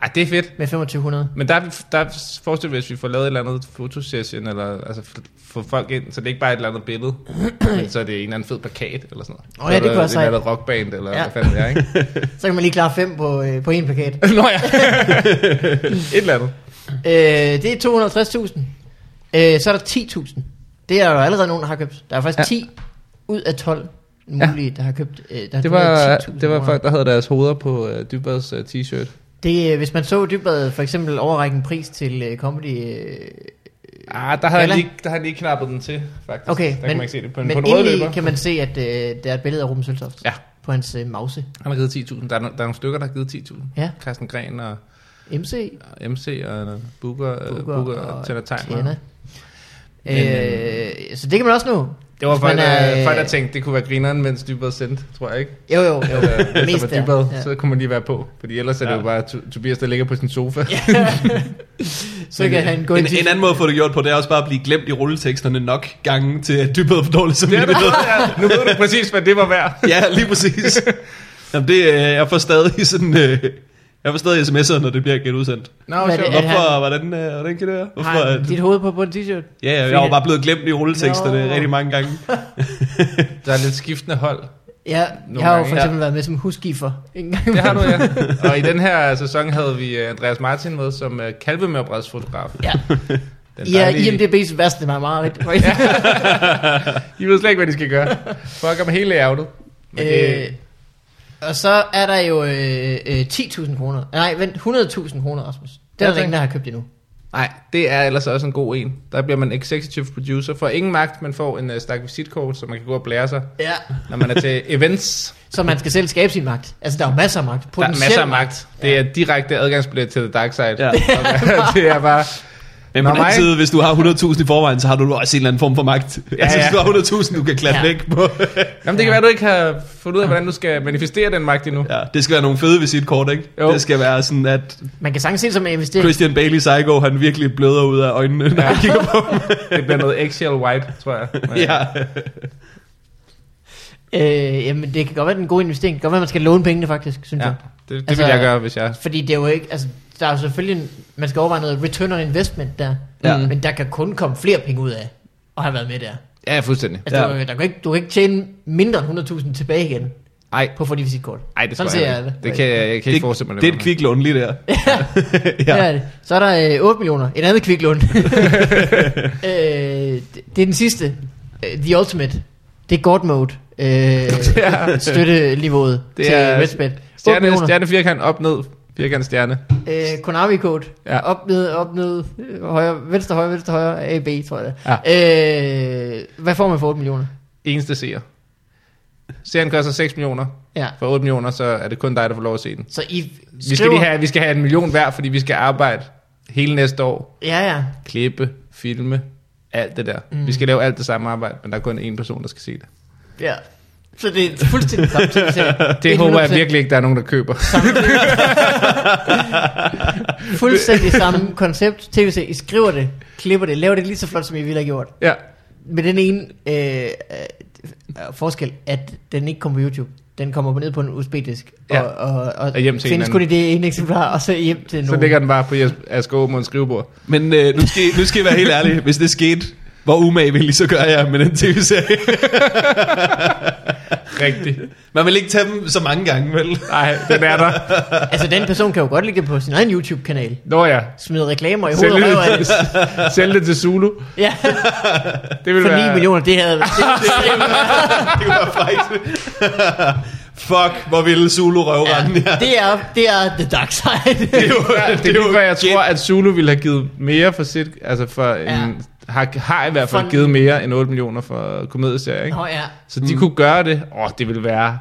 Speaker 1: Ej, det er fedt.
Speaker 3: med 2500.
Speaker 1: Men der, er vi- der er- forestiller vi, os, at vi får lavet et eller andet fotosession, eller altså f- få folk ind, så det er ikke bare et eller andet billede, men så er det en eller anden fed plakat, eller sådan noget.
Speaker 3: Åh ja, det
Speaker 1: Eller
Speaker 3: kunne være
Speaker 1: et eller
Speaker 3: sejt.
Speaker 1: andet rockband, eller
Speaker 3: Ja.
Speaker 1: ja. hvad fanden det er, ikke?
Speaker 3: Så kan man lige klare 5 på, øh, på en plakat.
Speaker 1: Nå ja. et eller andet.
Speaker 3: Øh, det er 250.000. Øh, så er der 10.000. Det er der jo allerede nogen, der har købt. Der er faktisk ja.
Speaker 1: Ja.
Speaker 3: 10 ud af 12 mulige, ja. der har købt. Øh, der
Speaker 1: Det var, det var
Speaker 3: faktisk...
Speaker 1: folk, der havde deres hoveder på uh, Dybbads uh, t-shirt.
Speaker 3: Det, øh, hvis man så Dybbad for eksempel overrække en pris til øh, comedy... Øh,
Speaker 1: Ah, der har,
Speaker 3: Eller?
Speaker 1: han lige, der har han lige knappet den til, faktisk.
Speaker 3: okay,
Speaker 1: der kan man ikke se det på en,
Speaker 3: men
Speaker 1: på en rød
Speaker 3: indeni
Speaker 1: løber.
Speaker 3: kan man se, at øh, der er et billede af Ruben Søltoft
Speaker 1: Ja.
Speaker 3: på hans øh, mause.
Speaker 1: Han har givet 10.000. Der er, no- der er nogle stykker, der har givet 10.000.
Speaker 3: Ja.
Speaker 1: Carsten Gren og,
Speaker 3: MC,
Speaker 1: og MC og uh, Booker, Booker,
Speaker 3: Booker,
Speaker 1: Booker og Tanner Tegner.
Speaker 3: Tjana. Øh, så det kan man også nå.
Speaker 1: Det var øh,
Speaker 3: Hvis
Speaker 1: folk,
Speaker 3: man
Speaker 1: der,
Speaker 3: er-
Speaker 1: folk, der tænkte, det kunne være grineren, mens Dybbad sendte, tror jeg ikke.
Speaker 3: Jo, jo, jo.
Speaker 1: Øh, Hvis
Speaker 3: mest
Speaker 1: der var
Speaker 3: der,
Speaker 1: Dybbad,
Speaker 3: ja.
Speaker 1: så kunne man lige være på. Fordi ellers er det
Speaker 2: Ja.
Speaker 1: jo bare Tu- Tobias, der ligger på sin sofa.
Speaker 3: så kan han gå
Speaker 2: en,
Speaker 3: ind til...
Speaker 2: en anden måde at få det gjort på, det er også bare at blive glemt i rulleteksterne nok gange til, at dybbet er for dårligt som
Speaker 1: Det er det, ja. Nu ved du præcis, hvad det var værd.
Speaker 2: Ja, lige præcis. Jamen det, øh, jeg får stadig sådan... Øh, jeg får stadig sms'er, når det bliver genudsendt.
Speaker 1: Nå,
Speaker 3: Hvad er
Speaker 1: sjovt.
Speaker 3: det?
Speaker 2: Hvorfor, hvordan, øh, hvordan kan det være? Hvorfor,
Speaker 3: Har han
Speaker 2: at,
Speaker 3: dit hoved på, på en t-shirt?
Speaker 2: ja, ja, jeg var bare blevet glemt i rulleteksterne
Speaker 3: Nå.
Speaker 2: rigtig mange gange.
Speaker 1: Der er lidt skiftende hold.
Speaker 3: Ja,
Speaker 1: Nogle
Speaker 3: jeg har jo
Speaker 1: gange,
Speaker 3: for eksempel ja. været med som husgifer. En gang.
Speaker 1: Det har du, ja. Og i den her sæson havde vi øh, Andreas Martin med som øh, kalvemørbredsfotograf.
Speaker 3: Ja.
Speaker 1: Den
Speaker 3: Ja,
Speaker 1: dejlige-
Speaker 3: IMDB's værste var meget rigtigt.
Speaker 1: Ja. de ved slet ikke, hvad de skal gøre. Fuck om hele ærget. Men det,
Speaker 3: øh, og så er der jo øh, øh, 10.000 kroner. Nej, vent, 100.000 kroner, Rasmus.
Speaker 1: Ja,
Speaker 3: Det er der
Speaker 1: tak.
Speaker 3: ingen, der har købt endnu.
Speaker 1: nej, det er ellers også en god en. Der bliver man executive producer. For ingen magt, man får en uh, stak visitkort, så man kan gå og blære sig,
Speaker 3: Ja.
Speaker 1: når man er til events.
Speaker 3: Så man skal selv skabe sin magt. Altså, der er jo masser af magt.
Speaker 1: Der er masser af magt. Det er direkte adgangsbillet til The Dark Side. øh,
Speaker 2: Ja.
Speaker 1: det er bare...
Speaker 2: Men
Speaker 1: Nå,
Speaker 2: på den
Speaker 1: mig-
Speaker 2: anden side, hvis du har 100.000 i forvejen, så har du også en eller anden form for magt. Ja, ja. Altså, hvis du har 100.000, du kan klatte
Speaker 3: Ja.
Speaker 2: ja. væk på.
Speaker 1: Jamen, det kan være, du ikke har fundet ud af, hvordan du skal manifestere den magt endnu.
Speaker 2: Ja, det skal være nogle fede visitkort, ikke?
Speaker 1: Jo.
Speaker 2: Jo. Det skal være sådan, at
Speaker 3: Man kan sagtens se det som en investering.
Speaker 2: Christian Bailey Psycho, han virkelig bløder ud af øjnene, når
Speaker 1: Ja.
Speaker 2: han kigger på dem.
Speaker 1: Det bliver noget eggshell white, tror jeg.
Speaker 2: Ja.
Speaker 3: Øh, jamen, det kan godt være, det er en god investering. Det kan godt være, man skal låne pengene, faktisk, synes
Speaker 1: ja
Speaker 3: jeg.
Speaker 1: det, det altså,
Speaker 3: Altså-
Speaker 1: vil jeg gøre, hvis jeg...
Speaker 3: Fordi det er jo ikke, altså, der er jo selvfølgelig, en, man skal overveje noget return on investment der, Mm.
Speaker 2: Ja.
Speaker 3: men der kan kun komme flere penge ud af at have været med der.
Speaker 1: Ja, fuldstændig.
Speaker 3: Altså, ja.
Speaker 2: Ja.
Speaker 3: du, der kan ikke, du kan ikke tjene mindre end 100.000 tilbage igen
Speaker 1: Ej,
Speaker 3: på at få dit visitkort.
Speaker 1: ej det tror
Speaker 3: Sådan
Speaker 1: jeg,
Speaker 3: ser jeg
Speaker 1: ikke.
Speaker 3: det.
Speaker 1: Det kan jeg, jeg kan ikke forestille mig.
Speaker 2: det er et
Speaker 1: var.
Speaker 2: kviklån lige der.
Speaker 3: Ja. Det er det. Så er der øh, 8 millioner. Et andet kviklund. øh, det, det er den sidste. Øh, The Ultimate. Det er God Mode. Øh,
Speaker 1: Ja.
Speaker 3: støtteniveauet
Speaker 1: Det
Speaker 3: det til
Speaker 1: er-
Speaker 3: Redspad. 8
Speaker 1: Stjerne,
Speaker 3: millioner.
Speaker 1: stjerne, firkant, op, ned. Firkant, stjerne.
Speaker 3: Øh, Konami-kode.
Speaker 1: Ja.
Speaker 3: Ja. Op, ned, op, ned. øh, Højre, venstre, højre, venstre, højre. A, B, tror jeg det. Ja. Øh, hvad får man for 8 millioner?
Speaker 1: Eneste seer. Serien koster 6 millioner.
Speaker 3: Ja.
Speaker 1: For 8 millioner, så er det kun dig, der får lov at se den.
Speaker 3: Så I
Speaker 1: Vi skal, lige have, vi skal have en million hver, fordi vi skal arbejde hele næste år.
Speaker 3: Ja, ja.
Speaker 1: Klippe, filme, alt det der. Mm. Vi skal lave alt det samme arbejde, men der er kun én person, der skal se det.
Speaker 3: ja. Så det er fuldstændig samme ting.
Speaker 1: Det, det håber jeg virkelig ikke, der er nogen, der køber.
Speaker 3: Fuldstændig samme koncept. TVC, I skriver det, klipper det, laver det lige så flot, som I ville have gjort.
Speaker 1: ja.
Speaker 3: Med den ene øh, øh, forskel, at den ikke kommer på YouTube. Den kommer ned på en USB-disk.
Speaker 1: Ja.
Speaker 3: Og, og, og,
Speaker 1: Og hjem til
Speaker 3: findes
Speaker 1: hinanden.
Speaker 3: kun i det ene eksemplar, og så hjem til nogen.
Speaker 1: Så ligger den bare på Jes- Asger Aamons skrivebord.
Speaker 2: Men øh, nu, skal, I- nu skal I være helt ærlige. Hvis det skete, hvor umage ville I så gøre jer med den tv-serie?
Speaker 1: Rigtigt.
Speaker 2: Man vil ikke tage dem så mange gange, vel?
Speaker 1: Nej, den er der.
Speaker 3: Altså, den person kan jo godt ligge på sin egen YouTube-kanal.
Speaker 1: Nå ja.
Speaker 3: Smide reklamer i
Speaker 1: Sælg
Speaker 3: hovedet og røv af
Speaker 1: det,
Speaker 3: det.
Speaker 1: sælg det til Zulu.
Speaker 3: Ja,
Speaker 1: Det vil
Speaker 3: for 9
Speaker 1: være...
Speaker 3: millioner, det havde det,
Speaker 2: Det kunne være frækt. Fuck, hvor ville Zulu røvrende. Ja.
Speaker 3: ja, det, er, det er the dark side.
Speaker 2: Det er jo,
Speaker 1: Det, det er lige før, jeg tror, at Zulu ville have givet mere for sit... Altså for ja.
Speaker 3: Ja.
Speaker 1: en, har, har i hvert fald
Speaker 3: For-
Speaker 1: givet mere end 8 millioner for komedieserier, ikke?
Speaker 3: Nå ja.
Speaker 1: Så de kunne gøre det. Åh, det ville være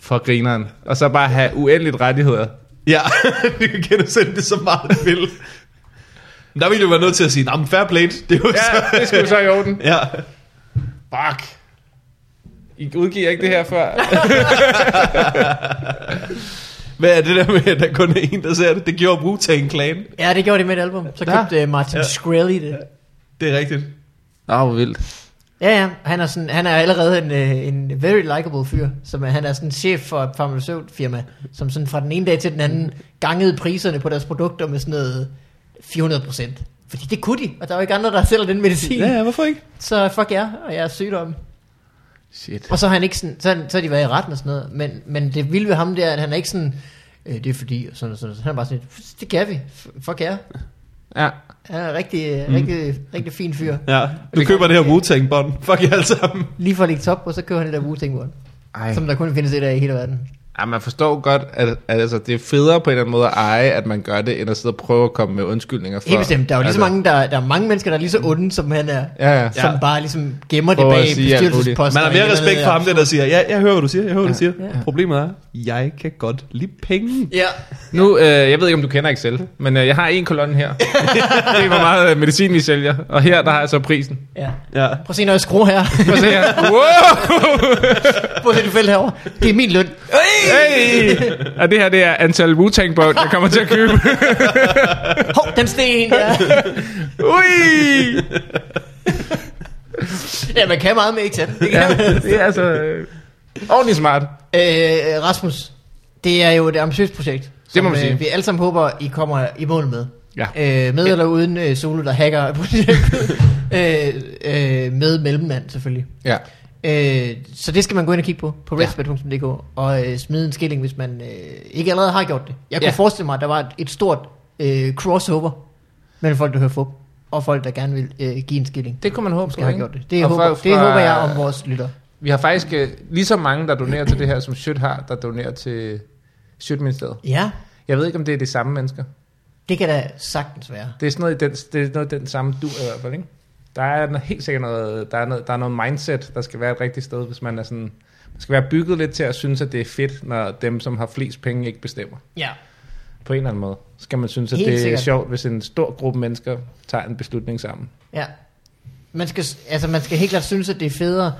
Speaker 1: for grineren. Og så bare have uendeligt rettigheder.
Speaker 2: Ja, du kan genudsende det så meget, du vil. Men Der ville du være nødt til at sige, nah, men fair play, det er jo
Speaker 1: Ja, det
Speaker 2: så...
Speaker 1: skulle så i orden.
Speaker 2: Ja.
Speaker 1: Fuck. I udgiver ikke det her før.
Speaker 2: Hvad er det der med, at der kun er en, der ser det? Det gjorde Wu-Tang Clan.
Speaker 3: ja, det gjorde de med et album. Så
Speaker 1: Ja.
Speaker 3: købte ja. Martin
Speaker 2: Ja.
Speaker 3: ja. Shkreli det.
Speaker 2: Det er rigtigt.
Speaker 1: Nå, hvor vildt.
Speaker 3: Ja, ja. Han er, sådan, han er allerede en, øh, en very likable fyr. Som er, han er sådan chef for et farmaceutfirma, som sådan fra den ene dag til den anden gangede priserne på deres produkter med sådan noget 400 procent. Fordi det kunne de, og der er jo ikke andre, der sælger den medicin.
Speaker 2: Ja, ja, hvorfor ikke?
Speaker 3: Så fuck jer, og jeg er sygdom.
Speaker 1: Shit.
Speaker 3: Og så har han ikke sådan, så, har han- så har de været i retten og sådan noget, men, men det vilde ved ham det er, at han er ikke sådan, øh, det er fordi, og sådan og sådan, og sådan. han er bare sådan, det kan vi, F- fuck jer.
Speaker 1: Ja.
Speaker 3: Han er en rigtig, mm. rigtig, rigtig fin fyr.
Speaker 2: Ja, du
Speaker 1: Det-
Speaker 2: køber det her Wu-Tang-bånd. Fuck jer alle sammen.
Speaker 3: Lige for at ligge top på, så kører han det der wu ting
Speaker 1: Ej.
Speaker 3: som der kun findes et af i hele verden.
Speaker 1: Ja, man forstår godt, at, at altså, det er federe på en eller anden måde at eje, at man gør det, end at sidde og prøve at komme med undskyldninger for...
Speaker 3: Helt bestemt, der er jo lige så
Speaker 1: altså,
Speaker 3: mange, der, der er mange mennesker, der er lige så onde, som han er.
Speaker 1: Ja, ja.
Speaker 3: Som
Speaker 2: Ja.
Speaker 3: bare ligesom gemmer det
Speaker 1: Prøver
Speaker 3: bag
Speaker 1: at sige alt muligt.
Speaker 3: bestyrelsesposter.
Speaker 2: Man har mere
Speaker 3: og
Speaker 2: respekt
Speaker 3: andet,
Speaker 2: for
Speaker 3: ja.
Speaker 2: ham, der, der siger, ja, jeg hører, hvad du siger, jeg hører, hvad du siger.
Speaker 3: Ja.
Speaker 2: Problemet er, jeg kan godt lide penge.
Speaker 3: Ja,
Speaker 1: Nu, øh, jeg ved ikke, om du kender Excel, men øh, jeg har en kolonne her. det er, hvor meget øh, medicin vi sælger. Og her, der har jeg så prisen.
Speaker 3: ja.
Speaker 2: Ja.
Speaker 3: Prøv at se, når jeg skruer her.
Speaker 1: Prøv at se her. Wow!
Speaker 3: Prøv at se, du fælder herovre. Det er min løn.
Speaker 1: Hey! Og det her, det er antal wu tang jeg kommer til at købe.
Speaker 3: Hov, den sten. Ja.
Speaker 1: Ui!
Speaker 3: ja, man kan meget med Excel. Det kan
Speaker 1: Ja,
Speaker 3: man.
Speaker 1: det er altså øh, ordentligt smart.
Speaker 3: Øh, Rasmus, det er jo et ambitiøst projekt, som
Speaker 1: må man sige.
Speaker 3: Øh, vi alle sammen håber, I kommer i mål med.
Speaker 1: Ja.
Speaker 3: Øh, med eller uden øh, Solo, der hacker projektet. øh, øh, med mellemmand, selvfølgelig.
Speaker 1: Ja.
Speaker 3: Øh, så det skal man gå ind og kigge på, på
Speaker 1: Ja.
Speaker 3: redspad.dk, og øh, smide en skilling, hvis man øh, ikke allerede har gjort det. Jeg kunne
Speaker 1: Ja.
Speaker 3: ja. forestille mig, at der var et, et stort øh, crossover mellem folk, der hører fup, og folk, der gerne vil øh, give en skilling.
Speaker 1: Det kunne man håbe
Speaker 3: Skal have gjort det. Det, håber,
Speaker 1: folk
Speaker 3: det
Speaker 1: fra-
Speaker 3: håber jeg om vores lytter.
Speaker 1: Vi har faktisk øh, lige så mange, der donerer til det her, som Sjøt har, der donerer til Sjøtministeriet.
Speaker 3: Ja,
Speaker 1: Jeg ved ikke, om det er de samme mennesker.
Speaker 3: det kan da sagtens være.
Speaker 1: Det er sådan noget, i den, det er noget i den samme du i hvert fald, ikke? Der er noget, helt sikkert noget der, er noget, der er noget mindset, der skal være et rigtigt sted, hvis man er sådan... Man skal være bygget lidt til at synes, at det er fedt, når dem, som har flest penge, ikke bestemmer.
Speaker 3: Ja.
Speaker 1: På en eller anden måde. Så skal man synes, at
Speaker 3: Helt
Speaker 1: det er
Speaker 3: sikkert.
Speaker 1: sjovt, hvis en stor gruppe mennesker tager en beslutning sammen.
Speaker 3: Ja. Man skal, altså man skal helt klart synes, at det er federe,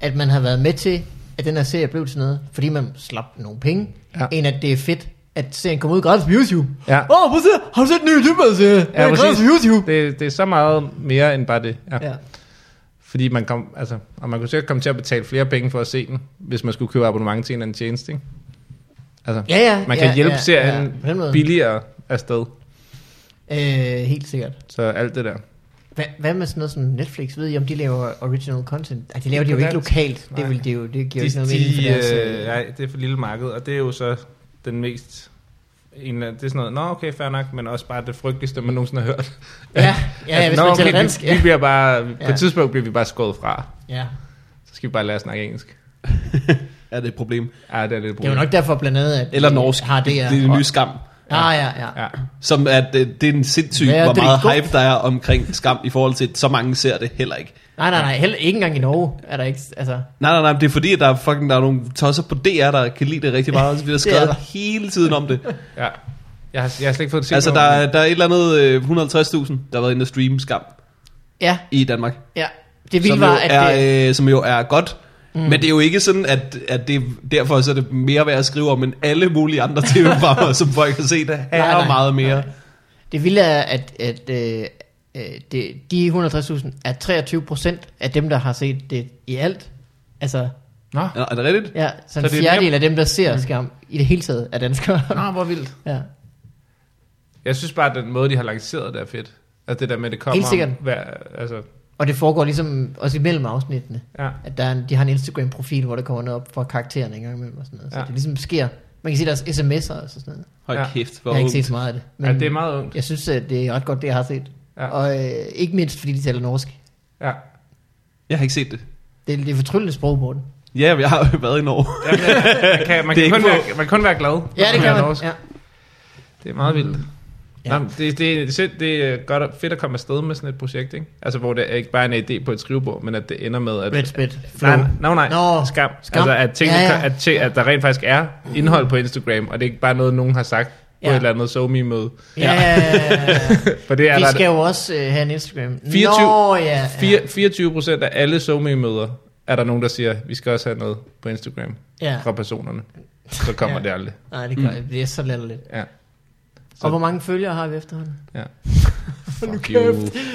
Speaker 3: at man har været med til, at den her serie blev til noget, fordi man slap nogle penge,
Speaker 1: Ja.
Speaker 3: ja. end at det er fedt, at serien kommer ud gratis på YouTube.
Speaker 1: Ja.
Speaker 3: Åh, oh, prøv at se, har du set den nye Dybbad-serie? Ja,
Speaker 1: præcis.
Speaker 3: gratis på YouTube.
Speaker 1: Det, det er så meget mere end bare det. Ja.
Speaker 3: Ja.
Speaker 1: Fordi man kom, altså, og man kunne sikkert komme til at betale flere penge for at se den, hvis man skulle købe abonnement til en eller anden tjeneste, ikke? Altså,
Speaker 3: Ja, ja.
Speaker 1: man kan
Speaker 3: ja,
Speaker 1: hjælpe
Speaker 3: ja,
Speaker 1: serien
Speaker 3: ja, på den måde.
Speaker 1: billigere afsted.
Speaker 3: Øh, helt sikkert.
Speaker 1: Så alt det der.
Speaker 3: Hva, hvad med sådan noget som Netflix? Ved I, om de laver original content? Ej, de laver det jo
Speaker 1: Ikke
Speaker 3: ikke
Speaker 1: på dansk.
Speaker 3: lokalt.
Speaker 1: Nej.
Speaker 3: Det, vil, det, jo, det giver jo ikke noget mening for
Speaker 1: de,
Speaker 3: deres...
Speaker 1: øh,
Speaker 3: Øh,
Speaker 1: nej, det er for lille marked, og det er jo så den mest... En, eller- det er sådan noget, nå okay, fair nok, men også bare det frygteligste, man nogensinde har hørt. Altså,
Speaker 3: ja, ja, ja, hvis man taler
Speaker 1: okay,
Speaker 3: dansk.
Speaker 1: vi, vi
Speaker 3: Ja.
Speaker 1: bliver bare, på
Speaker 3: Ja.
Speaker 1: et tidspunkt bliver vi bare skåret fra.
Speaker 3: ja.
Speaker 1: Så skal vi bare lære at snakke engelsk.
Speaker 2: Er det et problem?
Speaker 1: Ja, det er lidt et
Speaker 3: Det er jo
Speaker 1: problem.
Speaker 3: nok derfor blandt andet, at
Speaker 2: Eller
Speaker 3: de
Speaker 2: norsk.
Speaker 3: har det her.
Speaker 2: Det er en ny skam.
Speaker 3: Ah, ja, ja.
Speaker 1: Ja.
Speaker 2: Som at øh, det er en sindssyg,
Speaker 3: Ja,
Speaker 2: hvor
Speaker 3: det er
Speaker 2: meget
Speaker 3: godt.
Speaker 2: hype der er omkring skam i forhold til, at så mange ser det heller ikke.
Speaker 3: Nej, nej, nej. Heller, ikke engang i Norge er der ikke... Altså,
Speaker 2: Nej, nej, nej, men det er fordi, at der er, fucking, der er nogle tosser på DR, der kan lide det rigtig meget, så vi har
Speaker 3: Det er
Speaker 2: skrevet
Speaker 3: der.
Speaker 2: hele tiden om det.
Speaker 1: ja. Jeg har, jeg har slet ikke fået det set
Speaker 2: Altså, der,
Speaker 1: endnu.
Speaker 2: er- der er et eller andet øh, 150.000, der har været inde og streame skam
Speaker 3: ja,
Speaker 2: i Danmark.
Speaker 3: ja. Det
Speaker 2: som,
Speaker 3: vilde
Speaker 2: jo
Speaker 3: var, at det,
Speaker 2: er, øh, som jo er godt. Mm. Men det er jo ikke sådan, at, at det, derfor så er det mere værd at skrive om, end alle mulige andre tv-programmer, som folk har set, der
Speaker 3: Nej,
Speaker 2: er
Speaker 3: nej,
Speaker 2: meget mere.
Speaker 3: det vilde er, at, at øh, øh, det, de 160.000 er 23 procent af dem, der har set det i alt. Altså,
Speaker 1: Nå,
Speaker 2: Er, er det rigtigt?
Speaker 3: ja, så en
Speaker 1: det er
Speaker 3: fjerdedel af dem, der ser skam i det hele taget, er danskere.
Speaker 1: Nå, hvor vildt.
Speaker 3: ja.
Speaker 1: Jeg synes bare, at den måde, de har lanceret det er fedt. Altså det der med, at det kommer
Speaker 3: Helt sikkert.
Speaker 1: Om, hver, altså,
Speaker 3: Og det foregår ligesom også imellem afsnittene.
Speaker 1: Ja.
Speaker 3: At der er en, de har en Instagram-profil, hvor der kommer noget op fra karaktererne en gang imellem og sådan noget. Så
Speaker 1: Ja.
Speaker 3: ja. det ligesom sker. Man kan se deres sms'er og sådan noget.
Speaker 2: Hold
Speaker 1: Ja.
Speaker 2: kæft, hvor
Speaker 3: Jeg har ikke set
Speaker 2: ungt.
Speaker 3: så meget af det.
Speaker 1: Men, ja, det er meget ungt.
Speaker 3: Jeg synes, at det er ret godt, det jeg har set.
Speaker 1: Ja.
Speaker 3: Ja. Og øh, ikke mindst, fordi de taler norsk.
Speaker 1: Ja.
Speaker 2: Jeg har ikke set det.
Speaker 3: Det er, det er fortryllende sprog på den.
Speaker 2: Ja, jeg har jo været i Norge.
Speaker 1: Ja, man, kan, man,
Speaker 2: Det er
Speaker 1: kan kun
Speaker 2: ikke
Speaker 1: være, man kan kun være glad.
Speaker 3: Ja, det kan
Speaker 1: er
Speaker 3: man.
Speaker 1: norsk.
Speaker 3: Ja.
Speaker 1: Det er meget vildt.
Speaker 3: Mm. Ja.
Speaker 1: Ja. Nå, men det, det, er selv- det er godt og fedt at komme afsted med sådan et projekt, ikke? Altså, hvor det er ikke bare er en idé på et skrivebord, men at det ender med, at...
Speaker 3: Red spit.
Speaker 1: Nej, nej, no, nej.
Speaker 3: Nå.
Speaker 1: Skam.
Speaker 3: Skam.
Speaker 1: Altså, at, tingene,
Speaker 3: Ja,
Speaker 1: ja,
Speaker 3: ja.
Speaker 1: ja. At, ting, at der rent faktisk er indhold på Instagram, og det er ikke bare noget, nogen har sagt på
Speaker 3: Ja.
Speaker 1: et eller andet SoMe-møde.
Speaker 3: Ja,
Speaker 1: For det er
Speaker 3: vi
Speaker 1: der
Speaker 3: skal jo også øh, have en Instagram.
Speaker 1: 24
Speaker 3: Nå, ja. ja.
Speaker 1: Fire- 24 procent af alle SoMe-møder er der nogen, der siger, vi skal også have noget på Instagram
Speaker 3: ja.
Speaker 1: fra personerne. Så kommer
Speaker 3: Ja.
Speaker 1: det aldrig.
Speaker 3: Nej, det, gør, mm. det er så latterligt.
Speaker 1: Ja.
Speaker 3: Og hvor mange følgere har vi efterhånden?
Speaker 1: Fuck you.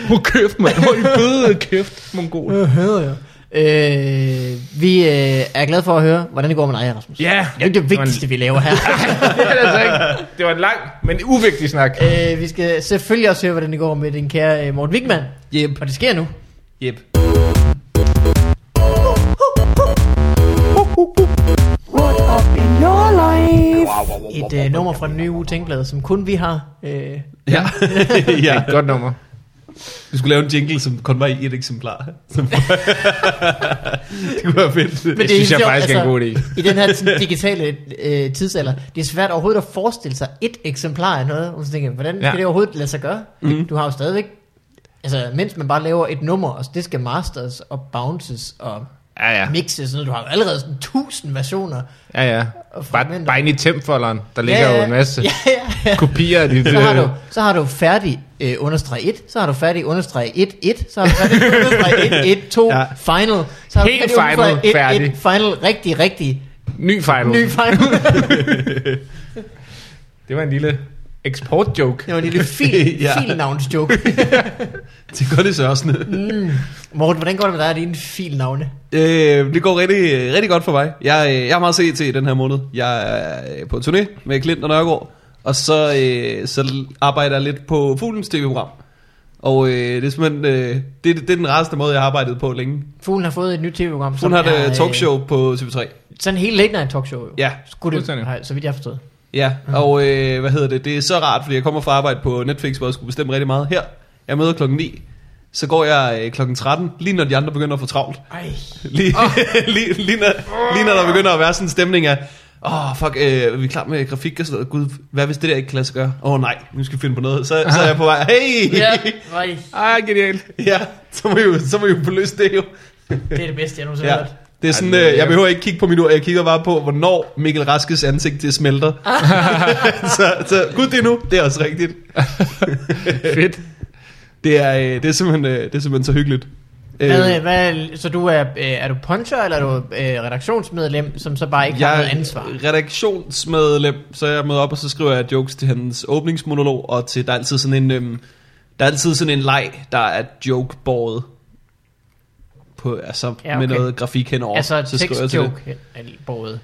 Speaker 1: Hold kæft, mand. Hold i bøde kæft, mongol.
Speaker 3: Jeg hader jeg. Øh, vi øh, er glade for at høre, hvordan det går med dig, Rasmus.
Speaker 1: Ja.
Speaker 3: Det er jo ikke det vigtigste, vi laver her.
Speaker 1: det er det altså ikke. Det var en lang, men uvigtig snak.
Speaker 3: øh, vi skal selvfølgelig også høre, hvordan det går med din kære øh, Morten Wigman.
Speaker 2: Jep.
Speaker 3: Og det sker nu.
Speaker 2: Jep.
Speaker 4: What up in your life?
Speaker 3: Et øh, nummer fra den nye uge Tænkblad, som kun vi har. Øh,
Speaker 2: Ja. ja.
Speaker 1: Godt nummer.
Speaker 2: Du skulle lave en jingle, som kun var i et eksemplar. Som- det kunne være fedt.
Speaker 1: Det synes jeg
Speaker 3: sjovt,
Speaker 1: faktisk er en god idé.
Speaker 3: ligesom- altså, I den her sådan, digitale øh, tidsalder, det er svært overhovedet at forestille sig et eksemplar af noget. Og så tænker jeg, hvordan ja.
Speaker 1: Ja. Mm-hmm.
Speaker 3: kan det overhovedet lade sig gøre? Mm. Du har jo stadigvæk, altså mens man bare laver et nummer, og det skal masters og bounces og
Speaker 1: Ja, ja.
Speaker 3: mixes, og sådan noget. du har jo allerede sådan tusind versioner.
Speaker 1: Ja, ja.
Speaker 3: Og
Speaker 1: Bare,
Speaker 3: fragmenter.
Speaker 1: bare inde i temp-folderen. Der ligger ja, ja. jo en masse
Speaker 3: Ja, ja, ja.
Speaker 1: kopier af dit...
Speaker 3: Så har,
Speaker 1: øh,
Speaker 3: du, så har du færdig øh, understreg 1, så har du færdig understreg 1, 1, så har du færdig understreg 1, 1, 2,
Speaker 2: Ja.
Speaker 3: ja. final. Så har
Speaker 1: Helt
Speaker 3: du færdig,
Speaker 1: final,
Speaker 3: understreg
Speaker 1: færdig.
Speaker 3: 1, final, rigtig, rigtig,
Speaker 1: Ny fejl.
Speaker 3: ny final.
Speaker 1: Det var en lille eksport-joke.
Speaker 3: Det var en lille fil,
Speaker 2: Ja.
Speaker 3: ja. filnavns-joke.
Speaker 2: Det går lidt sørsende.
Speaker 3: Morten, hvordan går det med dig og dine filnavne?
Speaker 2: Øh, det går rigtig, øh, rigtig godt for mig. Jeg, øh, jeg har meget set til i den her måned. Jeg er øh, på turné med Klint og Nørgaard, og så, øh, så l- arbejder jeg lidt på Fuglens tv-program. Og øh, det er simpelthen øh, det, det er den rareste måde, jeg har arbejdet på længe.
Speaker 3: Fuglen har fået et nyt tv-program.
Speaker 2: Hun
Speaker 3: som
Speaker 2: har
Speaker 3: er,
Speaker 2: et
Speaker 3: øh,
Speaker 2: øh, talkshow på TV3.
Speaker 3: Sådan en helt late night talkshow, jo.
Speaker 2: Ja,
Speaker 3: Skulle det,
Speaker 1: fuldstændig.
Speaker 3: nej, så vidt jeg har forstået.
Speaker 2: Ja, og øh, hvad hedder det? Det er så rart, fordi jeg kommer fra arbejde på Netflix, hvor jeg skulle bestemme rigtig meget. Her, jeg møder klokken 9, så går jeg øh, klokken 13, lige når de andre begynder at få travlt.
Speaker 3: Ej.
Speaker 2: Lige, oh. lige, lige, når, lige når der begynder at være sådan en stemning af, åh oh, fuck, øh, er vi klar med grafik og sådan noget? Gud, hvad hvis det der ikke kan lade sig gøre? Åh oh, nej, nu skal vi finde på noget. Så, så er jeg på vej, hey!
Speaker 3: Ja, nej.
Speaker 1: Ah, genialt.
Speaker 2: ja så, må I jo, så må I jo beløse det jo.
Speaker 3: Det er det bedste, jeg nogensinde
Speaker 2: Ja.
Speaker 3: har hørt.
Speaker 2: Det er sådan,
Speaker 1: det er
Speaker 2: øh, jeg
Speaker 1: lækkert.
Speaker 2: behøver ikke kigge på min ur, jeg kigger bare på, hvornår Mikkel Raskes ansigt det smelter. så, så gud, det er nu, det er også rigtigt.
Speaker 1: Fedt.
Speaker 2: Det er, øh, det er, simpelthen, øh, det er simpelthen så hyggeligt.
Speaker 3: Hvad,
Speaker 2: Øh,
Speaker 3: hvad, så du er, øh, er du puncher, eller er du øh, redaktionsmedlem, som så bare ikke har
Speaker 2: jeg
Speaker 3: noget
Speaker 2: er
Speaker 3: ansvar?
Speaker 2: redaktionsmedlem, så jeg møder op, og så skriver jeg jokes til hans åbningsmonolog, og til, der er altid sådan en, øhm, der er altid sådan en leg, der er joke båret på, altså ja,
Speaker 3: Ja,
Speaker 2: okay.
Speaker 3: okay.
Speaker 2: med noget grafik henover.
Speaker 3: altså
Speaker 2: skriver jeg til det.
Speaker 3: tekstjoke, både.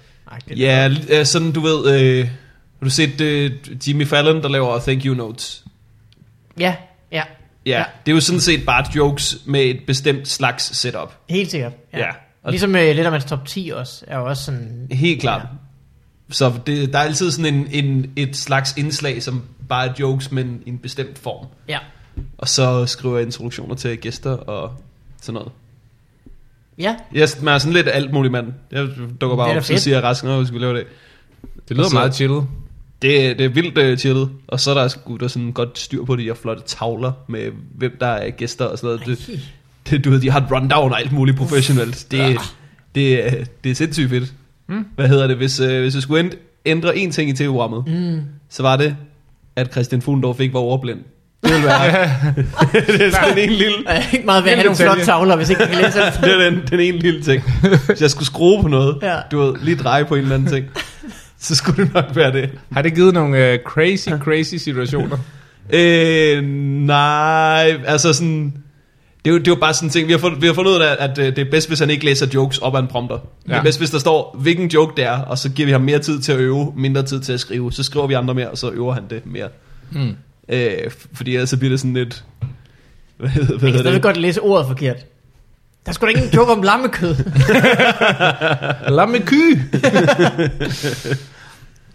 Speaker 2: Ja, l- øh, sådan du ved, øh, har du set øh, Jimmy Fallon, der laver Thank You Notes?
Speaker 3: Ja, ja,
Speaker 2: Ja, ja,
Speaker 3: Ja.
Speaker 2: det er jo sådan set bare jokes med et bestemt slags setup.
Speaker 3: helt sikkert. Ja.
Speaker 2: Ja. Og-
Speaker 3: Ligesom øh, lidt af hans top 10 også, er jo også sådan...
Speaker 2: Helt klart.
Speaker 3: Ja.
Speaker 2: Så det, der er altid sådan en, en, et slags indslag, som bare er jokes, men i en bestemt form.
Speaker 3: Ja,
Speaker 2: Og så skriver jeg introduktioner til gæster og sådan noget.
Speaker 3: ja.
Speaker 2: Jeg s- man er sådan lidt alt muligt mand. Jeg dukker
Speaker 3: Det er
Speaker 2: bare
Speaker 3: da
Speaker 2: op, så
Speaker 3: fedt.
Speaker 2: siger jeg Rasmus, at vi skal lave det.
Speaker 1: Det lyder
Speaker 2: Og så-
Speaker 1: meget chillet.
Speaker 2: Det, det er vildt uh, chillet. Og så er der, sgu, der er sådan godt styr på de her flotte tavler med, hvem der er gæster og sådan noget. Det, det, du ved, de har et rundown og alt muligt professionelt. Det, det, det, er- det er sindssygt fedt.
Speaker 3: Hmm?
Speaker 2: Mm. Hvad hedder det? Hvis, øh, hvis jeg skulle ænd- ændre én ting i tv-programmet,
Speaker 3: Hmm.
Speaker 2: mm. så var det, at Christian Fuglendorf ikke var ordblind. Det ville være det er sådan en lille,
Speaker 3: Og jeg er ikke meget ved
Speaker 1: En
Speaker 3: at have nogle
Speaker 1: detalje.
Speaker 3: flotte tavler, hvis ikke jeg kan læse alt.
Speaker 2: det er den, den ene lille ting. Hvis jeg skulle skrue på noget,
Speaker 3: Ja.
Speaker 2: du ved, lige dreje på en eller anden ting, så skulle det nok være det.
Speaker 1: Har det givet nogle øh, crazy, crazy situationer?
Speaker 2: Øh, nej, altså sådan... Det er, jo, det er jo bare sådan en ting, vi har, fundet, vi har fundet ud af, at øh, det er bedst, hvis han ikke læser jokes op ad en prompter. Ja. Det
Speaker 1: Ja.
Speaker 2: er bedst, hvis der står, hvilken joke det er, og så giver vi ham mere tid til at øve, mindre tid til at skrive. Så
Speaker 3: Hmm.
Speaker 2: skriver vi andre mere, og så øver han det mere.
Speaker 1: Mm.
Speaker 2: Øh, f- fordi ellers så bliver det sådan lidt... Hvad, hedder- hvad
Speaker 3: Jeg kan
Speaker 2: hedder
Speaker 3: stadigvæk
Speaker 2: det?
Speaker 3: godt læse ordet forkert. Der skulle da ingen joke om lammekød.
Speaker 1: Lamme ky!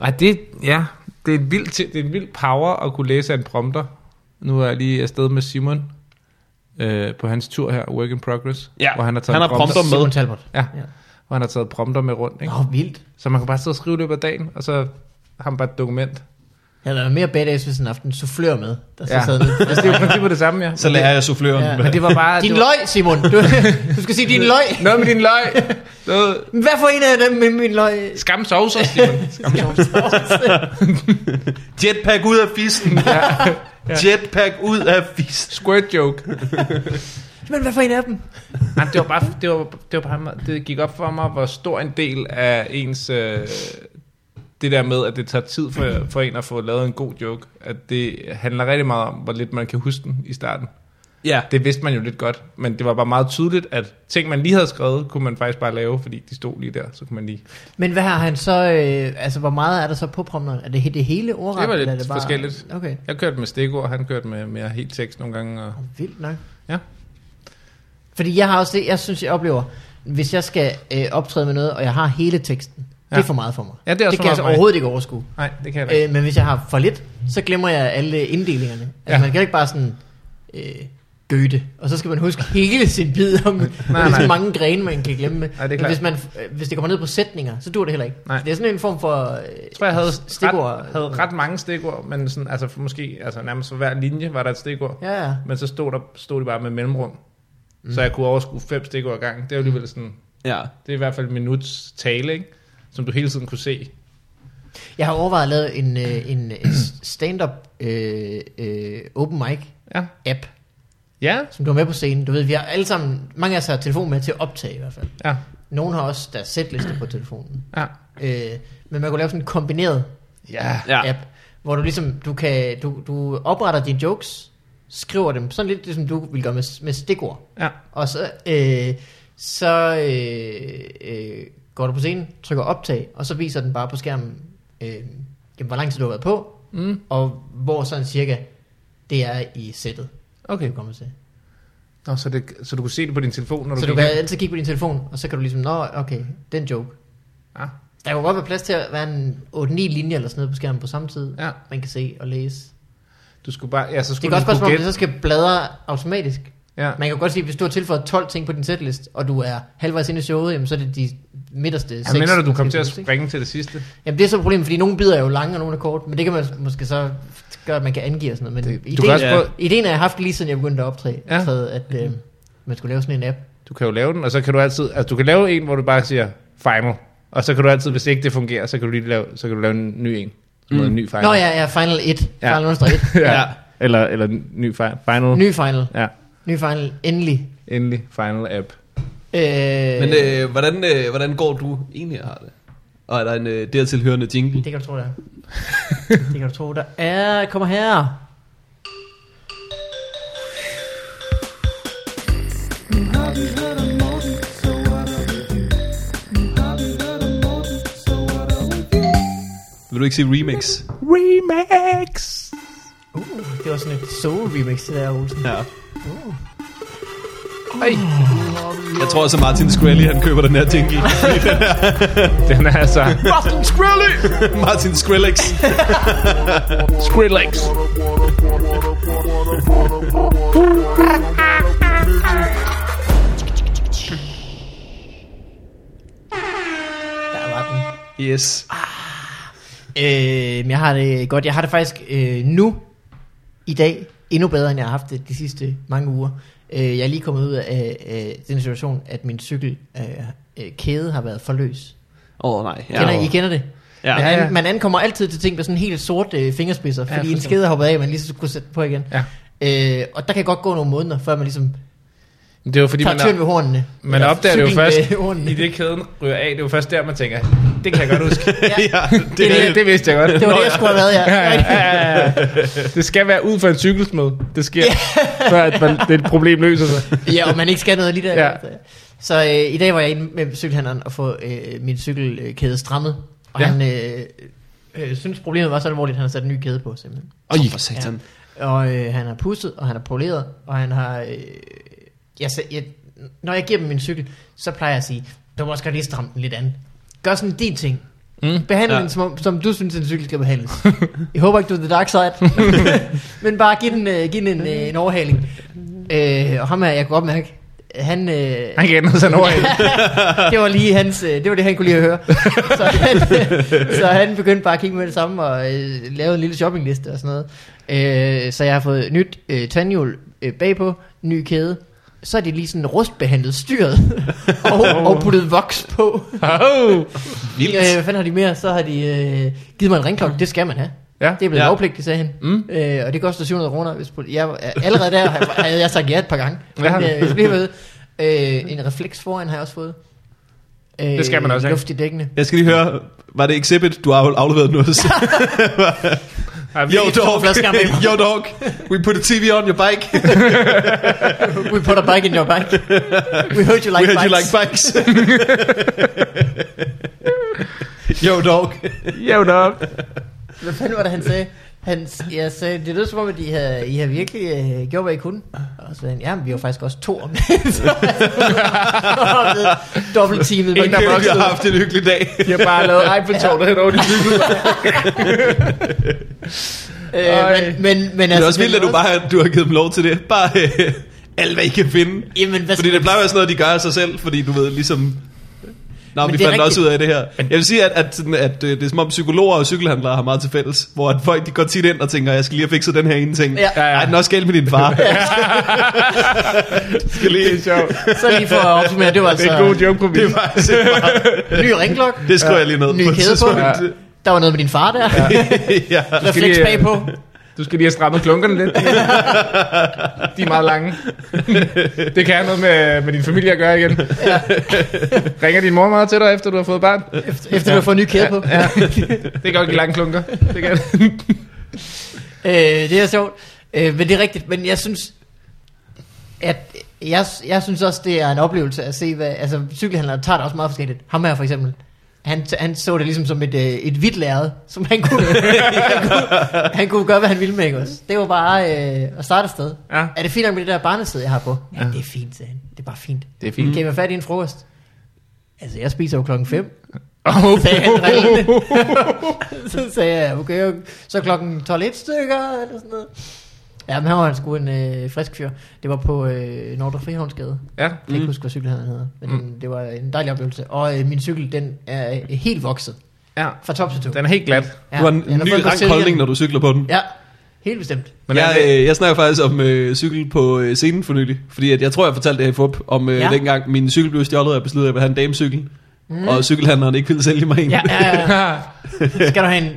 Speaker 1: Ej, det, ja, det er, en vild, ti- det er en vild power at kunne læse af en prompter. Nu er jeg lige afsted med Simon øh, på hans tur her, Work in Progress.
Speaker 2: Ja,
Speaker 1: hvor han har taget
Speaker 2: han har
Speaker 1: prompter,
Speaker 2: prompter med.
Speaker 3: Simon Talbot.
Speaker 1: Ja,
Speaker 3: Ja.
Speaker 1: hvor han har taget prompter med rundt. Ikke?
Speaker 3: Nå, vildt.
Speaker 1: Så man kan bare sidde og skrive i løbet af dagen, og så har man bare et dokument.
Speaker 3: Jeg havde været mere badass, hvis han haft en soufflør med. Der så
Speaker 1: Ja.
Speaker 3: sad ned.
Speaker 1: Altså, det er jo i princippet det samme, ja.
Speaker 2: Så lærer jeg souffløren.
Speaker 3: Ja.
Speaker 2: Ja,
Speaker 1: Men det var bare...
Speaker 3: Din
Speaker 1: det var,
Speaker 3: løg, Simon. Du, du skal sige din løg.
Speaker 1: Noget med din løg. Noget.
Speaker 3: Men Hvad for en af dem med min løg?
Speaker 1: Skam sovser, Simon. Skam sovser.
Speaker 2: Jetpack ud af fisen. Jetpack ud af fisen.
Speaker 1: Squirt joke.
Speaker 3: Men hvad for en af dem?
Speaker 1: Jamen, det var bare, det var, det var bare meget- det gik op for mig, hvor stor en del af ens, øh, det der med, at det tager tid for, for en at få lavet en god joke, at det handler rigtig meget om, hvor lidt man kan huske den i starten.
Speaker 2: Ja.
Speaker 1: Det vidste man jo lidt godt, men det var bare meget tydeligt, at ting, man lige havde skrevet, kunne man faktisk bare lave, fordi de stod lige der, så kunne man lige...
Speaker 3: Men hvad har han så, øh, altså hvor meget er der så på prompteren? Er det he- det hele ordret?
Speaker 1: Det var lidt
Speaker 3: eller er
Speaker 1: forskelligt.
Speaker 3: Okay,
Speaker 1: Jeg kørte med stikord, han kørte med mere helt tekst nogle gange, og
Speaker 3: vildt nok.
Speaker 1: Ja.
Speaker 3: Fordi jeg har også det, jeg synes, jeg oplever, hvis jeg skal øh, optræde med noget, og jeg har hele teksten, ja.
Speaker 1: Ja.
Speaker 3: det er for meget for mig.
Speaker 1: Ja, det er også
Speaker 3: det
Speaker 1: for meget
Speaker 3: kan jeg altså
Speaker 1: for mig.
Speaker 3: overhovedet ikke overskue.
Speaker 1: nej, det kan jeg da ikke.
Speaker 3: Øh, men hvis jeg har for lidt, så glemmer jeg alle inddelingerne. Altså ja.
Speaker 1: Ja.
Speaker 3: man kan ikke bare sådan, øh, Goethe, og så skal man huske hele sin bid om, nej, nej.
Speaker 1: nej.
Speaker 3: så mange grene, man kan glemme.
Speaker 1: er
Speaker 3: Nej,
Speaker 1: klart.
Speaker 3: hvis, man, øh, hvis det kommer ned på sætninger, så dur det heller ikke.
Speaker 1: Nej.
Speaker 3: Det er sådan en form for øh,
Speaker 1: Jeg tror, jeg havde,
Speaker 3: stikord.
Speaker 1: ret, havde ret mange stikord, men sådan, altså, for måske altså, nærmest for hver linje var der et stikord.
Speaker 3: Ja, ja.
Speaker 1: Men så stod, der, stod de bare med mellemrum. Mm. Så jeg kunne overskue fem stikord ad gangen. Det er jo alligevel sådan,
Speaker 2: ja.
Speaker 1: det er i hvert fald en minuts tale, ikke? som du hele tiden kunne se.
Speaker 3: Jeg har overvejet at lave en, øh, en en stand-up øh, øh, open mic
Speaker 1: Ja.
Speaker 3: app,
Speaker 1: Ja.
Speaker 3: som du har med på scenen. Du ved, vi har alle sammen, mange af os har telefon med til at optage i hvert fald.
Speaker 1: Ja.
Speaker 3: Nogle har også deres sætliste på telefonen.
Speaker 1: Ja.
Speaker 3: Øh, men man kunne lave sådan en kombineret
Speaker 1: Ja.
Speaker 2: Ja.
Speaker 3: ja. app, hvor du ligesom, du, kan, du, du opretter dine jokes, skriver dem, sådan lidt ligesom du vil gøre med, med stikord.
Speaker 1: Ja.
Speaker 3: Og så, øh, så øh, øh, går du på scenen, trykker optag, og så viser den bare på skærmen, øh, jamen, hvor lang tid du har været på,
Speaker 1: Mm.
Speaker 3: og hvor sådan cirka det er i sættet,
Speaker 1: Okay.
Speaker 3: du kommer til.
Speaker 1: Nå, så, det, så du kunne se det på din telefon, når
Speaker 3: Så
Speaker 1: du
Speaker 3: du kan altid kigge på din telefon, og så kan du ligesom, nå, okay, den joke.
Speaker 1: Ja.
Speaker 3: Der kunne godt være plads til at være en 8-9 linjer eller sådan noget på skærmen på samme tid,
Speaker 1: Ja.
Speaker 3: man kan se og læse.
Speaker 1: Du skulle bare... Ja, så
Speaker 3: Det
Speaker 1: skulle
Speaker 3: kan også
Speaker 1: du
Speaker 3: være, om
Speaker 1: kunne
Speaker 3: det så skal bladre automatisk.
Speaker 1: Ja.
Speaker 3: Man kan jo godt sige, at hvis du har tilføjet 12 ting på din setlist, og du er halvvejs inde i showet, jamen, så er det de midterste
Speaker 1: Jeg mener du, du kom
Speaker 3: kommer
Speaker 1: til at springe til det sidste.
Speaker 3: Jamen det er så et problem, fordi nogle bider er jo lange, og nogle er kort, men det kan man måske så gøre, at man kan angive og sådan noget. Men det,
Speaker 1: Det,
Speaker 3: ideen,
Speaker 1: du, kan også
Speaker 2: Ja.
Speaker 1: prøve,
Speaker 3: ideen har jeg haft lige siden jeg begyndte at optræde,
Speaker 1: Ja.
Speaker 3: ja. at øh, man skulle lave sådan en app.
Speaker 1: du kan jo lave den, og så kan du altid... Altså, du kan lave en, hvor du bare siger, final. Og så kan du altid, hvis ikke det fungerer, så kan du lige lave, så kan du lave en ny en. Som mm. en ny final.
Speaker 3: Nå ja, ja, Final 1.
Speaker 1: Ja.
Speaker 3: Final understreget
Speaker 1: ja. Eller, eller en ny fi- final.
Speaker 3: 1. Ny Final.
Speaker 1: Ja.
Speaker 3: Ny Final. Endelig.
Speaker 1: Endelig final app.
Speaker 3: Øh,
Speaker 2: Men øh, hvordan, øh, hvordan går du egentlig har det? Og er der en øh, dertilhørende jingle?
Speaker 3: Det kan du tro, der er. det kan du tro, der er. Kommer her.
Speaker 2: Vil du ikke sige remix?
Speaker 1: Remix!
Speaker 3: Det var sådan et soul remix, det der, Olsen.
Speaker 2: Ja.
Speaker 1: Ej,
Speaker 2: Jeg tror også, at Martin Skrelly, han køber den her jingle.
Speaker 1: den er altså...
Speaker 2: Martin Skrelly! Martin Skrillex.
Speaker 1: Skrillex!
Speaker 3: Der var den.
Speaker 2: Yes.
Speaker 3: Øh, men jeg har det godt. Jeg har det faktisk øh, nu, i dag, endnu bedre, end jeg har haft det de sidste mange uger. Øh, jeg er lige kommet ud af øh, den situation, at min cykel øh, øh, kæde har været for løs.
Speaker 2: Åh oh, nej.
Speaker 3: Kender, I kender det?
Speaker 2: Ja.
Speaker 3: man,
Speaker 1: Ja, ja.
Speaker 3: man ankommer altid til ting med sådan helt sorte øh, fingerspidser,
Speaker 1: Ja,
Speaker 3: fordi en
Speaker 1: forstår.
Speaker 3: skede har hoppet af, man lige så kunne sætte på igen.
Speaker 1: Ja.
Speaker 3: Øh, og der kan godt gå nogle måneder, før man ligesom
Speaker 1: Det var fordi,
Speaker 3: tager
Speaker 1: man,
Speaker 3: tyren ved hornene.
Speaker 1: man opdager det jo
Speaker 3: cyklen
Speaker 1: først,
Speaker 3: ved hornene.
Speaker 1: i det kæden ryger af. Det er jo først der, man tænker, det kan jeg godt huske.
Speaker 2: ja, det,
Speaker 1: Det,
Speaker 2: er
Speaker 1: det, det vidste jeg godt.
Speaker 3: Det var det, jeg skulle have været, ja.
Speaker 1: Ja, ja, ja, ja. Det skal være ud for en cykelsmed. Det sker, før at man, det problem løser sig.
Speaker 3: ja, og man ikke skal noget lige der.
Speaker 1: Ja.
Speaker 3: Ja. Så øh, i dag var jeg inde med cykelhandleren og få øh, min cykelkæde strammet. Og
Speaker 1: Ja.
Speaker 3: ja. han øh, øh, synes problemet var så alvorligt, at han har sat en ny kæde på simpelthen.
Speaker 2: Åh, for satan.
Speaker 3: Og øh, han har pusset, og han har poleret, og han har... Øh, jeg, sa- jeg, når jeg giver dem min cykel, så plejer jeg at sige, du må også godt lige stramme den lidt an. Gør sådan din ting.
Speaker 1: Mm.
Speaker 3: Behandle
Speaker 2: Ja.
Speaker 3: ja. den, som, om- som du synes, en cykel skal behandles. jeg håber ikke, du er the dark side. Men bare giv den, øh, giv den en, øh, en overhaling. Øh, og ham her, jeg kunne godt mærke, han... Øh,
Speaker 1: Han kan ændre sig en overhæld.
Speaker 3: det var lige hans, øh, det var det, han kunne lide at høre. Så han, så han begyndte bare at kigge med det samme og øh, lave en lille shoppingliste og sådan noget. Øh, så jeg har fået nyt øh, tandhjul øh, bagpå, ny kæde. Så er det lige sådan rustbehandlet styret og, og puttet voks på.
Speaker 1: Au.
Speaker 2: Vildt.
Speaker 3: Øh, hvad fanden har de mere? Så har de øh, givet mig en ringklokke. Det skal man have.
Speaker 1: Ja.
Speaker 3: Det er blevet
Speaker 2: Ja.
Speaker 3: ja. lovpligtigt, sagde han.
Speaker 1: Mm.
Speaker 3: Øh, og det koster 700 kroner. Hvis, poli- jeg, allerede der har- havde jeg sagt ja et par gange.
Speaker 1: Ja.
Speaker 3: Men, øh, så bliver jeg ved. øh, en refleks foran har jeg også fået. Øh,
Speaker 1: Det skal man også have.
Speaker 3: Luft i dækkene.
Speaker 2: Jeg skal lige høre, var det Exhibit, du har afleveret noget?
Speaker 1: Ej, vi-
Speaker 2: Yo
Speaker 3: to
Speaker 2: dog,
Speaker 3: flasker med mig.
Speaker 2: yo dog, we put a TV on your bike,
Speaker 3: We put a bike in your bike. We heard you
Speaker 2: we
Speaker 3: like
Speaker 2: heard
Speaker 3: bikes.
Speaker 2: you like bikes. yo dog.
Speaker 1: Jævn op.
Speaker 3: Hvad fanden var det, han sagde? Han, jeg sagde, det lød som om, at I har, I har virkelig øh, gjort, hvad I kunne. Og så sagde han, ja, men vi var faktisk også to om det. så var det dobbelt teamet.
Speaker 1: En, der
Speaker 2: Vi
Speaker 1: voksede.
Speaker 2: har haft en hyggelig dag.
Speaker 1: Jeg har bare lavet Eiffeltårnet hen over din cykel.
Speaker 3: Øh, men, men, men,
Speaker 2: Det er også
Speaker 3: den
Speaker 2: vildt, at du
Speaker 3: måde-
Speaker 2: bare du har givet dem lov til det. Bare øh, alt, hvad I kan finde.
Speaker 3: Jamen, hvad
Speaker 2: Fordi det plejer at være sådan noget, de gør af sig selv, fordi du ved, ligesom... Nå,
Speaker 3: Men
Speaker 2: vi
Speaker 3: det er
Speaker 2: fandt også
Speaker 3: rigtigt.
Speaker 2: ud af det her. Jeg vil sige, at, at, sådan, at øh, det er som om psykologer og cykelhandlere har meget til fælles, hvor at folk de går tit ind og tænker, jeg skal lige have fikset den her ene ting.
Speaker 3: Ja.
Speaker 1: Ja, ja.
Speaker 2: Ej, den er også galt med din far. skal
Speaker 1: Det er
Speaker 2: lige...
Speaker 1: sjovt.
Speaker 3: Så lige for at opsummere, det var
Speaker 1: Det
Speaker 3: altså
Speaker 1: er en god joke på
Speaker 2: Det var altså bare,
Speaker 3: ny ringklok.
Speaker 2: Det skriver jeg lige ned
Speaker 3: Ny
Speaker 2: på et
Speaker 3: kæde på.
Speaker 2: tidspunkt.
Speaker 3: Ja. Der var noget med din far der. Ja.
Speaker 2: ja.
Speaker 3: Refleks
Speaker 1: lige, øh,
Speaker 3: bagpå.
Speaker 1: Du skal lige have strammet klunkerne lidt. De er meget lange. Det kan have noget med, med din familie at gøre igen. Ringer din mor meget til dig, efter du har fået barn?
Speaker 3: Efter du har fået en ny kæde på.
Speaker 1: Ja. Det kan godt give lange klunker. Det kan.
Speaker 3: Øh, det er sjovt. Øh, men det er rigtigt. Men jeg synes, at jeg, jeg synes også, det er en oplevelse at se, hvad, altså cykelhandlere tager det også meget forskelligt. Ham her for eksempel. Han, han så det ligesom som et, øh, et hvidt lærred, som han kunne, han, kunne, han kunne gøre, hvad han ville med, ikke også? Det var bare øh, at starte et sted.
Speaker 1: Ja.
Speaker 3: Er det fint nok med det der barnesæde, jeg har på? Ja, det er fint, sagde han. Det er bare fint.
Speaker 1: Det er
Speaker 3: Kan I være fat i en frokost? Altså, jeg spiser jo klokken 5.
Speaker 1: Oh,
Speaker 3: Sagde han drillende. så sagde jeg, okay, okay. så klokken 12 et stykker, eller sådan noget. Ja, men her var han sgu en øh, frisk fyr. Det var på øh, Nordre Frihavnsgade. Jeg
Speaker 1: ja.
Speaker 3: kan
Speaker 2: Mm.
Speaker 3: ikke huske, hvad cykelhandlen hedder, men mm. det var en dejlig oplevelse. Og øh, min cykel, den er øh, helt vokset.
Speaker 1: ja.
Speaker 3: Fra top til to.
Speaker 1: Den er helt glat.
Speaker 3: ja,
Speaker 2: Du har en
Speaker 3: den
Speaker 2: ny
Speaker 3: fået en
Speaker 2: rank
Speaker 3: Brazilian.
Speaker 2: holdning, når du cykler på den.
Speaker 3: Ja, helt bestemt.
Speaker 1: Men
Speaker 2: Men
Speaker 1: er
Speaker 2: jeg,
Speaker 1: det-
Speaker 2: øh, jeg snakker faktisk om øh, cykel på øh, scenen for nylig, fordi at jeg tror, jeg fortalte det her i FUP, om øh, ja.
Speaker 3: Ja.
Speaker 2: dengang min cykel blev stjålet, og jeg besluttede, at jeg ville have en damecykel, mm. og cykelhandleren ikke ville sælge mig en.
Speaker 3: Ja,
Speaker 1: øh.
Speaker 2: Ja.
Speaker 3: ja, ja. Skal du have en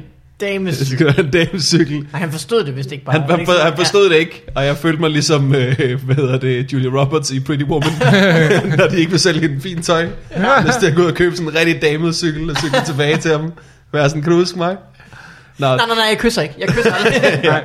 Speaker 3: dames...
Speaker 2: jeg skulle have en damecykel.
Speaker 3: Nej, han forstod det vist ikke bare.
Speaker 2: Han, han, for, han forstod det ikke, og jeg følte mig ligesom, øh, hvad hedder det, Julia Roberts i Pretty Woman, når de ikke vil sælge hende fint tøj. Hvis jeg gå ud og købe sådan en rigtig damet cykel og cykle tilbage til ham. Være sådan, kan du huske mig? Nå,
Speaker 3: Ja. Nej, nej, nej, jeg kysser ikke. Jeg kysser aldrig.
Speaker 2: Ja.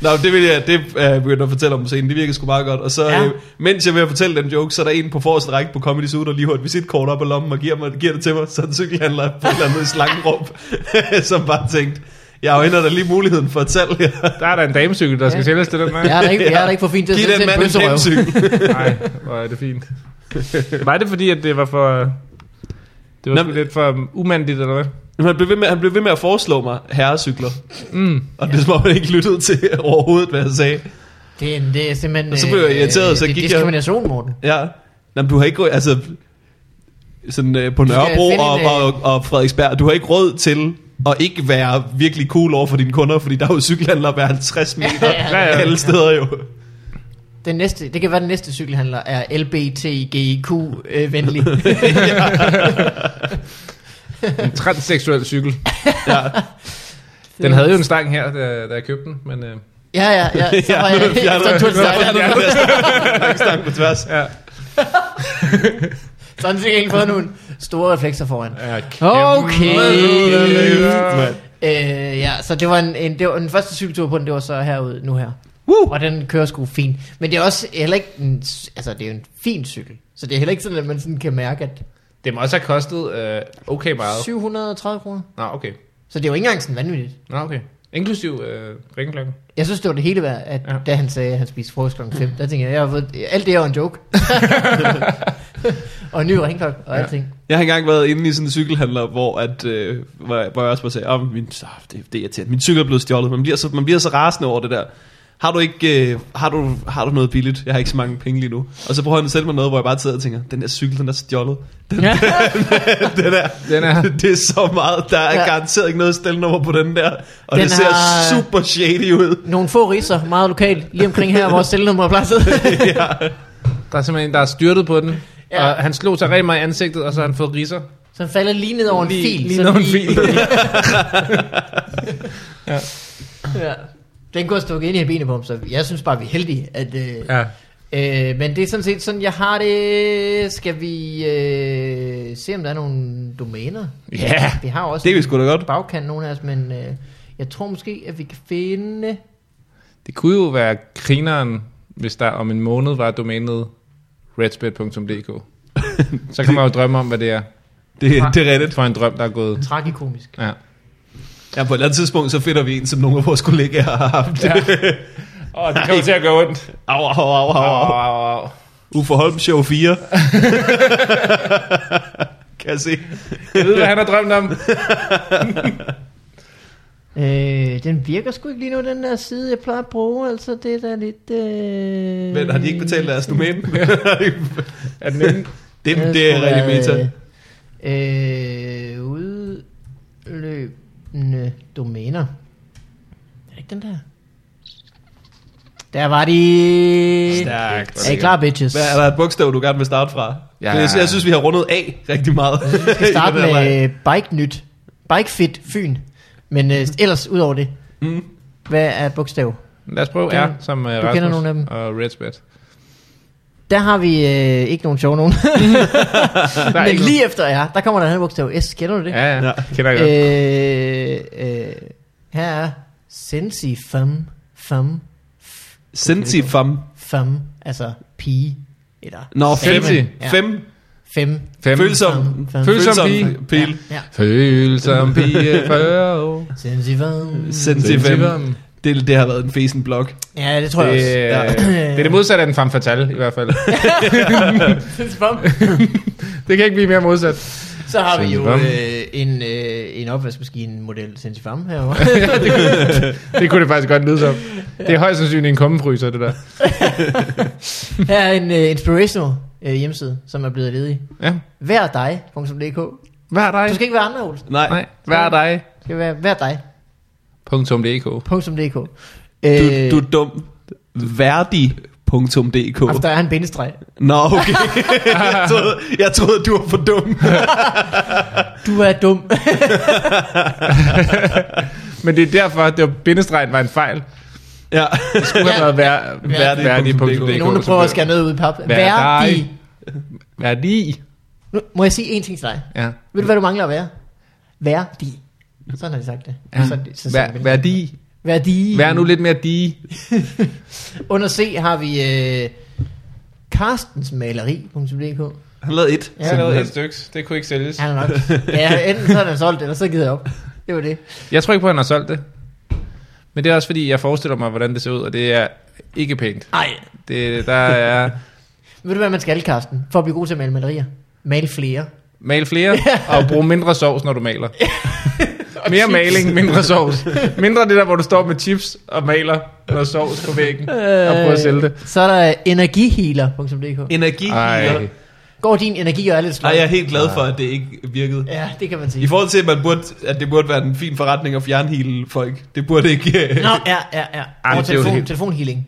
Speaker 2: Nå, det vil jeg, det er jeg begyndt at fortælle om på scenen. Det virker sgu meget godt. Og så, ja.
Speaker 3: Ja.
Speaker 2: øh, mens jeg er ved at fortælle den joke, så er der en på forreste række på Comedy Zoo, der lige har et visitkort op i lommen og giver, mig, giver det til mig. Så er en cykelhandler på et eller andet i Slangerup, som bare tænkte, jeg afhænder da lige muligheden for et salg her.
Speaker 1: Der er der en damecykel, der skal
Speaker 3: Ja.
Speaker 1: sælges til den her.
Speaker 3: Jeg er da ikke, jeg er da ikke for fint til at
Speaker 2: Giv
Speaker 3: sætte
Speaker 2: den
Speaker 3: til en
Speaker 2: mand en
Speaker 3: pølserøv.
Speaker 2: damecykel.
Speaker 1: Nej, hvor er det fint. Var det fordi, at det var for... Det var
Speaker 2: Nå,
Speaker 1: sgu lidt for umandigt, eller hvad?
Speaker 2: Men han blev, ved med, han blev ved med at foreslå mig herrecykler.
Speaker 1: Mm.
Speaker 2: Og det er som om, han ikke lyttede til overhovedet, hvad jeg sagde.
Speaker 3: Det er, en- det er simpelthen...
Speaker 2: Og så blev jeg
Speaker 3: øh,
Speaker 2: irriteret, så
Speaker 3: det er
Speaker 2: gik jeg-
Speaker 3: diskrimination, Morten.
Speaker 2: Ja. Jamen, du har ikke... Altså, sådan øh, på
Speaker 3: skal
Speaker 2: Nørrebro
Speaker 3: finde
Speaker 2: og,
Speaker 3: en, øh,
Speaker 2: og, og Frederiksberg, du har ikke råd til at ikke være virkelig cool over for dine kunder, fordi der er jo cykelhandlere hver 50 meter
Speaker 3: Ja,
Speaker 1: ja, ja.
Speaker 2: alle steder jo.
Speaker 3: Den næste, det kan være, den næste cykelhandler er LBTGIQ-venlig. Øh,
Speaker 1: En transseksuel cykel.
Speaker 2: Ja.
Speaker 1: Den havde jo en stang her, da, da jeg købte den, men... Øh,
Speaker 3: ja, ja, ja. Så var jeg
Speaker 2: nu fjerner-
Speaker 3: så tog
Speaker 2: nu fjerner
Speaker 3: jeg
Speaker 2: du den der stang på tværs.
Speaker 1: ja,
Speaker 3: sådan set ikke fået nogle store reflekser foran.
Speaker 1: ja, kæmpe-
Speaker 3: Okay.
Speaker 2: Mand.
Speaker 3: Øh, ja, så det var en, en, det var den første cykeltur på den, det var så herud nu her.
Speaker 2: Woo!
Speaker 3: Og den kører sgu fint. Men det er også heller ikke en, altså det er jo en fin cykel. Så det er heller ikke sådan, at man sådan kan mærke, at
Speaker 1: Det må også have kostet øh, okay meget.
Speaker 3: 730 kroner.
Speaker 1: Nå, okay.
Speaker 3: Så det er jo ikke engang sådan vanvittigt.
Speaker 1: Nå, okay. Inklusiv øh, ringklokken.
Speaker 3: Jeg synes, det var det hele værd, at ja.
Speaker 1: Ja.
Speaker 3: da han sagde, at han spiste frokost klokken 5, der tænkte jeg, jeg har fået, alt det er jo en joke. og en ny ringklokke og
Speaker 1: Ja.
Speaker 3: alting.
Speaker 2: Jeg har engang været inde i sådan en cykelhandler, hvor, at, øh, hvor, jeg- hvor jeg også bare sagde, oh, min, oh, det, det er irriterende, min cykel er blevet stjålet. Man bliver, så, man bliver så rasende over det der. Har du ikke øh, har du, har du noget billigt? Jeg har ikke så mange penge lige nu. Og så prøver han at sælge mig noget, hvor jeg bare sidder og tænker, den der cykel, den er stjålet.
Speaker 3: Ja.
Speaker 2: Den er,
Speaker 1: Den er-
Speaker 2: det er så meget. Der er
Speaker 3: Ja.
Speaker 2: ja. garanteret ikke noget stelnummer på den der. Og
Speaker 3: Den
Speaker 2: den det ser
Speaker 3: har-
Speaker 2: super shady ud.
Speaker 3: Nogle få riser, meget lokalt, lige omkring her, hvor cellenummer er placeret.
Speaker 1: Der er simpelthen en, der er styrtet på den,
Speaker 3: Ja.
Speaker 1: ja. og han slog sig rigtig meget i ansigtet, og så har han fået riser.
Speaker 3: så han falder lige ned over en
Speaker 1: Lige-
Speaker 3: fil.
Speaker 1: lige ned
Speaker 3: sådan
Speaker 1: over en fil.
Speaker 3: ja. Den kunne have stukket ind i benene på ham, så jeg synes bare, vi er heldige. At, øh,
Speaker 1: Ja.
Speaker 3: Øh, men det er sådan set sådan, jeg har det. Skal vi øh, se, om der er nogle domæner?
Speaker 1: Ja.
Speaker 3: Vi har også
Speaker 2: Det er vi sgu da godt.
Speaker 3: bagkant nogle af os, men øh, jeg tror måske, at vi kan finde...
Speaker 1: Det kunne jo være grineren, hvis der om en måned var domænet redsbet.dk. Så kan man jo drømme om, hvad det er.
Speaker 2: Det, det er rigtigt.
Speaker 1: For en drøm, der er gået.
Speaker 3: Tragikomisk.
Speaker 1: Ja.
Speaker 2: Ja, på et eller andet tidspunkt, så finder vi en, som nogle af vores kollegaer har haft. Ja.
Speaker 1: Åh, det kommer til at gå ondt.
Speaker 2: Au, au, au, au, au. Uffe Holm Show 4. kan jeg se.
Speaker 1: Jeg ved, hvad han har drømt om.
Speaker 3: Øh, den virker sgu ikke lige nu, den der side, jeg plejer at bruge. Altså, det er da lidt... Øh...
Speaker 2: Men har de ikke betalt deres domæne?
Speaker 1: Er den inde?
Speaker 2: det, øh, det er rigtig meta.
Speaker 3: meta. Øh, udløbende domæner. Er det ikke den der? Der var de...
Speaker 2: Stærkt.
Speaker 3: Er I klar, bitches?
Speaker 2: Hvad er der et bogstav, du gerne vil starte fra?
Speaker 1: Ja.
Speaker 2: Ja. Jeg, jeg synes, vi har rundet af rigtig meget.
Speaker 3: Vi skal starte med Bike Nyt. Bike Fit Fyn. Men øh, ellers ud over det.
Speaker 2: Mm.
Speaker 3: Hvad er et bogstav?
Speaker 1: Lad os prøve
Speaker 3: Den-
Speaker 1: R, som uh,
Speaker 3: kender
Speaker 1: Rasmus
Speaker 3: nogle af dem.
Speaker 1: og Redsbet.
Speaker 3: Der har vi øh, ikke nogen sjov nogen.
Speaker 1: Der er
Speaker 3: Men
Speaker 1: ikke noget-
Speaker 3: lige efter jer, der kommer der en anden bogstav. S, kender du det?
Speaker 1: Ja, ja.
Speaker 2: Ja.
Speaker 1: Kender jeg godt.
Speaker 3: Øh, øh, her er Sensi Fum. Fum.
Speaker 2: Sensi fam.
Speaker 3: Fum. Altså pige. Eller
Speaker 2: Nå, fem.
Speaker 1: Sensi.
Speaker 3: Ja.
Speaker 2: Fem.
Speaker 3: fem.
Speaker 1: Fem.
Speaker 2: Følsom.
Speaker 3: Fem.
Speaker 1: Følsom pige.
Speaker 2: pil.
Speaker 3: Ja.
Speaker 1: Føl som pige 40 år.
Speaker 3: Sensi Fum.
Speaker 2: Sensi fem. Det, det har været en fesen blog.
Speaker 3: Ja, det tror jeg også.
Speaker 1: Det,
Speaker 2: Ja.
Speaker 1: det er det modsatte af en femme fatale, i hvert fald.
Speaker 3: Sensi Fum.
Speaker 1: Det kan ikke blive mere modsat.
Speaker 3: Så har vi jo
Speaker 1: Sensi Fum.
Speaker 3: øh, en, øh, en opvaskemaskine-model Sensi Fum herovre.
Speaker 1: Det kunne det faktisk godt lyde som. Det er højst sandsynligt en kommefryser, det der.
Speaker 3: Her er en uh, inspirational uh, hjemmeside, som er blevet ledig.
Speaker 1: Ja.
Speaker 3: Vær dig.dk
Speaker 1: Hvad er dig?
Speaker 3: Du skal ikke være andre, Ole.
Speaker 2: Nej.
Speaker 1: Nej, hvad er dig?
Speaker 3: Det skal være vær
Speaker 1: .dk.
Speaker 3: dig.dk
Speaker 2: Du,
Speaker 3: Øh,
Speaker 2: du er dum. Værdig.dk
Speaker 3: Altså, der er en bindestreg.
Speaker 2: Nå, okay. jeg, troede, jeg troede, du var for dum.
Speaker 3: Du er dum.
Speaker 1: Men det er derfor, det var bindestregen var en fejl.
Speaker 2: ja.
Speaker 1: Det kunne have været vær,
Speaker 2: Værdig.dk.
Speaker 1: værdig.dk.
Speaker 3: Nogen, der prøver at skære noget ud i pap. Vær,
Speaker 1: dig.
Speaker 3: dig.
Speaker 1: Værdi.
Speaker 3: Nu må jeg sige en ting til dig.
Speaker 1: Ja.
Speaker 3: Ved du, hvad du mangler at være? Vær dig. Sådan har de sagt det.
Speaker 1: Ja.
Speaker 3: Så, så, så,
Speaker 1: Vær, værdi.
Speaker 3: vær dig.
Speaker 1: Vær nu lidt mere di.
Speaker 3: Under C har vi øh, karstensmaleri.dk
Speaker 2: Han lavede et.
Speaker 3: Ja, det var et
Speaker 1: stykke. Det kunne ikke sælges.
Speaker 3: Han er nok. Ja, enten så er han solgt, eller så gider jeg op. Det var det.
Speaker 1: Jeg tror ikke på, at han har solgt det. Men det er også fordi, jeg forestiller mig, hvordan det ser ud, og det er ikke pænt.
Speaker 3: Nej,
Speaker 1: Det, der er
Speaker 3: Ved du hvad man skal, Karsten? For at blive god til at male malerier. Male flere.
Speaker 1: mal flere, og brug mindre sovs, når du maler. Mere maling, mindre sovs. Mindre det der, hvor du står med chips og maler noget sovs på væggen og prøver at sælge det.
Speaker 3: Øh, Så er der energihealer.dk.
Speaker 2: Energi.
Speaker 1: Ej,
Speaker 3: Går din energi og er lidt sløj?
Speaker 2: Nej, jeg er helt glad for, at det ikke virkede.
Speaker 3: Ja, det kan man
Speaker 2: I
Speaker 3: sige.
Speaker 2: forhold til, at, man burde, at det burde være en fin forretning at fjernhile folk. Det burde ikke... øh,
Speaker 3: Nå, ja, ja, ja.
Speaker 1: Ej,
Speaker 3: Og
Speaker 1: det er jo
Speaker 3: telefon,
Speaker 1: helt-
Speaker 3: telefonhealing.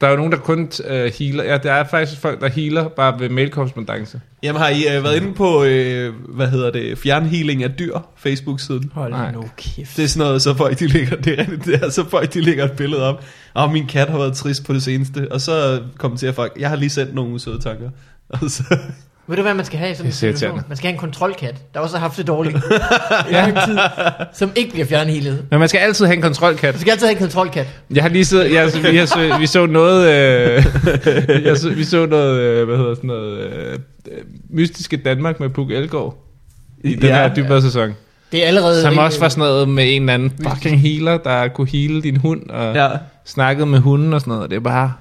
Speaker 1: der er jo nogen, der kun uh, healer. Ja, der er faktisk folk, der healer bare ved mailkorrespondence.
Speaker 2: Jamen har I øh, været inde på, øh, hvad hedder det, fjernhealing af dyr Facebook-siden?
Speaker 3: Hold
Speaker 1: Nej.
Speaker 3: nu kæft.
Speaker 2: Det er sådan noget, så folk de lægger, det er rigtigt, det er, så folk de lægger et billede op. Og min kat har været trist på det seneste. Og så kommenterer folk, jeg har lige sendt nogle usøde tanker. Og så,
Speaker 3: Ved du hvad man skal have i sådan en
Speaker 1: Det er
Speaker 3: situation?
Speaker 1: irriterende.
Speaker 3: Man skal have en kontrolkat, der også har haft det dårligt. I lang tid, som ikke bliver fjernhealet.
Speaker 1: Men man skal altid have en kontrolkat.
Speaker 3: Du skal altid have en kontrolkat.
Speaker 1: Jeg har lige siddet, jeg, vi, har, så- vi så noget, øh, jeg, så- vi så noget, øh, hvad hedder sådan noget, øh, øh, mystiske Danmark med Puk Elgård i den
Speaker 2: Ja.
Speaker 1: her dybere sæson.
Speaker 3: Det er allerede...
Speaker 5: Som
Speaker 3: rimelig-
Speaker 5: også var sådan noget øh, med en eller anden fucking healer, der kunne hele din hund, og ja.
Speaker 2: Ja.
Speaker 5: snakkede med hunden og sådan noget. Det er bare...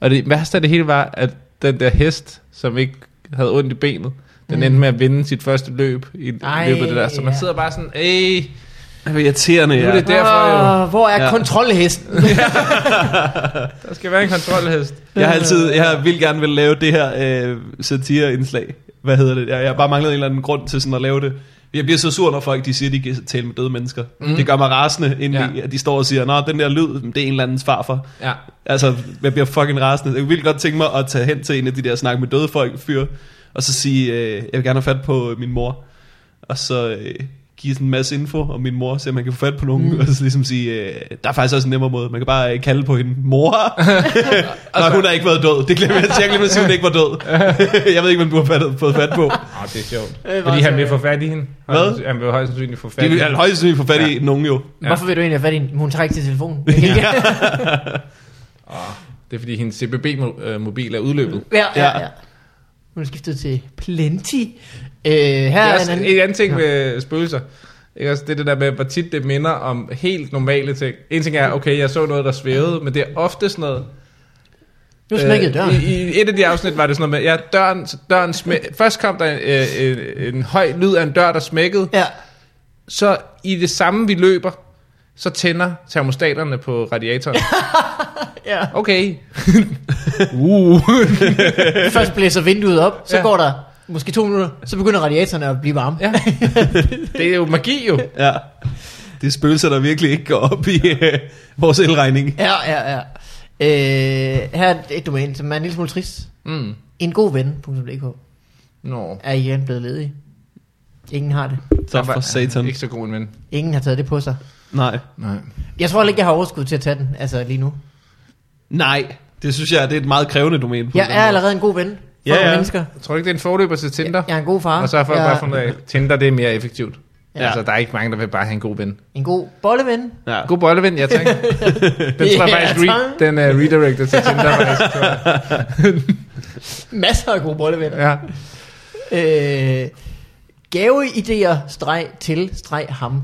Speaker 5: Og det værste af det hele var, at den der hest, som ikke havde ondt i benet, den
Speaker 3: Mm.
Speaker 5: endte med at vinde sit første løb i
Speaker 3: Ej,
Speaker 5: Ej, løbet af det der. Så man
Speaker 3: ja.
Speaker 5: sidder bare sådan, æh,
Speaker 2: Det var irriterende,
Speaker 5: Nu er
Speaker 2: ja.
Speaker 5: det- derfor
Speaker 3: Åh, hvor er
Speaker 2: Ja.
Speaker 3: ja. kontrolhesten?
Speaker 5: der skal være en kontrolhest.
Speaker 2: Jeg har altid, jeg vil gerne vil lave det her øh, satireindslag. Hvad hedder det? Jeg, jeg har bare manglet en eller anden grund til sådan at lave det. Jeg bliver så sur, når folk de siger, at de kan tale med døde mennesker. Mm. Det gør mig rasende, inden ja.
Speaker 5: Ja.
Speaker 2: de står og siger, at den der lyd, det er en eller andens farfar.
Speaker 5: Ja.
Speaker 2: Altså, jeg bliver fucking rasende. Jeg kunne virkelig godt tænke mig at tage hen til en af de der snak med døde folk fyre, og så sige, øh, jeg vil gerne have fat på øh, min mor. Og så øh, give sådan en masse info om min mor, så man kan få fat på nogen, mm. og så ligesom sige, øh, der er faktisk også en nemmere måde. Man kan bare øh, kalde på hende mor. Nej, hun har ikke været død. Det glemmer jeg. Jeg glemmer at sige, hun ikke var død. jeg ved ikke, hvem du har fat, fået fat på.
Speaker 1: Ah, det er sjovt.
Speaker 3: Øh,
Speaker 1: Fordi han
Speaker 3: var-
Speaker 1: vil få fat i hende.
Speaker 2: Hvad?
Speaker 1: Han vil højst sandsynligt få fat i
Speaker 2: Det er
Speaker 1: hende.
Speaker 2: højst sandsynligt få fat i nogen jo.
Speaker 1: Ja.
Speaker 3: Hvorfor vil du egentlig have fat i hende? Hun tager ikke til telefonen. Jeg kan ikke-
Speaker 1: Det er fordi hendes
Speaker 5: øh,
Speaker 1: CBB-mobil er udløbet.
Speaker 3: Ja, ja,
Speaker 2: Ja.
Speaker 3: ja. Hun er skiftet til Plenty. Øh,
Speaker 1: Det
Speaker 3: her
Speaker 1: er
Speaker 3: er en
Speaker 1: også en
Speaker 3: anden.
Speaker 1: anden ting med øh, spøgelser. Ikke også det, det der med, hvor tit det minder om helt normale ting. En ting er, okay, jeg så noget, der svævede, men det er ofte sådan noget... øh,
Speaker 3: Nu smækkede døren.
Speaker 1: I, I et af de afsnit var det sådan noget med, ja, døren, døren smæk, først kom der en, øh, en, en høj lyd af en dør, der smækkede.
Speaker 3: Ja,
Speaker 1: Så i det samme, vi løber, så tænder termostaterne på radiatoren.
Speaker 3: ja.
Speaker 1: Okay. Uh.
Speaker 3: Først blæser vinduet op, så
Speaker 1: Ja.
Speaker 3: ja. går der måske to minutter, så begynder radiatorerne at blive varme. Ja.
Speaker 1: Ja. Det er jo magi jo.
Speaker 2: Ja. Det er spøgelser, der virkelig ikke går op i øh, vores elregning.
Speaker 3: Ja, ja, ja. Øh, her er et domæne, som er en lille smule trist.
Speaker 1: Mm.
Speaker 3: En god ven.dk
Speaker 1: Nå.
Speaker 3: er igen blevet ledig. Ingen har det.
Speaker 2: Så for satan.
Speaker 1: Ikke så god en ven.
Speaker 3: Ingen har taget det på sig.
Speaker 2: Nej.
Speaker 1: Nej.
Speaker 3: Jeg tror heller ikke, jeg har overskud til at tage den, altså lige nu.
Speaker 2: Nej, det synes jeg, det er et meget krævende domæne. på en
Speaker 3: Jeg
Speaker 2: eller
Speaker 3: er
Speaker 2: anden
Speaker 3: allerede en god ven for
Speaker 2: Ja,
Speaker 3: ja,
Speaker 2: ja.
Speaker 3: ja. mennesker.
Speaker 1: Tror du ikke, det er en forløber til Tinder?
Speaker 3: Jeg er en god far.
Speaker 1: Og så har folk
Speaker 3: jeg
Speaker 1: bare fundet af, at Tinder det er mere effektivt. Ja.
Speaker 3: Ah, Ja.
Speaker 1: Altså, der er ikke mange, der vil bare have en god ven.
Speaker 3: En god bolleven.
Speaker 2: måde. Ja.
Speaker 1: God bolleven, ja tak. Den tror jeg
Speaker 3: Ja,
Speaker 1: faktisk, re-
Speaker 3: tak.
Speaker 1: den er redirected til Tinder. faktisk, tror jeg.
Speaker 3: Masser af gode bollevenner.
Speaker 1: ja.
Speaker 3: Øh, gaveidéer streg til streg ham.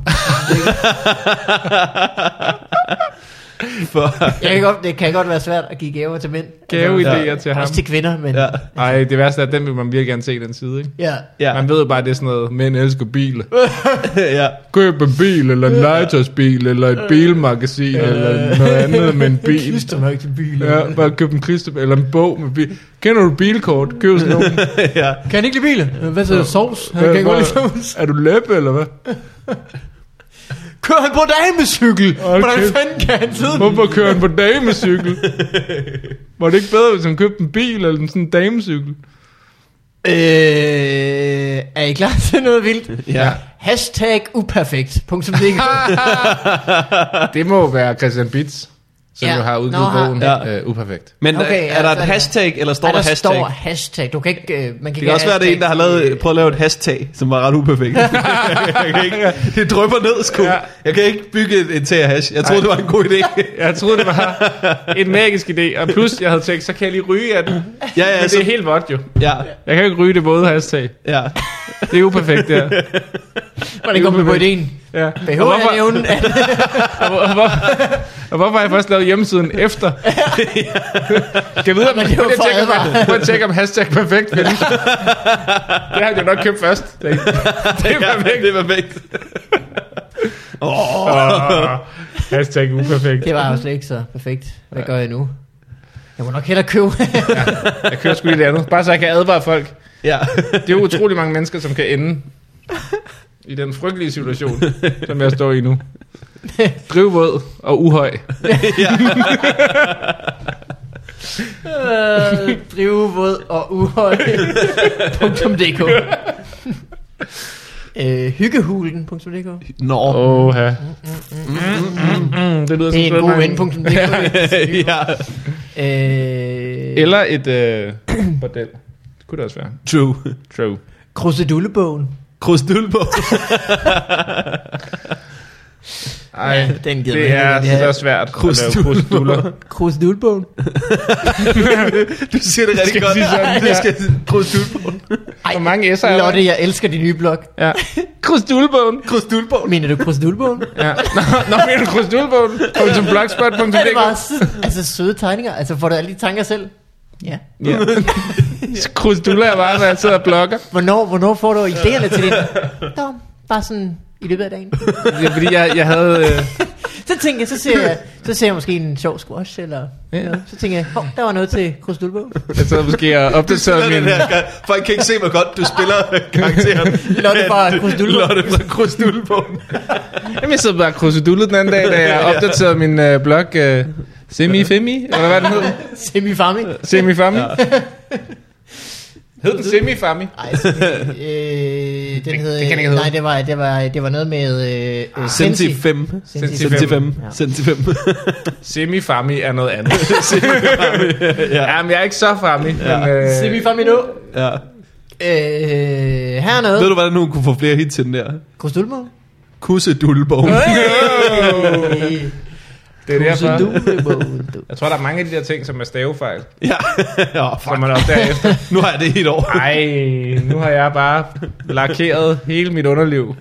Speaker 2: For,
Speaker 3: Jeg kan godt, det kan godt være svært at give gaver til mænd.
Speaker 1: Gaveidéer til
Speaker 3: ham.
Speaker 1: ham.
Speaker 3: Også til kvinder, men
Speaker 2: ja,
Speaker 3: ja.
Speaker 1: Ej, det værste er, at den vil man virkelig gerne se, den side, ikke?
Speaker 3: ja.
Speaker 2: ja,
Speaker 1: Ja. Man ved jo bare, at det er sådan noget, mænd elsker biler.
Speaker 2: ja.
Speaker 1: Køb en bil, eller en legetøjsbil, eller et bilmagasin, eller noget andet med en
Speaker 3: Bil.
Speaker 1: bil.
Speaker 3: Klistermærke til bilen.
Speaker 1: Ja, bare køb en kristal, eller en bog med bil. Kender du bilkort? Køb sådan nogle.
Speaker 2: ja.
Speaker 3: Kan han ikke lide bilen? Hvad så, sovs? Han
Speaker 1: Hvad-
Speaker 3: kan godt lide
Speaker 1: hvad-
Speaker 3: sovs.
Speaker 1: Er du læbe, eller hvad?
Speaker 3: Kører han på damecykel?
Speaker 1: Hold
Speaker 3: Hvordan
Speaker 1: kæft.
Speaker 3: fanden kan han sidde?
Speaker 1: Hvorfor kører han på damecykel? Var det ikke bedre, hvis han købte en bil eller sådan en damecykel?
Speaker 3: Øh, er I klar til noget vildt?
Speaker 2: ja.
Speaker 3: Hashtag uperfekt. Punktum det ikke.
Speaker 1: det må være Christian Bitz, som
Speaker 3: Ja.
Speaker 1: jo har udgivet
Speaker 3: Nå, har-
Speaker 1: bogen
Speaker 2: Ja.
Speaker 1: ja. øh, Uperfekt.
Speaker 2: Men okay,
Speaker 3: Okay,
Speaker 2: er,
Speaker 3: ja,
Speaker 2: er der
Speaker 3: så
Speaker 2: et
Speaker 3: er det-
Speaker 2: hashtag, eller står
Speaker 3: Ej,
Speaker 2: der,
Speaker 3: der
Speaker 2: hashtag?
Speaker 3: står hashtag. Du kan ikke... øh, man kan
Speaker 2: det kan også være, det er en, der har lavet, prøvet at lave et hashtag, som var ret uperfekt. jeg kan ikke, det drypper ned, sgu.
Speaker 1: Ja.
Speaker 2: Jeg kan ikke bygge et, et tag af hash. Jeg troede, det var en god idé.
Speaker 1: Jeg troede, det var en magisk idé, og plus jeg havde tænkt, så kan jeg lige ryge af den. Men
Speaker 2: ja, ja,
Speaker 1: det er
Speaker 2: så,
Speaker 1: helt vådt jo.
Speaker 2: ja,
Speaker 1: Jeg kan jo ikke ryge det våde hashtag.
Speaker 2: ja.
Speaker 1: Det er uperfekt, det her.
Speaker 3: Hvordan kom vi på ideen?
Speaker 1: Ja.
Speaker 3: Behøver jeg
Speaker 1: hvorfor-
Speaker 3: nævne, at
Speaker 1: Og, hvor, og, hvor, og hvorfor har jeg først lavet hjemmesiden efter? Kan jeg vide, om
Speaker 3: Men
Speaker 1: man
Speaker 3: det var for
Speaker 1: tjekke, om,
Speaker 3: advaret.
Speaker 1: prøv at tjekke, om hashtag perfekt findes. Det har jeg jo nok købt først. Det, det er perfekt.
Speaker 2: det er perfekt. Åh,
Speaker 1: Oh, hashtag uperfekt.
Speaker 3: Det var jo slet ikke så perfekt. Hvad gør jeg nu? Jeg må nok hellere købe.
Speaker 1: Jeg kører sgu lidt andet. Bare så jeg kan advare folk.
Speaker 2: ja.
Speaker 1: Det er jo utrolig mange mennesker, som kan ende i den frygtelige situation, som jeg står i nu. Drivvåd og uhøj.
Speaker 3: øh, drivvåd og uhøj. Punktum .dk øh, Hyggehulen.dk
Speaker 2: Nå.
Speaker 1: Åh, ja. Mm, Det lyder
Speaker 3: Det er en
Speaker 1: sådan
Speaker 3: god
Speaker 1: noget,
Speaker 3: ven.
Speaker 1: man-
Speaker 3: punktum .dk
Speaker 2: ja.
Speaker 3: øh,
Speaker 1: Eller et øh, bordel. Det kunne det også være.
Speaker 2: True.
Speaker 1: True.
Speaker 3: Krusedullebogen.
Speaker 2: Krusdul på.
Speaker 6: Ej,
Speaker 3: Ja,
Speaker 6: ja,
Speaker 3: den gider vi
Speaker 6: det
Speaker 3: ikke,
Speaker 6: er
Speaker 3: den her.
Speaker 6: så svært at lave
Speaker 2: Krusduller.
Speaker 6: krusduller.
Speaker 3: Krusdulbogen.
Speaker 2: Du siger det rigtig
Speaker 6: Skal
Speaker 2: godt.
Speaker 6: sige sådan,
Speaker 2: jeg
Speaker 6: ja.
Speaker 2: skal krydse dulbogen.
Speaker 6: Hvor mange S'er er der?
Speaker 3: Lotte, jeg elsker din nye blog.
Speaker 1: Ja. Krusdulbogen.
Speaker 2: Krydse dulbogen.
Speaker 3: Mener du Krusdulbogen?
Speaker 1: Ja. Nå, nå mener du krusdulbogen? Kom til
Speaker 3: Er det
Speaker 1: blogspot.dk.
Speaker 3: bare s- altså, søde tegninger? Altså, får du alle de tanker selv? Ja.
Speaker 1: Ja. Krusduller er bare, når jeg sidder og blogger.
Speaker 3: Hvornår, hvornår får du idéerne til din dom? Bare sådan i løbet af dagen.
Speaker 1: Ja, fordi jeg, jeg havde... Øh,
Speaker 3: Så tænker jeg, så ser jeg, så ser jeg måske en sjov squash, eller
Speaker 1: Ja.
Speaker 3: ja. så tænker jeg, hov, der var noget til Krusdulbogen.
Speaker 1: jeg sad måske og opdaterede
Speaker 2: Sådan
Speaker 1: min...
Speaker 2: den her gang. Folk kan ikke se, hvor godt du spiller karakteren.
Speaker 3: Lotte fra Krydse Dulbogen.
Speaker 2: Lotte fra Krydse Dulbogen.
Speaker 1: Jamen, jeg sad bare og krusdullet den anden dag, da jeg opdaterede min øh, blog... Øh, Semi-femi, eller hvad den hed?
Speaker 3: Semi-farming.
Speaker 1: Semi-fami? Hed den semi-fami?
Speaker 3: Ej, så, øh, den hed,
Speaker 1: det kan ikke hedde.
Speaker 3: nej, det var, det, var, det var noget med øh, øh, Sensi.
Speaker 2: Senti 5.
Speaker 3: Sensi.
Speaker 1: Sensi.
Speaker 2: Senti 5.
Speaker 3: Ja.
Speaker 2: Senti 5.
Speaker 1: Semi-fami er noget andet. Jamen, jeg er ikke så fami,
Speaker 2: Ja.
Speaker 1: men... Øh,
Speaker 3: Semi-farming nu.
Speaker 2: Ja.
Speaker 3: Øh,
Speaker 2: Ved
Speaker 3: hernede.
Speaker 2: du, hvordan hun kunne få flere hit til den der?
Speaker 3: Krusdulbogen.
Speaker 2: Kusse Dulbogen.
Speaker 3: Øh,
Speaker 1: det er derfor.
Speaker 3: Krusdulbogen. du.
Speaker 1: Jeg tror, der er mange af de der ting, som er stavefejl,
Speaker 2: Ja. ja, fuck.
Speaker 1: som man opdager efter.
Speaker 2: Nu har jeg det i et år.
Speaker 1: Ej, nu har jeg bare lakeret hele mit underliv.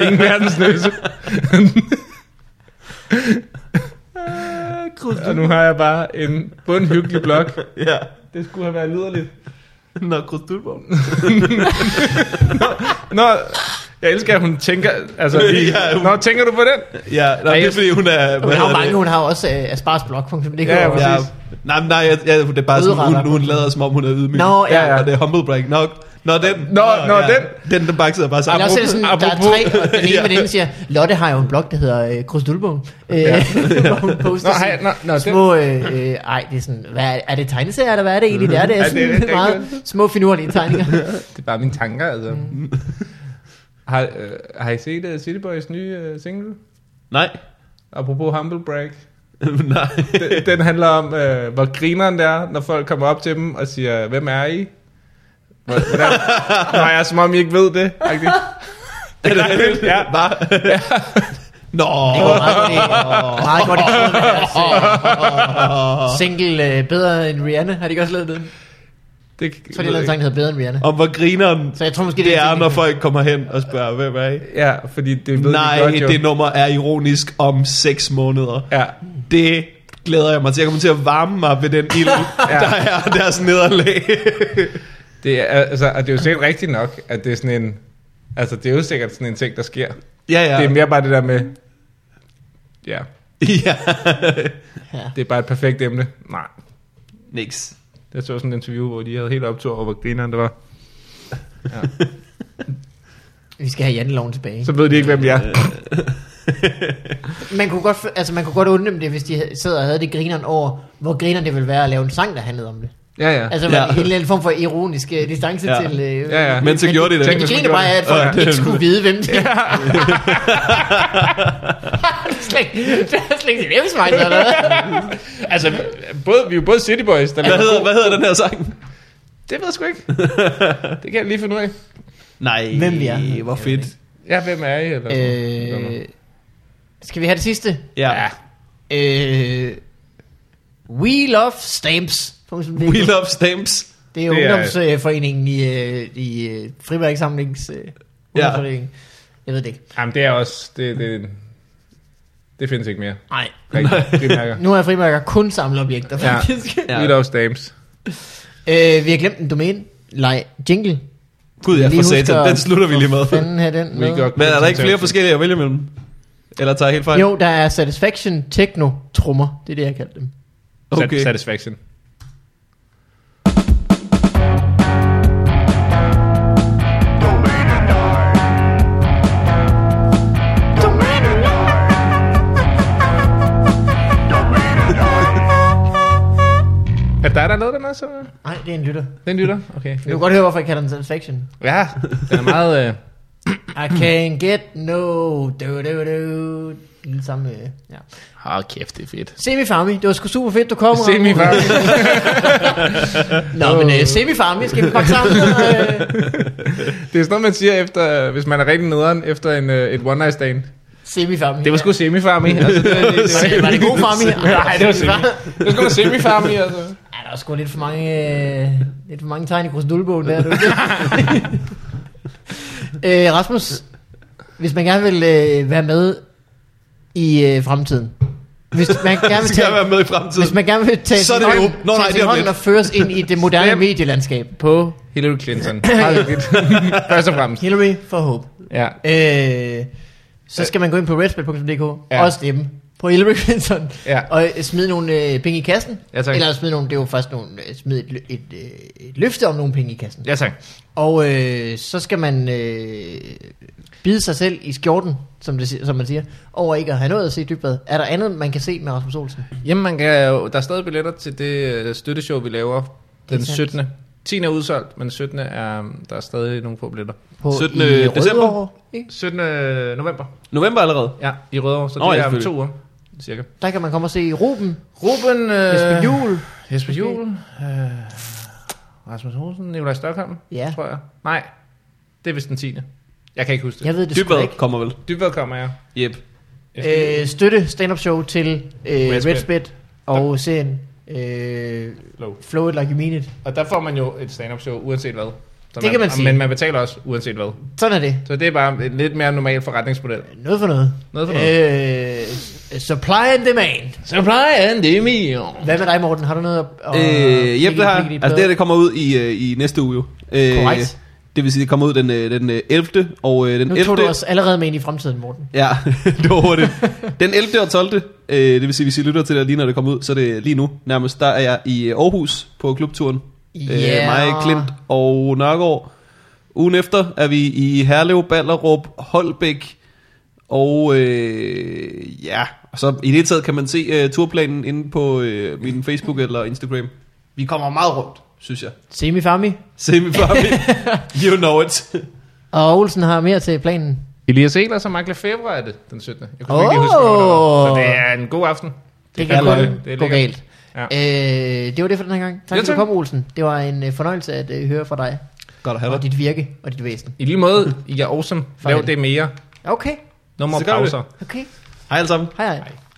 Speaker 1: Ingen verdens nøse. Og nu har jeg bare en bundhyggelig blok.
Speaker 2: Ja.
Speaker 1: Det skulle have været liderligt.
Speaker 2: Nå, Krydse Dulbogen.
Speaker 1: Nå, jeg elsker, at hun tænker... Altså, i,
Speaker 2: Ja, hun-
Speaker 1: Nå, tænker du på den?
Speaker 2: Ja, nej,
Speaker 1: Ej,
Speaker 2: det er
Speaker 1: jeg-
Speaker 2: fordi, hun er...
Speaker 3: Hun
Speaker 2: hvad
Speaker 3: har
Speaker 2: hedder
Speaker 3: jo
Speaker 2: det?
Speaker 3: mange, hun har jo også øh, Aspars blog.dk.
Speaker 1: Ja,
Speaker 3: Ja,
Speaker 2: Ja.
Speaker 1: præcis.
Speaker 2: Nej, men nej, jeg, jeg, det er bare sådan, hun,
Speaker 3: Udretter.
Speaker 2: hun lader som om, hun er ydmyg.
Speaker 3: Nå, ja.
Speaker 2: Og det er humble brag. Nå, nå den.
Speaker 1: Nå, nå, den.
Speaker 2: Den, den bare sidder bare
Speaker 3: Men
Speaker 2: sammen.
Speaker 3: også er det sådan, der er
Speaker 1: apropos-
Speaker 3: tre, og den ene
Speaker 2: Ja.
Speaker 3: ja. veninde siger, Lotte har jo en blog, der hedder øh, Krusdulbogen. Øh, ja. hvor hun poster
Speaker 1: Nå, hej,
Speaker 3: sådan
Speaker 1: nå, nå, den.
Speaker 3: små, øh, øh, ej, det er sådan, hvad er, er det tegneserier, eller hvad er det egentlig? Det er, det
Speaker 1: Ja,
Speaker 3: er
Speaker 1: det er
Speaker 3: sådan
Speaker 1: det, det er
Speaker 3: meget små finurlige tegninger.
Speaker 1: Det er bare mine tanker, altså.
Speaker 2: Mm.
Speaker 1: Har, øh, har I set uh, City Boys nye uh, single?
Speaker 2: Nej.
Speaker 1: Apropos Humble Brag.
Speaker 2: nej.
Speaker 1: Den, den handler om, øh, hvor grineren det er, når folk kommer op til dem og siger, hvem er I? Hvor- Hvordan? Nå, jeg er som om I ikke ved det. agtigt.
Speaker 2: Er det rigtigt?
Speaker 1: Ja.
Speaker 2: Bare. Nå.
Speaker 3: Det var meget godt, i- meget godt i tråd med deres, øh, single øh, Bedre end Rihanna. Har de ikke også lavet den?
Speaker 1: Det,
Speaker 3: Så har de lavet en sang, der hedder Bedre end Rihanna.
Speaker 2: Om hvor grineren
Speaker 3: Så jeg tror måske, det,
Speaker 2: det er,
Speaker 3: en
Speaker 2: når
Speaker 3: ting,
Speaker 2: folk kommer hen og spørger, hvem er I?
Speaker 1: Ja, fordi det ved
Speaker 2: Nej,
Speaker 1: de godt jo.
Speaker 2: det nummer er ironisk om 6 måneder.
Speaker 1: Ja.
Speaker 2: Det glæder jeg mig til. Jeg kommer til at varme mig ved den ild,
Speaker 1: Ja.
Speaker 2: der er deres nederlag.
Speaker 1: Det er, altså, og det er jo sikkert rigtigt nok, at det er sådan en... Altså, det er jo sikkert sådan en ting, der sker.
Speaker 2: ja, ja.
Speaker 1: Ja. Det er mere bare det der med... Ja,
Speaker 2: Ja.
Speaker 1: det er bare et perfekt emne. Nej.
Speaker 2: Niks.
Speaker 1: Jeg så sådan et interview, hvor de havde helt optur over, hvor grineren det var.
Speaker 3: Vi skal have janteloven tilbage.
Speaker 1: Så ved de ikke, hvem jeg er.
Speaker 3: Man kunne godt, f- altså man kunne godt undne dem det, hvis de h- sad og havde det grineren over, hvor grineren det ville være at lave en sang, der handlede om det.
Speaker 1: Ja, ja.
Speaker 3: Altså
Speaker 2: Ja.
Speaker 3: ja. en eller anden form for ironisk øh, distance
Speaker 2: Ja.
Speaker 3: ja. til... Øh,
Speaker 1: Ja, ja.
Speaker 2: Men så gjorde de det.
Speaker 3: Men det griner bare af, at folk
Speaker 2: Ja.
Speaker 3: ja. ikke skulle vide, hvem det er. Det er. slet ikke- det er slet ikke sin emsmejl, eller hvad?
Speaker 1: altså, både, vi er jo både City Boys, der
Speaker 2: Hvad
Speaker 1: laver-
Speaker 2: hedder, hvad hedder den her sang?
Speaker 1: Det ved jeg sgu ikke. det kan jeg lige finde ud af.
Speaker 2: Nej,
Speaker 3: Hvem vi er.
Speaker 2: hvor fedt.
Speaker 1: Ja, hvem er I? Eller sådan noget.
Speaker 3: Øh, skal vi have det sidste?
Speaker 2: Ja.
Speaker 3: Øh, we love stamps.
Speaker 2: We love stamps.
Speaker 3: Det er
Speaker 1: Det er-
Speaker 3: ungdomsforeningen i, øh, i øh, Frimærksamlings øh, ungdomsforening. Jeg ved det ikke.
Speaker 1: Jamen, det er også... Det, det, det findes ikke mere.
Speaker 3: Nej.
Speaker 1: Rigtig, frimærker.
Speaker 3: Nu er frimærker kun samleobjekter,
Speaker 1: Ja.
Speaker 3: faktisk.
Speaker 2: Ja.
Speaker 1: Ja. We love stamps.
Speaker 3: øh, vi har glemt en domæne. Nej, jingle.
Speaker 2: Gud, ja,
Speaker 3: Lige
Speaker 2: for
Speaker 3: husker
Speaker 2: satan. Den
Speaker 3: at-
Speaker 2: slutter vi lige med.
Speaker 3: Fanden have den
Speaker 1: We
Speaker 3: med.
Speaker 1: got
Speaker 2: Men er der ikke flere
Speaker 1: content.
Speaker 2: forskellige at vælge imellem? Eller tager jeg helt fejl?
Speaker 3: Jo, der er Satisfaction, Techno, Trummer. Det er det, jeg kaldte dem.
Speaker 2: Okay.
Speaker 1: Sat- Satisfaction. Er der, der lavede den også? eller?
Speaker 3: Nej, det er en lytter.
Speaker 1: Den lytter? Okay.
Speaker 3: Du kan godt høre, hvorfor jeg kalder den Satisfaction.
Speaker 1: Ja, den er meget... Øh,
Speaker 3: I can't get no... Do, do, do. Lidt samme... Øh, ja.
Speaker 1: Åh, kæft, det er fedt.
Speaker 3: Semi-farmi, det var sgu super fedt, du kom. Ramon.
Speaker 1: Semi
Speaker 3: Nå, men øh, semi-farmi, skal vi pakke sammen? og, øh,
Speaker 1: Det er sådan noget, man siger, efter, hvis man er rigtig nederen efter en, øh, et one night stand.
Speaker 3: Semifarming.
Speaker 1: Det var sgu semi-farmi. Altså, det, det, det,
Speaker 3: Var det god farming?
Speaker 1: Nej, det var semi. Det var sgu semi-farmi, altså.
Speaker 3: Ja, der er sgu lidt for mange, øh, lidt for mange tegn i krusedulbogen der. er det ikke? øh, Rasmus, hvis man gerne vil øh, være med i øh, fremtiden, hvis man gerne vil
Speaker 2: Hvis jeg
Speaker 3: tage,
Speaker 2: være med i fremtiden.
Speaker 3: hvis man gerne vil tage
Speaker 2: Så er
Speaker 3: sin
Speaker 2: det jo-
Speaker 3: hånd,
Speaker 2: Nå, nej,
Speaker 3: tage
Speaker 2: det
Speaker 3: sin
Speaker 2: er om
Speaker 3: hånd
Speaker 2: lidt.
Speaker 3: og føres ind i det moderne
Speaker 1: Glem.
Speaker 3: medielandskab.
Speaker 1: På Hillary Clinton. Først og fremmest.
Speaker 3: Hillary for Hope.
Speaker 1: Ja.
Speaker 3: Øh, så skal man gå ind på redspil.dk
Speaker 1: Ja.
Speaker 3: ja. og stemme på Hillary Clinton.
Speaker 1: Ja.
Speaker 3: Og øh, smide nogle øh, penge i kassen.
Speaker 1: Ja, tak.
Speaker 3: Eller smide nogle, det er jo først nogle, øh, smide et, lø- et, øh, et løfte om nogle penge i kassen.
Speaker 1: Ja, tak.
Speaker 3: Og øh, så skal man øh, bide sig selv i skjorten, som, det, si- som man siger, over ikke at have noget at se i dybbad. Er der andet, man kan se med Rasmus Olsen?
Speaker 1: Jamen, man kan, jo- der er stadig billetter til det øh, støtteshow, vi laver
Speaker 3: Det er
Speaker 1: den
Speaker 3: sandt.
Speaker 1: 17. 10. er udsolgt, men 17. er, øhm, der er stadig nogle få billetter.
Speaker 3: På
Speaker 2: 17.
Speaker 3: i Rødovre,
Speaker 2: december?
Speaker 3: ikke?
Speaker 1: 17. øh, november,
Speaker 2: November allerede.
Speaker 1: ja, i Rødovre, så
Speaker 2: Nå,
Speaker 1: Nå, det
Speaker 2: ja,
Speaker 1: er om to
Speaker 2: selvfølgelig.
Speaker 1: uger, cirka.
Speaker 3: Der kan man komme og se Ruben,
Speaker 1: Ruben, øh,
Speaker 3: Jesper Juhl.
Speaker 1: Jesper Juhl øh, Rasmus Hosen, Nikolaj Stockholm,
Speaker 3: Ja.
Speaker 1: tror jeg. Nej, det er vist den 10. Jeg kan ikke huske det.
Speaker 3: Jeg ved det sgu
Speaker 2: Dybvad
Speaker 3: ikke.
Speaker 2: kommer vel.
Speaker 1: Dybvad kommer jeg.
Speaker 2: Yep.
Speaker 3: Øh, støtte stand-up show til øh,
Speaker 1: Redspil.
Speaker 3: Redspit og serien øh,
Speaker 1: Flow.
Speaker 3: Flow It Like You Mean It.
Speaker 1: Og der får man jo et stand-up show, uanset hvad. Så
Speaker 3: Det kan man sige.
Speaker 1: Men man betaler også, uanset hvad.
Speaker 3: Sådan er det.
Speaker 1: Så det er bare en lidt mere normal forretningsmodel.
Speaker 3: Noget for noget.
Speaker 1: Noget for
Speaker 3: noget. Øh, supply and demand.
Speaker 1: Supply and demand.
Speaker 3: Hvad med dig, Morten? Har du noget at... at
Speaker 2: Øh,
Speaker 3: kigge
Speaker 2: Jep,
Speaker 3: i-
Speaker 2: det har Altså
Speaker 3: kigge i
Speaker 2: det her,
Speaker 3: plader?
Speaker 2: det kommer ud i, øh, i næste uge jo. Øh,
Speaker 3: Korrekt.
Speaker 2: Det vil sige, det kommer ud den, øh, den øh, 11. og øh, den
Speaker 3: Nu
Speaker 2: 11.
Speaker 3: tog du os allerede med ind i fremtiden, Morten.
Speaker 2: Ja, det var hurtigt. Den 11. og 12. Øh, det vil sige, hvis I lytter til det lige når det kommer ud, så er det lige nu nærmest. Der er jeg i øh, Aarhus på klubturen. Øh,
Speaker 3: Ja.
Speaker 2: mig, Klint og Nørgaard. Ugen efter er vi i Herlev, Ballerup, Holbæk. Og øh, ja, og så i det hele taget kan man se øh, turplanen inde på øh, min Facebook eller Instagram. Vi kommer meget rundt, synes jeg.
Speaker 3: Semi Farmi.
Speaker 2: Semi Barbie, you know it.
Speaker 3: Og Olsen har mere til planen.
Speaker 1: Elias Ehlers og Mark Lefebvre er det den 17. Jeg kunne oh.
Speaker 3: Åh!
Speaker 1: ikke lige huske, hvornår det var. Så det er en god aften.
Speaker 3: Det
Speaker 1: kan
Speaker 3: kan
Speaker 1: godt.
Speaker 3: kun
Speaker 1: Det er
Speaker 3: gå
Speaker 1: lækkert.
Speaker 3: galt.
Speaker 1: Ja.
Speaker 3: Øh, det var det for den her gang. Tak
Speaker 1: Ja,
Speaker 3: fordi
Speaker 1: tak.
Speaker 3: du kom, Olsen. Det var en øh, fornøjelse at øh, høre fra dig.
Speaker 2: Godt at have dig.
Speaker 3: Og dit virke og dit væsen.
Speaker 1: I lige måde, I er awesome. Lav
Speaker 3: Fanden.
Speaker 1: det mere.
Speaker 3: Okay,
Speaker 1: Nummer
Speaker 2: Så gør vi
Speaker 1: pauser.
Speaker 3: okay.
Speaker 2: Hej alle sammen.
Speaker 3: Hej hej.